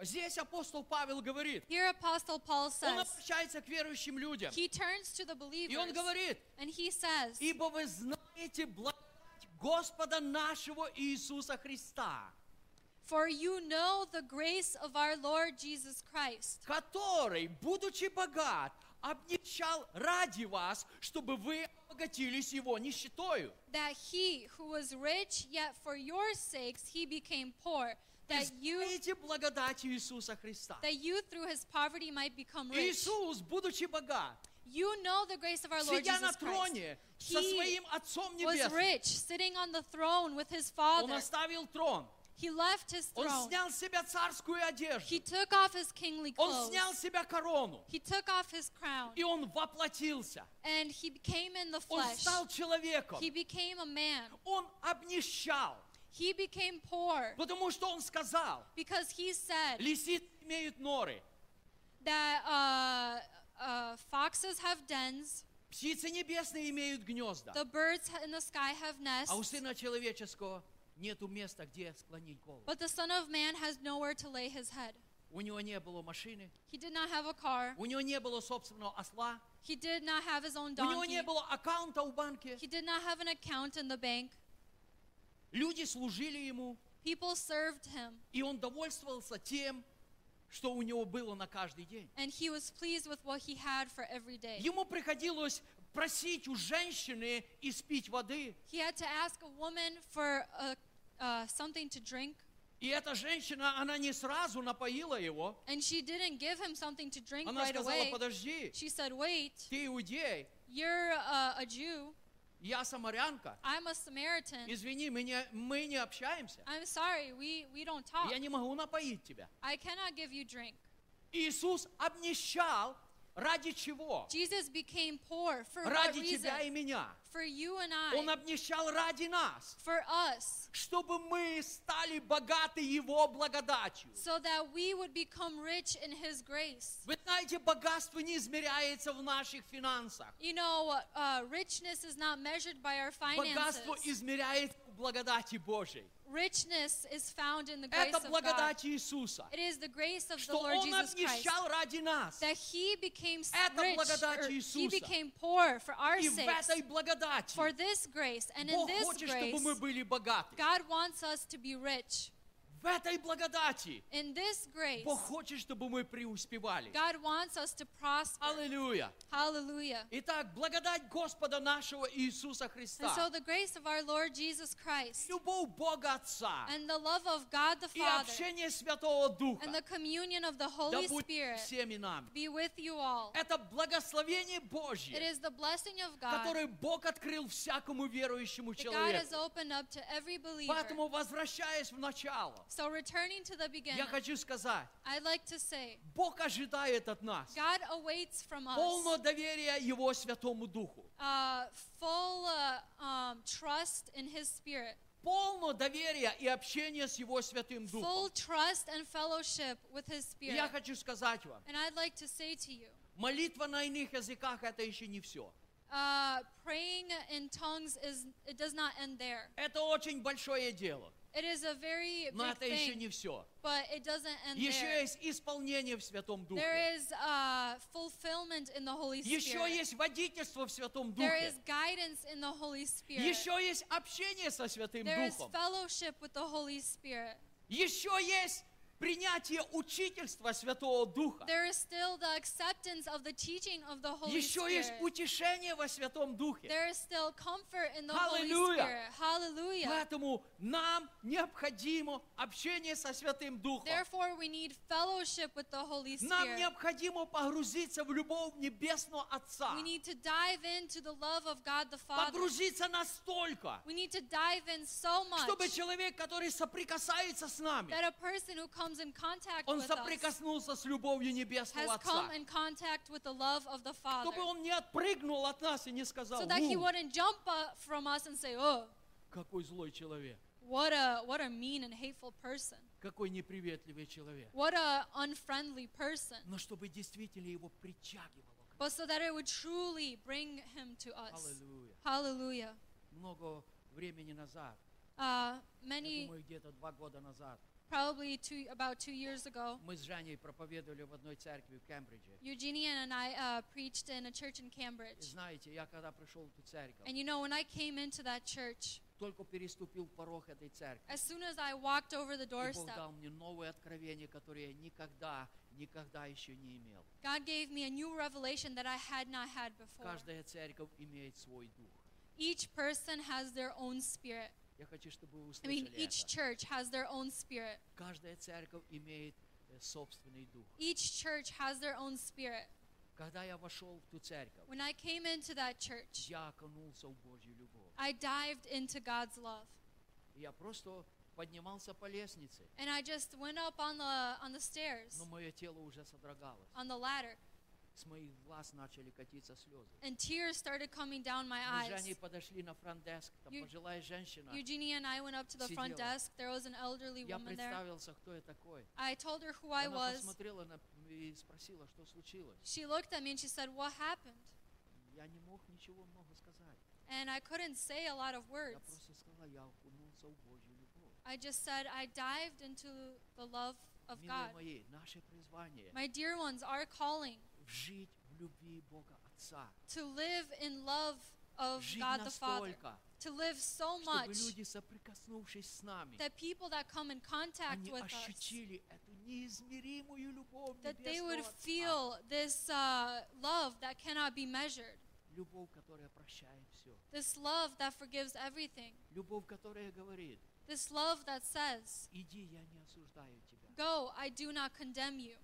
Speaker 8: Здесь апостол Павел говорит,
Speaker 9: Here Apostle Paul
Speaker 8: он
Speaker 9: says,
Speaker 8: обращается к верующим людям,
Speaker 9: he turns to the
Speaker 8: и
Speaker 9: believers
Speaker 8: он говорит,
Speaker 9: and he says,
Speaker 8: ибо вы знаете благодать Господа нашего Иисуса Христа,
Speaker 9: For you know the grace of our Lord Jesus Christ,
Speaker 8: который, будучи богат, обнищал ради вас, чтобы вы обогатились его нищетою.
Speaker 9: that he who was rich, yet for your sakes he became poor,
Speaker 8: Вы
Speaker 9: that you,
Speaker 8: знаете благодать Иисуса Христа.
Speaker 9: that you through his poverty might become rich.
Speaker 8: Иисус, будучи богат,
Speaker 9: You know the grace of our Lord
Speaker 8: сидя на
Speaker 9: Jesus Christ.
Speaker 8: троне со
Speaker 9: He
Speaker 8: своим Отцом
Speaker 9: was
Speaker 8: Небесным,
Speaker 9: rich, sitting on the throne with his
Speaker 8: Он
Speaker 9: Father.
Speaker 8: оставил трон,
Speaker 9: He left his
Speaker 8: Он
Speaker 9: throne.
Speaker 8: снял с себя царскую одежду,
Speaker 9: He took off his kingly
Speaker 8: Он
Speaker 9: clothes.
Speaker 8: снял с себя корону,
Speaker 9: He took off his crown.
Speaker 8: и Он воплотился,
Speaker 9: And he became in the
Speaker 8: Он
Speaker 9: flesh.
Speaker 8: стал человеком,
Speaker 9: He became a man.
Speaker 8: Он обнищал,
Speaker 9: He became poor
Speaker 8: потому что Он сказал,
Speaker 9: because he said
Speaker 8: лисицы имеют норы,
Speaker 9: that uh, uh, foxes have dens,
Speaker 8: птицы небесные имеют гнезда,
Speaker 9: the birds ha- in the sky have
Speaker 8: а у
Speaker 9: nests,
Speaker 8: Сына Человеческого нету места, где склонить голову.
Speaker 9: but the Son of Man has nowhere to lay his head.
Speaker 8: У Него не было машины,
Speaker 9: He did not have a car.
Speaker 8: у Него не было собственного осла,
Speaker 9: He did not have his own
Speaker 8: у Него
Speaker 9: donkey.
Speaker 8: не было аккаунта в банке.
Speaker 9: He did not have an account in the bank.
Speaker 8: Люди служили Ему,
Speaker 9: People served him,
Speaker 8: И он довольствовался тем, что у него было на каждый день.
Speaker 9: and he was pleased with what he had for every day.
Speaker 8: Ему приходилось просить у женщины испить воды.
Speaker 9: He had to ask a woman for uh uh, something to drink,
Speaker 8: И эта женщина, она не сразу напоила его.
Speaker 9: and she didn't give him something to drink
Speaker 8: Она
Speaker 9: right
Speaker 8: сказала,
Speaker 9: away.
Speaker 8: подожди,
Speaker 9: She said, Wait,
Speaker 8: ты иудей,
Speaker 9: you're uh, a Jew.
Speaker 8: я самарянка.
Speaker 9: I'm a Samaritan.
Speaker 8: Извини, мы не, мы не общаемся.
Speaker 9: I'm sorry, we, we don't talk.
Speaker 8: Я не могу напоить тебя.
Speaker 9: I cannot give you drink.
Speaker 8: Иисус обнищал ради чего?
Speaker 9: Jesus became poor for what
Speaker 8: Ради
Speaker 9: reason?
Speaker 8: тебя и меня.
Speaker 9: For you and
Speaker 8: Он
Speaker 9: I.
Speaker 8: обнищал ради нас,
Speaker 9: For us.
Speaker 8: чтобы мы стали богаты Его благодатью.
Speaker 9: So that we would become rich in His grace.
Speaker 8: Вы знаете, богатство не измеряется в наших финансах.
Speaker 9: You know, uh, richness is not measured by our
Speaker 8: Богатство
Speaker 9: finances.
Speaker 8: измеряется в благодати Божьей.
Speaker 9: Richness is found in the grace
Speaker 8: Это
Speaker 9: of God.
Speaker 8: благодать Иисуса,
Speaker 9: It is the grace of the
Speaker 8: что
Speaker 9: Lord
Speaker 8: Он
Speaker 9: Jesus Christ
Speaker 8: обнищал ради нас.
Speaker 9: that He became s-
Speaker 8: Это
Speaker 9: rich,
Speaker 8: благодать
Speaker 9: or He
Speaker 8: Иисуса.
Speaker 9: became poor for our
Speaker 8: И в
Speaker 9: sakes.
Speaker 8: этой благодати
Speaker 9: For this grace and in
Speaker 8: Бог
Speaker 9: this
Speaker 8: хочет, чтобы
Speaker 9: grace,
Speaker 8: мы были богаты.
Speaker 9: God wants us to be rich.
Speaker 8: В этой благодати
Speaker 9: In this grace,
Speaker 8: Бог хочет, чтобы мы преуспевали.
Speaker 9: God wants us to prosper.
Speaker 8: Аллилуйя.
Speaker 9: Hallelujah.
Speaker 8: Итак, благодать Господа нашего Иисуса
Speaker 9: And so
Speaker 8: Христа,
Speaker 9: the grace of our Lord Jesus Christ
Speaker 8: любовь Бога Отца
Speaker 9: and the love of God the
Speaker 8: и
Speaker 9: Father
Speaker 8: общение Святого Духа
Speaker 9: and the communion of the
Speaker 8: да
Speaker 9: Holy
Speaker 8: будет
Speaker 9: Spirit
Speaker 8: всеми нами.
Speaker 9: be with you all.
Speaker 8: Это благословение
Speaker 9: It
Speaker 8: Божье,
Speaker 9: is the blessing of God
Speaker 8: которое Бог открыл всякому верующему
Speaker 9: that God has
Speaker 8: человеку.
Speaker 9: opened up to every believer.
Speaker 8: Поэтому, возвращаясь в начало,
Speaker 9: So returning to the beginning,
Speaker 8: я хочу сказать,
Speaker 9: I'd like to say,
Speaker 8: Бог ожидает от нас
Speaker 9: God awaits from us
Speaker 8: полного доверия Его Святому Духу,
Speaker 9: uh, full uh, um, trust in His Spirit,
Speaker 8: полного доверия и общения с Его Святым
Speaker 9: full
Speaker 8: Духом.
Speaker 9: trust and fellowship with His
Speaker 8: И
Speaker 9: Spirit.
Speaker 8: я хочу сказать вам,
Speaker 9: And I'd like to say to you,
Speaker 8: молитва на иных языках – это еще не все.
Speaker 9: uh, praying in tongues is it does not end there.
Speaker 8: Это очень большое дело,
Speaker 9: It is a very
Speaker 8: но
Speaker 9: big
Speaker 8: это еще
Speaker 9: thing,
Speaker 8: не все.
Speaker 9: but it doesn't end
Speaker 8: Еще
Speaker 9: there.
Speaker 8: есть исполнение в Святом Духе.
Speaker 9: There is uh, fulfillment in the Holy
Speaker 8: Еще
Speaker 9: Spirit.
Speaker 8: есть водительство в Святом
Speaker 9: There
Speaker 8: Духе.
Speaker 9: is guidance in the Holy Spirit.
Speaker 8: Еще есть общение со Святым
Speaker 9: There is
Speaker 8: Духом.
Speaker 9: fellowship with the Holy Spirit.
Speaker 8: Еще есть принятие учительства Святого Духа.
Speaker 9: There is still the acceptance of the teaching of the Holy
Speaker 8: Еще есть
Speaker 9: Spirit.
Speaker 8: утешение во Святом Духе.
Speaker 9: There is still comfort in the Holy
Speaker 8: Hallelujah.
Speaker 9: Spirit. Hallelujah.
Speaker 8: Поэтому нам необходимо общение со Святым Духом.
Speaker 9: Therefore, we need fellowship with the Holy
Speaker 8: Нам
Speaker 9: Spirit.
Speaker 8: необходимо погрузиться в любовь Небесного Отца.
Speaker 9: We need to dive into the love of God the Father.
Speaker 8: Погрузиться настолько,
Speaker 9: We need to dive in so
Speaker 8: чтобы
Speaker 9: much
Speaker 8: человек, который соприкасается с нами,
Speaker 9: that a person who comes in contact
Speaker 8: он
Speaker 9: with us
Speaker 8: соприкоснулся с любовью Небесного
Speaker 9: has come
Speaker 8: Отца.
Speaker 9: in contact with the love of the Father.
Speaker 8: Чтобы он не отпрыгнул от нас и не сказал,
Speaker 9: So that he
Speaker 8: «Ну,
Speaker 9: wouldn't jump up from us and say, oh,
Speaker 8: какой злой человек.
Speaker 9: what a, what a mean and hateful person.
Speaker 8: какой неприветливый человек.
Speaker 9: What a unfriendly person.
Speaker 8: Но чтобы действительно его притягивало. к нам.
Speaker 9: But so that it would truly bring him to us.
Speaker 8: Аллилуйя.
Speaker 9: Hallelujah.
Speaker 8: Много времени назад,
Speaker 9: Uh,
Speaker 8: я
Speaker 9: many,
Speaker 8: думаю, где-то два года назад,
Speaker 9: probably two, about two years ago,
Speaker 8: мы с Жаней проповедовали в одной церкви в Кембридже.
Speaker 9: Eugenia and I uh, preached in a church in
Speaker 8: И
Speaker 9: Cambridge.
Speaker 8: знаете, я когда пришел в эту церковь,
Speaker 9: And you know, when I came into that church,
Speaker 8: только переступил порог этой церкви,
Speaker 9: as soon as I walked over the
Speaker 8: и Бог
Speaker 9: doorstep,
Speaker 8: дал мне новые откровения, которые я никогда, никогда еще не имел.
Speaker 9: God gave me a new revelation that I had not had before.
Speaker 8: Каждая церковь имеет свой дух.
Speaker 9: Each person has their own spirit.
Speaker 8: Я хочу, чтобы вы
Speaker 9: I mean,
Speaker 8: услышали
Speaker 9: each
Speaker 8: это.
Speaker 9: church has their own spirit.
Speaker 8: Каждая церковь имеет э, собственный дух.
Speaker 9: Each church has their own spirit.
Speaker 8: Когда я вошел в ту церковь,
Speaker 9: When I came into that church,
Speaker 8: я окунулся в Божью любовь.
Speaker 9: I dived into God's love.
Speaker 8: И Я просто поднимался по лестнице,
Speaker 9: And I just went up on the on the stairs,
Speaker 8: но мое тело уже содрогалось.
Speaker 9: on the ladder,
Speaker 8: С моих глаз начали катиться слезы.
Speaker 9: and tears started coming down my
Speaker 8: Мы с Жаней
Speaker 9: eyes.
Speaker 8: подошли на фронт-деск, там
Speaker 9: Ю-
Speaker 8: пожилая женщина.
Speaker 9: Eugenia and I went up to the front
Speaker 8: Сидела.
Speaker 9: desk. There was an elderly
Speaker 8: Я
Speaker 9: woman there.
Speaker 8: представился, кто я такой.
Speaker 9: I told her who I
Speaker 8: Она
Speaker 9: was.
Speaker 8: посмотрела на- и спросила, что случилось.
Speaker 9: She looked at me and she said, "What happened?"
Speaker 8: Я не мог ничего много сказать.
Speaker 9: And I couldn't say a lot of
Speaker 8: Я
Speaker 9: words.
Speaker 8: просто сказал, я окунулся в Божью любовь.
Speaker 9: I just said, "I dived into the love of God."
Speaker 8: Милые мои, наше призвание
Speaker 9: My dear ones, our calling
Speaker 8: жить в любви Бога Отца.
Speaker 9: to live in love of
Speaker 8: Жить
Speaker 9: God the Father,
Speaker 8: настолько,
Speaker 9: to live so
Speaker 8: чтобы
Speaker 9: much
Speaker 8: люди, соприкоснувшись с нами,
Speaker 9: that people that come in contact
Speaker 8: они
Speaker 9: with us,
Speaker 8: ощутили эту неизмеримую любовь
Speaker 9: that they
Speaker 8: Небесного
Speaker 9: would
Speaker 8: Отца.
Speaker 9: feel this uh, love that cannot be measured,
Speaker 8: любовь, которая прощает все,
Speaker 9: this love that forgives everything,
Speaker 8: любовь, которая говорит,
Speaker 9: this love that says,
Speaker 8: иди, я не осуждаю тебя,
Speaker 9: Go, I do not condemn you.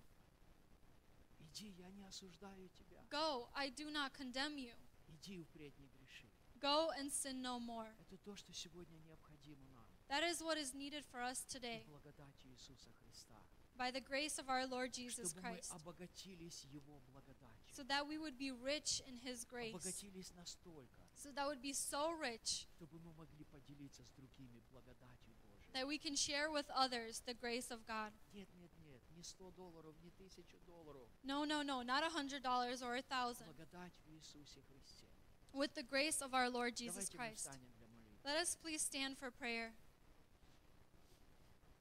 Speaker 8: иди, я не осуждаю тебя,
Speaker 9: Go, I do not condemn you.
Speaker 8: иди впредь не греши.
Speaker 9: Go and sin no more.
Speaker 8: Это то, что сегодня необходимо нам.
Speaker 9: That is what is needed for us today.
Speaker 8: И благодать Иисуса Христа.
Speaker 9: by the grace of our Lord Jesus
Speaker 8: чтобы мы
Speaker 9: Christ,
Speaker 8: обогатились Его благодатью.
Speaker 9: so that we would be rich in His grace,
Speaker 8: Обогатились настолько,
Speaker 9: so that would be so rich
Speaker 8: чтобы мы могли поделиться с другими благодатью Божией.
Speaker 9: that we can share with others the grace of God.
Speaker 8: Нет, нет, нет, не 100 долларов, не 1000 долларов.
Speaker 9: No, no, no, not a hundred dollars or a thousand.
Speaker 8: Благодать в Иисусе Христе.
Speaker 9: With the grace of our Lord Jesus
Speaker 8: Давайте мы
Speaker 9: Christ.
Speaker 8: встанем для молитвы.
Speaker 9: Let us please stand for prayer.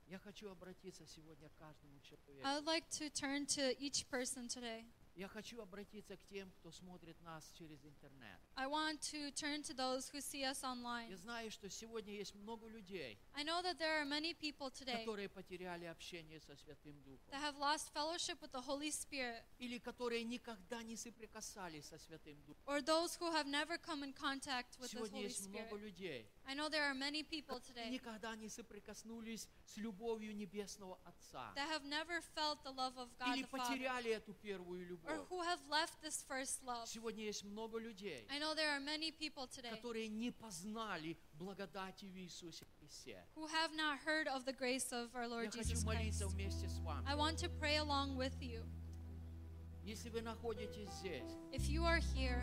Speaker 8: Я хочу обратиться сегодня к каждому человеку.
Speaker 9: I would like to turn to each person today.
Speaker 8: Я хочу обратиться к тем, кто смотрит нас через интернет.
Speaker 9: I want to turn to those who see us online.
Speaker 8: Я знаю, что сегодня есть много людей,
Speaker 9: I know that there are many people today
Speaker 8: которые потеряли общение со Святым
Speaker 9: that
Speaker 8: Духом.
Speaker 9: have lost fellowship with the Holy Spirit,
Speaker 8: Или которые никогда не соприкасались со Святым Духом.
Speaker 9: or those who have never come in contact with the
Speaker 8: Сегодня
Speaker 9: Holy
Speaker 8: есть много
Speaker 9: Spirit.
Speaker 8: людей,
Speaker 9: I know there are many people
Speaker 8: которые
Speaker 9: today
Speaker 8: никогда не соприкоснулись с любовью Небесного Отца.
Speaker 9: that have never felt the love of God
Speaker 8: Или
Speaker 9: the Father,
Speaker 8: потеряли эту первую
Speaker 9: or
Speaker 8: любовь.
Speaker 9: who have left this first love.
Speaker 8: Сегодня есть много людей,
Speaker 9: I know there are many people today
Speaker 8: которые не познали благодати в Иисусе Христе.
Speaker 9: who have not heard of the grace of our
Speaker 8: Я
Speaker 9: Lord
Speaker 8: хочу
Speaker 9: Jesus Christ.
Speaker 8: молиться вместе с вами.
Speaker 9: I want to pray along with you.
Speaker 8: Если вы находитесь здесь,
Speaker 9: If you are here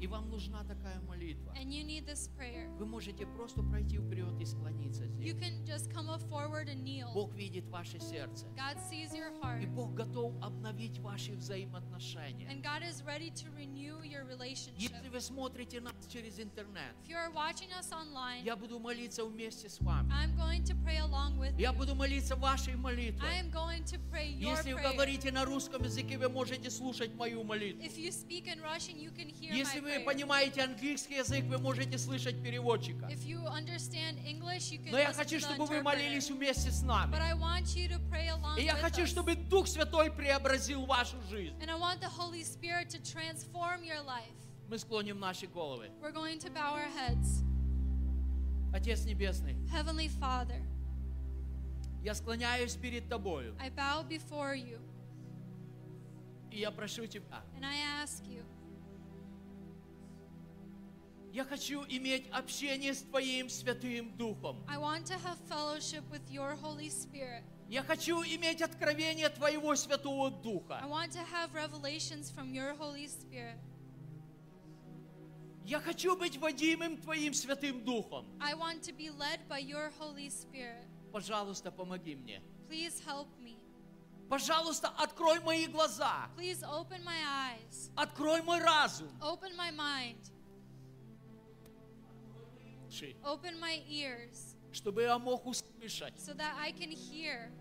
Speaker 8: и вам нужна такая молитва,
Speaker 9: and you need this prayer,
Speaker 8: вы можете просто пройти вперед и склониться
Speaker 9: you
Speaker 8: здесь.
Speaker 9: can just come up forward and kneel.
Speaker 8: Бог видит ваше сердце.
Speaker 9: God sees your heart,
Speaker 8: И Бог готов обновить ваши взаимоотношения.
Speaker 9: and God is ready to renew your relationship.
Speaker 8: Если вы смотрите нас через интернет,
Speaker 9: If you are watching us online,
Speaker 8: я буду молиться вместе с вами.
Speaker 9: I'm going to pray along with you.
Speaker 8: Я буду молиться вашей
Speaker 9: I
Speaker 8: молитвой.
Speaker 9: am going to pray your
Speaker 8: Если вы
Speaker 9: prayer.
Speaker 8: говорите на русском языке, вы можете слушать мою молитву.
Speaker 9: If you speak in Russian, you can hear
Speaker 8: Если
Speaker 9: my
Speaker 8: вы
Speaker 9: prayer.
Speaker 8: понимаете английский язык, вы можете слышать переводчика.
Speaker 9: If you understand English, you can
Speaker 8: Но я
Speaker 9: listen
Speaker 8: хочу,
Speaker 9: to the
Speaker 8: чтобы вы
Speaker 9: interpreter.
Speaker 8: молились вместе с
Speaker 9: But
Speaker 8: нами.
Speaker 9: I want you to pray along
Speaker 8: И я
Speaker 9: with
Speaker 8: хочу,
Speaker 9: us.
Speaker 8: чтобы Дух Святой преобразил вашу жизнь.
Speaker 9: And I want the Holy Spirit to transform your life.
Speaker 8: Мы склоним наши головы.
Speaker 9: We're going to bow our heads.
Speaker 8: Отец Небесный,
Speaker 9: Heavenly Father,
Speaker 8: я склоняюсь перед Тобою,
Speaker 9: I bow before you
Speaker 8: и я прошу Тебя,
Speaker 9: and I ask you,
Speaker 8: я хочу иметь общение с Твоим Святым Духом.
Speaker 9: I want to have fellowship with your Holy Spirit.
Speaker 8: Я хочу иметь откровение Твоего Святого
Speaker 9: I
Speaker 8: Духа.
Speaker 9: want to have revelations from your Holy Spirit.
Speaker 8: Я хочу быть водимым Твоим Святым Духом.
Speaker 9: I want to be led by your Holy Spirit.
Speaker 8: Пожалуйста, помоги мне.
Speaker 9: Please help me.
Speaker 8: Пожалуйста, открой мои глаза.
Speaker 9: Please open my eyes.
Speaker 8: Открой мой разум.
Speaker 9: Open my mind.
Speaker 8: Ши,
Speaker 9: Open my ears
Speaker 8: Чтобы я мог услышать.
Speaker 9: so that I can hear,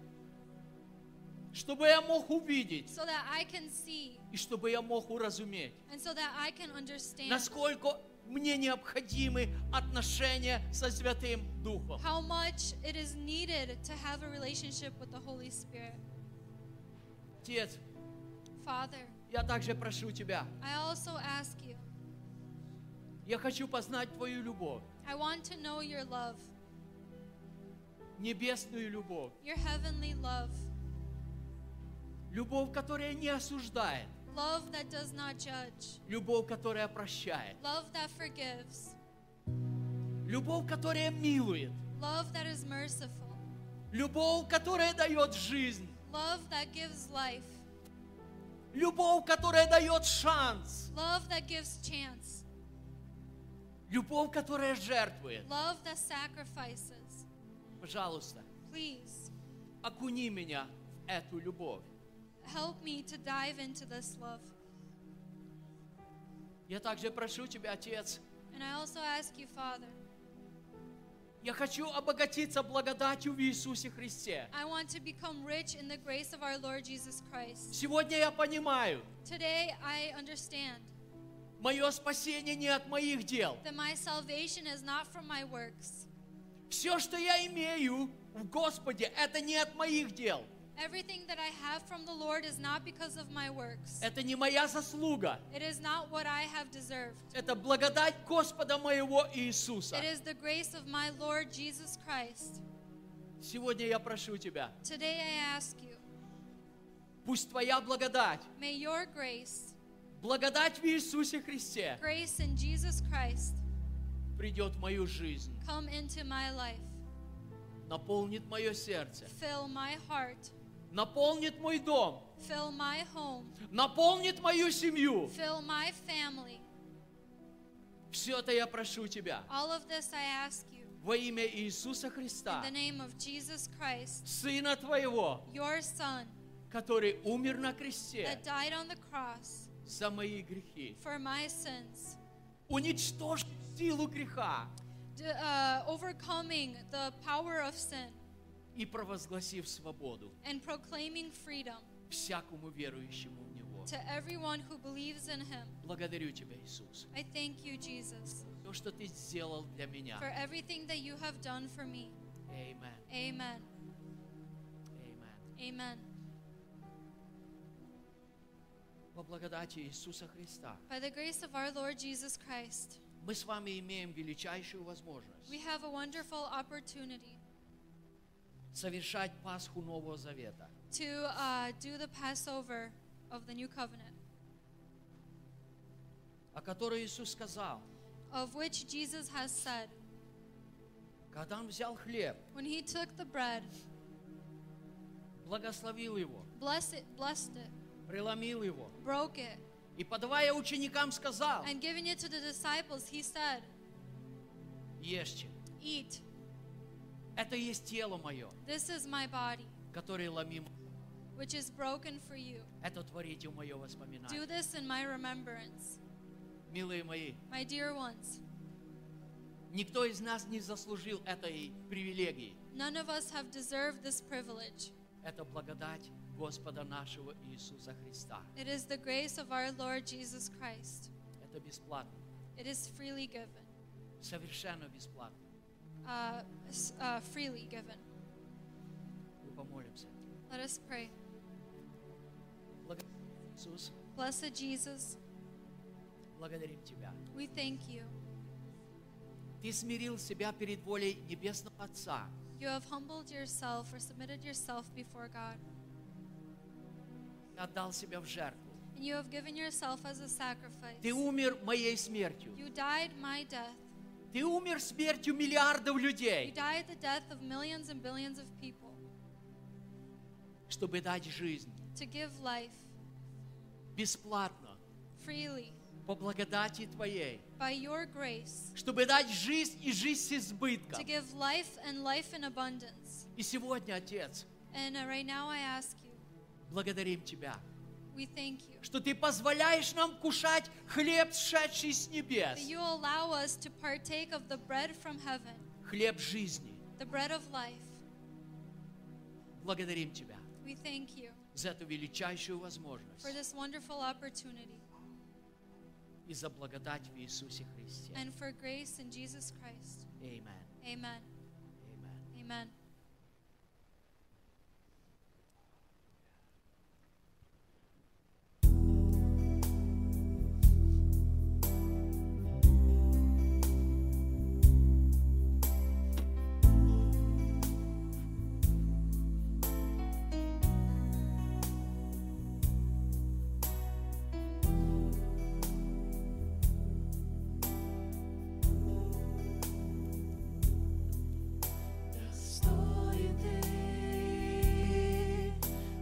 Speaker 8: Чтобы я мог увидеть.
Speaker 9: so that I can see,
Speaker 8: И чтобы я мог уразуметь.
Speaker 9: and so that I can understand.
Speaker 8: Насколько мне необходимы отношения со Святым Духом.
Speaker 9: how much it is needed to have a relationship with the Holy Spirit.
Speaker 8: Отец,
Speaker 9: Father,
Speaker 8: я также прошу Тебя.
Speaker 9: I also ask you,
Speaker 8: Я хочу познать Твою любовь.
Speaker 9: I want to know your love,
Speaker 8: Небесную любовь.
Speaker 9: your heavenly love,
Speaker 8: Любовь, которая не осуждает.
Speaker 9: love that does not judge,
Speaker 8: Любовь, которая прощает.
Speaker 9: love that forgives,
Speaker 8: Любовь, которая милует.
Speaker 9: love that is merciful,
Speaker 8: Любовь, которая дает жизнь.
Speaker 9: love that gives life,
Speaker 8: Любовь, которая дает шанс.
Speaker 9: love that gives chance,
Speaker 8: Любовь, которая жертвует.
Speaker 9: love that sacrifices.
Speaker 8: Пожалуйста,
Speaker 9: Please
Speaker 8: окуни меня в эту любовь.
Speaker 9: help me to dive into this love.
Speaker 8: Я также прошу Тебя, Отец,
Speaker 9: And I also ask you, Father,
Speaker 8: я хочу обогатиться благодатью в Иисусе Христе.
Speaker 9: I want to become rich in the grace of our Lord Jesus Christ.
Speaker 8: Сегодня я понимаю,
Speaker 9: Today I understand
Speaker 8: мое спасение не от моих дел.
Speaker 9: that my salvation is not from my works.
Speaker 8: Все, что я имею в Господе, это не от моих дел.
Speaker 9: Everything that I have from the Lord is not because of my works.
Speaker 8: Это не моя заслуга.
Speaker 9: It is not what I have deserved.
Speaker 8: Это благодать Господа моего Иисуса.
Speaker 9: It is the grace of my Lord Jesus Christ.
Speaker 8: Сегодня я прошу Тебя,
Speaker 9: Today I ask you,
Speaker 8: пусть Твоя благодать,
Speaker 9: may your grace,
Speaker 8: благодать в Иисусе Христе
Speaker 9: grace in Jesus Christ,
Speaker 8: придет в мою жизнь,
Speaker 9: come into my life,
Speaker 8: наполнит мое сердце,
Speaker 9: fill my heart,
Speaker 8: наполнит мой дом,
Speaker 9: Fill my home.
Speaker 8: наполнит мою семью.
Speaker 9: Fill my family.
Speaker 8: Все это я прошу Тебя
Speaker 9: All of this I ask you.
Speaker 8: во имя Иисуса
Speaker 9: In
Speaker 8: Христа,
Speaker 9: the name of Jesus Christ,
Speaker 8: Сына Твоего,
Speaker 9: your Son,
Speaker 8: который умер на кресте
Speaker 9: that died on the cross
Speaker 8: за мои грехи.
Speaker 9: for my sins,
Speaker 8: Уничтожь силу греха
Speaker 9: d- uh, overcoming the power of sin
Speaker 8: и провозгласив свободу
Speaker 9: and proclaiming freedom
Speaker 8: всякому верующему в Него.
Speaker 9: to everyone who believes in Him.
Speaker 8: Благодарю Тебя, Иисус,
Speaker 9: I thank you, Jesus,
Speaker 8: то, что Ты сделал для
Speaker 9: for
Speaker 8: меня.
Speaker 9: everything that you have done for me.
Speaker 8: Amen.
Speaker 9: Amen.
Speaker 8: Amen.
Speaker 9: Amen.
Speaker 8: Во благодати Иисуса Христа
Speaker 9: By the grace of our Lord Jesus Christ,
Speaker 8: мы с вами имеем величайшую возможность
Speaker 9: we have a wonderful opportunity
Speaker 8: совершать Пасху Нового Завета.
Speaker 9: to uh, do the Passover of the New Covenant,
Speaker 8: о которой Иисус сказал,
Speaker 9: of which Jesus has said,
Speaker 8: когда Он взял хлеб,
Speaker 9: When he took the bread,
Speaker 8: благословил его,
Speaker 9: blessed it, blessed it,
Speaker 8: преломил его,
Speaker 9: broke it,
Speaker 8: и, подавая ученикам, сказал,
Speaker 9: and giving it to the disciples, he said,
Speaker 8: ешьте,
Speaker 9: Eat,
Speaker 8: это есть тело мое,
Speaker 9: this is my body,
Speaker 8: которое ломим,
Speaker 9: which is broken for you.
Speaker 8: это творите мое
Speaker 9: Do
Speaker 8: воспоминание.
Speaker 9: this in my remembrance.
Speaker 8: Милые мои,
Speaker 9: My dear ones,
Speaker 8: никто из нас не заслужил этой привилегии.
Speaker 9: none of us have deserved this privilege.
Speaker 8: Это благодать Господа нашего Иисуса Христа.
Speaker 9: It is the grace of our Lord Jesus Christ.
Speaker 8: Это бесплатно,
Speaker 9: It is freely given,
Speaker 8: совершенно бесплатно.
Speaker 9: uh, s- uh, freely given.
Speaker 8: Мы помолимся.
Speaker 9: Let us pray.
Speaker 8: Благодарим Иисус,
Speaker 9: Blessed Jesus,
Speaker 8: благодарим Тебя.
Speaker 9: we thank you.
Speaker 8: Ты смирил себя перед волей Небесного Отца.
Speaker 9: You have humbled yourself or submitted yourself before God.
Speaker 8: Ты отдал себя в жертву.
Speaker 9: And you have given yourself as a sacrifice.
Speaker 8: Ты умер моей смертью.
Speaker 9: You died my death.
Speaker 8: Ты умер смертью миллиардов
Speaker 9: You
Speaker 8: людей,
Speaker 9: died the death of millions and billions of people
Speaker 8: чтобы дать жизнь
Speaker 9: to give life
Speaker 8: бесплатно,
Speaker 9: freely
Speaker 8: по благодати Твоей,
Speaker 9: by your grace,
Speaker 8: чтобы дать жизнь и жизнь с
Speaker 9: to
Speaker 8: избытком.
Speaker 9: give life and life in abundance.
Speaker 8: И сегодня, Отец,
Speaker 9: And uh, right now I ask you,
Speaker 8: благодарим Тебя,
Speaker 9: we thank you
Speaker 8: что Ты позволяешь нам кушать хлеб, сшедший с
Speaker 9: that
Speaker 8: небес,
Speaker 9: you allow us to partake of the bread from heaven,
Speaker 8: хлеб жизни.
Speaker 9: the bread of life.
Speaker 8: Благодарим Тебя
Speaker 9: We thank you
Speaker 8: за эту величайшую
Speaker 9: for
Speaker 8: возможность
Speaker 9: this wonderful opportunity
Speaker 8: и за благодать в Иисусе Христе.
Speaker 9: and for grace in Jesus Christ.
Speaker 8: Amen.
Speaker 9: Amen.
Speaker 8: Amen.
Speaker 9: Amen.
Speaker 4: Достой ты,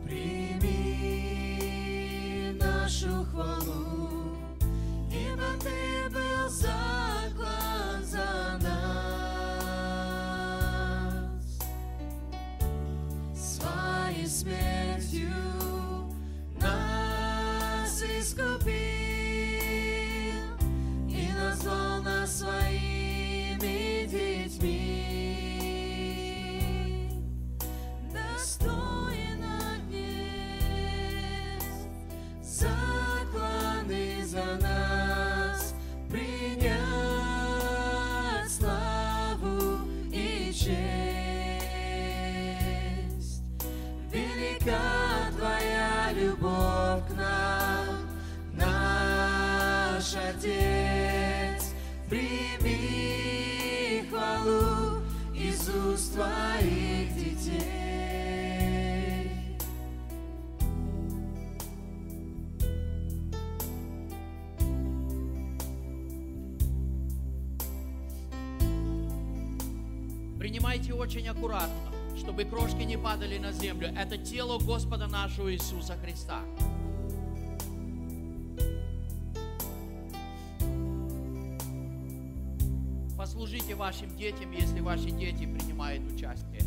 Speaker 4: прими нашу хвалу, ибо ты был заклан за нас. Своей смертью нас искупил и назвал нас своими детьми. Достоин Отец, закланы за нас, принять славу и честь. Велика Твоя любовь к нам, наш Отец, прими хвалу из уст Твоих детей.
Speaker 8: Принимайте очень аккуратно. чтобы крошки не падали на землю. Это тело Господа нашего Иисуса Христа. Послужите вашим детям, если ваши дети принимают участие.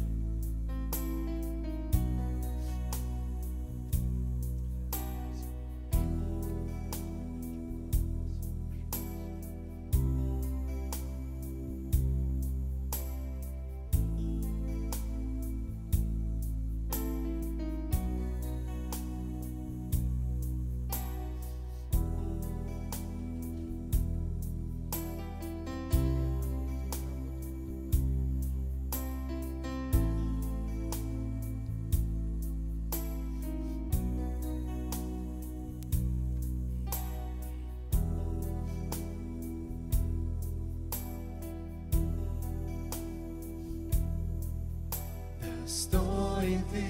Speaker 4: Достоин ты,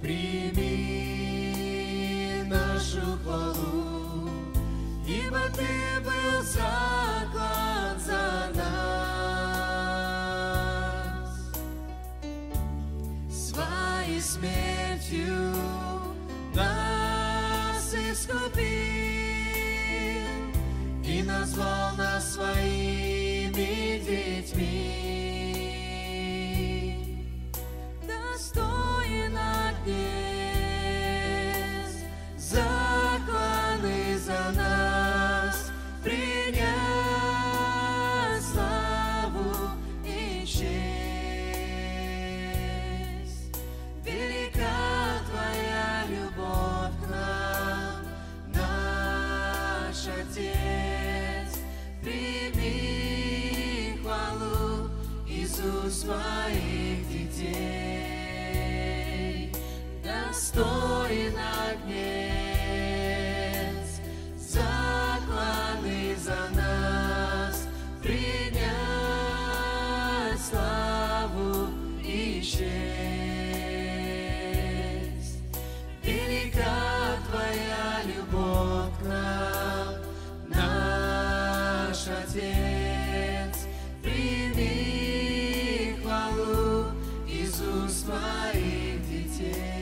Speaker 4: прими нашу хвалу, ибо ты был заклан за нас. Своей смертью нас искупил и назвал нас своими детьми. Достоин Отец, законы за нас принять славу и честь. Велика Твоя любовь к нам, наш Отец, прими хвалу Иисус своих детей. Достоин Агнец, закланы за нас, принять славу и честь. Велика Твоя любовь к нам, наш Отец, прими хвалу Иисус своих детей.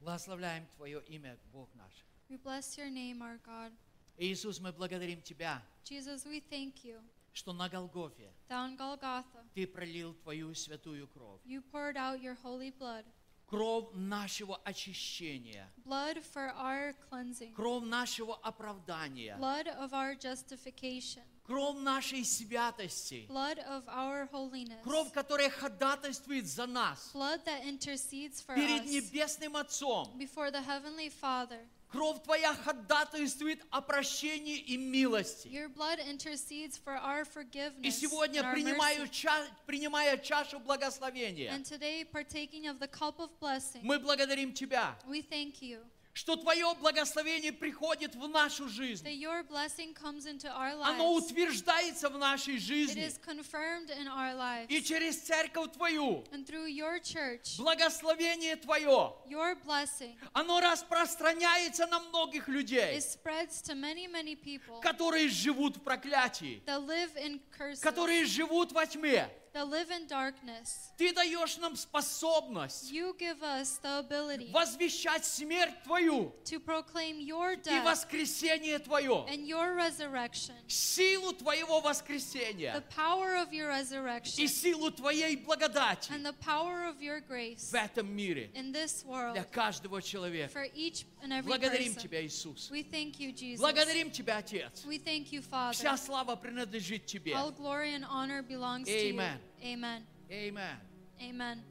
Speaker 8: Благословляем Твое имя, Бог наш.
Speaker 9: We bless your name, our God.
Speaker 8: Иисус, мы благодарим Тебя,
Speaker 9: Jesus, we thank you.
Speaker 8: что на Голгофе
Speaker 9: Down Golgotha,
Speaker 8: Ты пролил Твою святую кровь.
Speaker 9: you poured out your holy blood,
Speaker 8: Кровь нашего очищения,
Speaker 9: blood for our cleansing,
Speaker 8: кровь нашего оправдания,
Speaker 9: blood of our justification,
Speaker 8: кровь нашей святости,
Speaker 9: blood of our holiness,
Speaker 8: кровь, которая ходатайствует за нас
Speaker 9: blood that intercedes for
Speaker 8: перед
Speaker 9: us
Speaker 8: Небесным Отцом.
Speaker 9: before the Heavenly Father.
Speaker 8: Кровь Твоя ходатайствует о прощении и милости.
Speaker 9: Your blood intercedes for our
Speaker 8: И
Speaker 9: forgiveness
Speaker 8: сегодня,
Speaker 9: and our
Speaker 8: принимаю
Speaker 9: mercy.
Speaker 8: ча- принимая чашу благословения,
Speaker 9: And today, partaking of the cup of blessing,
Speaker 8: мы благодарим Тебя,
Speaker 9: we thank you
Speaker 8: что Твое благословение приходит в нашу жизнь.
Speaker 9: that your blessing comes into our
Speaker 8: Оно
Speaker 9: lives.
Speaker 8: утверждается в нашей
Speaker 9: It
Speaker 8: жизни.
Speaker 9: is confirmed in our lives.
Speaker 8: И через церковь Твою
Speaker 9: And through your church,
Speaker 8: благословение Твое,
Speaker 9: your blessing,
Speaker 8: оно распространяется на многих людей,
Speaker 9: it spreads to many, many people
Speaker 8: которые живут в проклятии,
Speaker 9: that live in curses,
Speaker 8: которые живут во тьме.
Speaker 9: that live in darkness.
Speaker 8: Ты даешь нам способность
Speaker 9: You give us the ability
Speaker 8: возвещать смерть Твою
Speaker 9: to proclaim your
Speaker 8: и
Speaker 9: death
Speaker 8: воскресение Твое,
Speaker 9: and your resurrection,
Speaker 8: силу Твоего
Speaker 9: the
Speaker 8: воскресения
Speaker 9: power of your
Speaker 8: и
Speaker 9: resurrection,
Speaker 8: силу Твоей благодати
Speaker 9: and the power of your grace
Speaker 8: в этом мире
Speaker 9: in this world
Speaker 8: для каждого человека.
Speaker 9: for each and every
Speaker 8: Благодарим
Speaker 9: person.
Speaker 8: Тебя, Иисус.
Speaker 9: We thank you, Jesus.
Speaker 8: Благодарим Тебя, Отец.
Speaker 9: We thank you, Father.
Speaker 8: Вся слава принадлежит Тебе.
Speaker 9: All glory and honor belongs
Speaker 8: Amen.
Speaker 9: to you. Amen.
Speaker 8: Amen.
Speaker 9: Amen.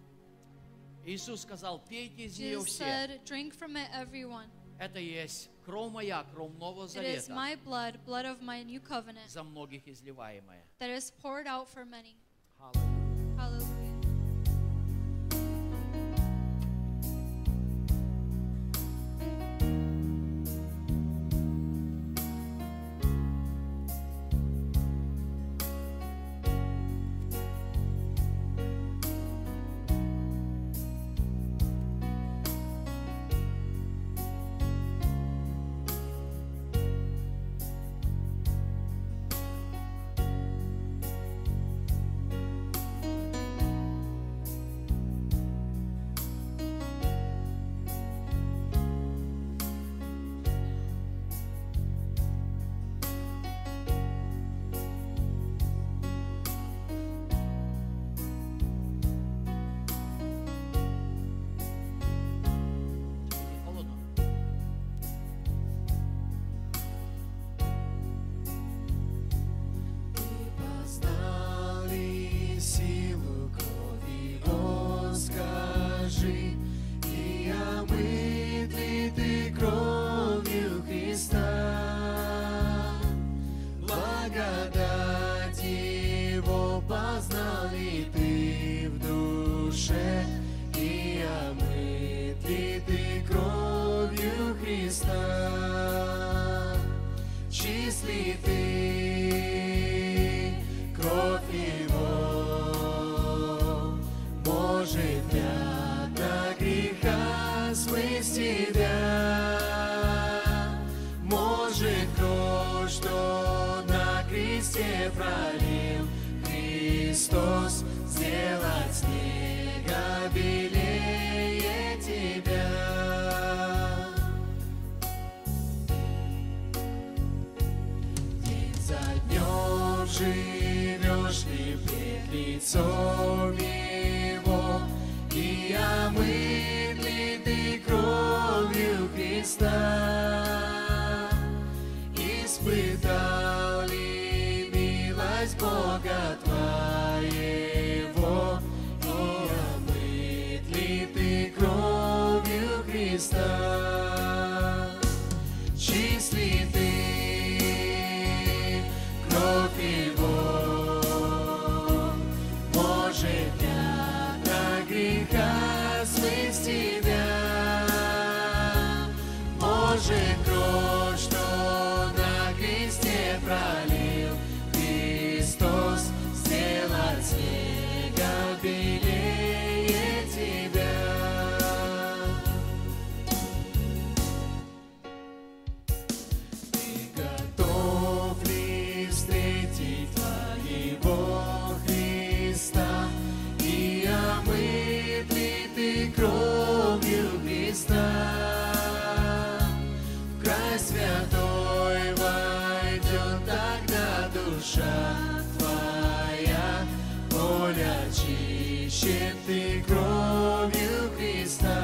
Speaker 8: Иисус сказал, пейте из нее
Speaker 9: Jesus
Speaker 8: все.
Speaker 9: said, Drink from it, everyone.
Speaker 8: Это есть кровь моя, кровь Нового
Speaker 9: It is
Speaker 8: Завета,
Speaker 9: my blood, blood of my new covenant,
Speaker 8: за многих изливаемая.
Speaker 9: that is poured out for many.
Speaker 8: Аллилуйя.
Speaker 9: Hallelujah.
Speaker 8: Холодно.
Speaker 4: Ты познал ли силу крови Его, скажи, и омыт ли ты кровью Христа? Благодать Его познал ли ты в душе, и омыт ли ты кровью Христа? Числи ты кровь Его, может пятна греха смыть с тебя, может кровь, что на кресте пролил Христос, сделать снега белее тебя. День за днем живешь и пред лицом Его, И омыт ли ты кровью Христа? Испытал ли милость Бога Твоего, И омыт ли ты кровью Христа? числи ты кровь его. Может, пятна греха смыть с тебя, Может, кровь, что на кресте пролил Христос, сделать снега белее тебя. Ты готов ли встретить Твоего Христа? И омыт ли ты кровью Христа? В край святой войдет тогда душа Твоя, Воля чище ты кровью Христа.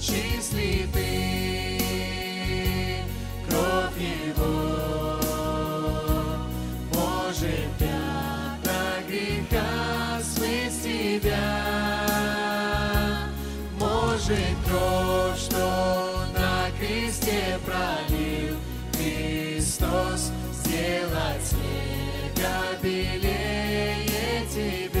Speaker 4: Числи ты кровь Его, Боже, пятна греха смыть с тебя. Может, кровь, что на кресте пролил Христос, сделать снега белее тебя.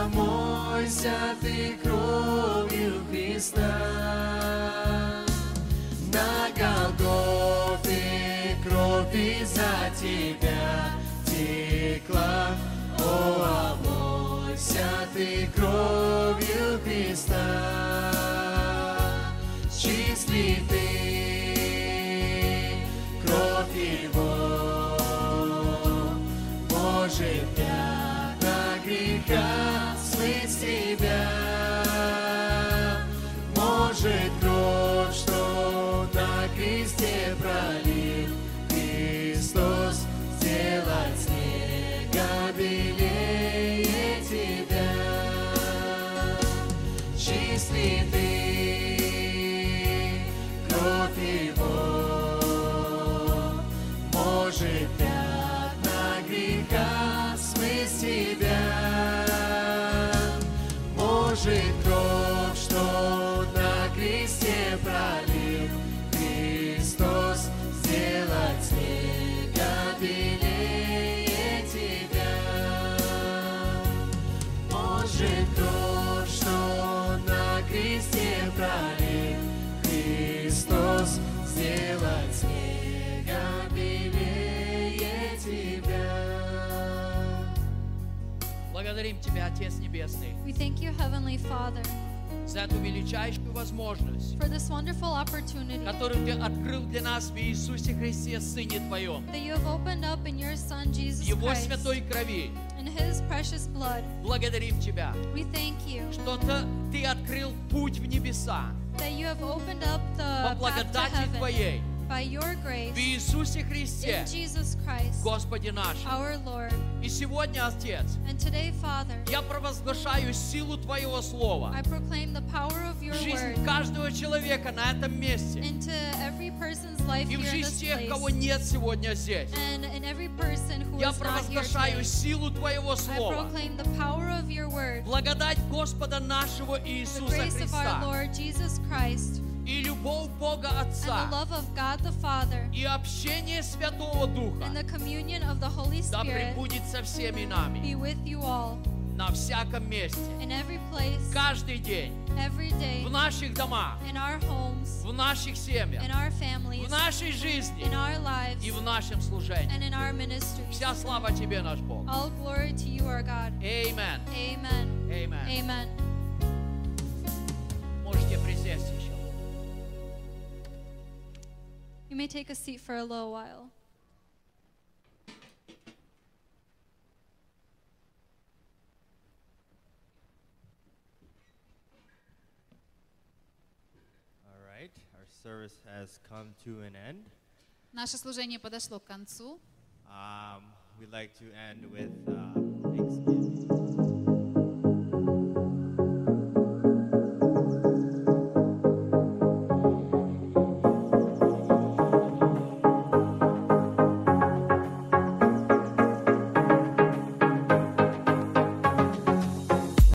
Speaker 4: омывайся ты кровью Христа. На Голгофе кровь и за тебя текла. О, омойся ты кровью Христа. Чистый ты, кровь его, Боже, пята греха смыть с тебя. Может, кровь, что на кресте пролил Христос, сделать снега белее тебя. Чистый ты, кровь его, может, пятна греха смыть с тебя. Может, кровь, что на кресте пролил Христос, сделать снега белее тебя. Может, кровь, что на кресте пролил Христос, сделать снега белее тебя.
Speaker 8: Благодарим Тебя, Отец Небесный,
Speaker 9: We thank you, Heavenly Father,
Speaker 8: за эту величайшую возможность,
Speaker 9: for this wonderful opportunity
Speaker 8: которую Ты открыл для нас в Иисусе Христе, Сыне Твоем,
Speaker 9: that you have opened up in your Son Jesus
Speaker 8: Его
Speaker 9: Christ
Speaker 8: святой крови.
Speaker 9: in His precious blood.
Speaker 8: Благодарим Тебя,
Speaker 9: We thank you
Speaker 8: что Ты- Ты открыл путь в небеса
Speaker 9: that you have opened up
Speaker 8: по
Speaker 9: the path to
Speaker 8: благодати
Speaker 9: heaven
Speaker 8: Твоей
Speaker 9: by your grace
Speaker 8: в Иисусе
Speaker 9: in
Speaker 8: Христе,
Speaker 9: Jesus Christ,
Speaker 8: Господе нашим.
Speaker 9: our Lord.
Speaker 8: И сегодня, Отец,
Speaker 9: And today, Father,
Speaker 8: я провозглашаю силу Твоего Слова,
Speaker 9: I proclaim the power of your
Speaker 8: в
Speaker 9: word
Speaker 8: жизнь каждого человека на этом месте
Speaker 9: into every person's life
Speaker 8: и
Speaker 9: here
Speaker 8: в
Speaker 9: in
Speaker 8: жизнь
Speaker 9: this
Speaker 8: тех,
Speaker 9: place,
Speaker 8: кого нет сегодня здесь.
Speaker 9: and in every person who
Speaker 8: Я
Speaker 9: is not here today.
Speaker 8: провозглашаю силу Твоего
Speaker 9: I
Speaker 8: Слова,
Speaker 9: proclaim the power of your word,
Speaker 8: благодать Господа нашего
Speaker 9: the
Speaker 8: Иисуса
Speaker 9: grace of our
Speaker 8: Христа
Speaker 9: Lord Jesus Christ,
Speaker 8: и любовь Бога
Speaker 9: and the
Speaker 8: Отца
Speaker 9: love of God the Father,
Speaker 8: и общение Святого
Speaker 9: and
Speaker 8: Духа
Speaker 9: the communion of the Holy
Speaker 8: да
Speaker 9: Spirit
Speaker 8: пребудет со всеми
Speaker 9: be
Speaker 8: нами
Speaker 9: with you all
Speaker 8: на всяком месте,
Speaker 9: in every place,
Speaker 8: каждый день,
Speaker 9: every day,
Speaker 8: в наших домах,
Speaker 9: in our homes,
Speaker 8: в наших
Speaker 9: in
Speaker 8: семьях,
Speaker 9: our
Speaker 8: в
Speaker 9: families,
Speaker 8: нашей жизни
Speaker 9: in our lives,
Speaker 8: и в нашем служении.
Speaker 9: and in our ministries.
Speaker 8: Вся слава Тебе, наш Бог.
Speaker 9: All glory to you, our God.
Speaker 8: Amen.
Speaker 9: Amen.
Speaker 8: Amen.
Speaker 9: Amen.
Speaker 8: Можете присесть еще.
Speaker 9: You may take a seat for a little while.
Speaker 10: All right, our service has come to an end.
Speaker 5: Наше служение подошло к концу.
Speaker 10: Um, we'd like to end with uh, thanksgiving.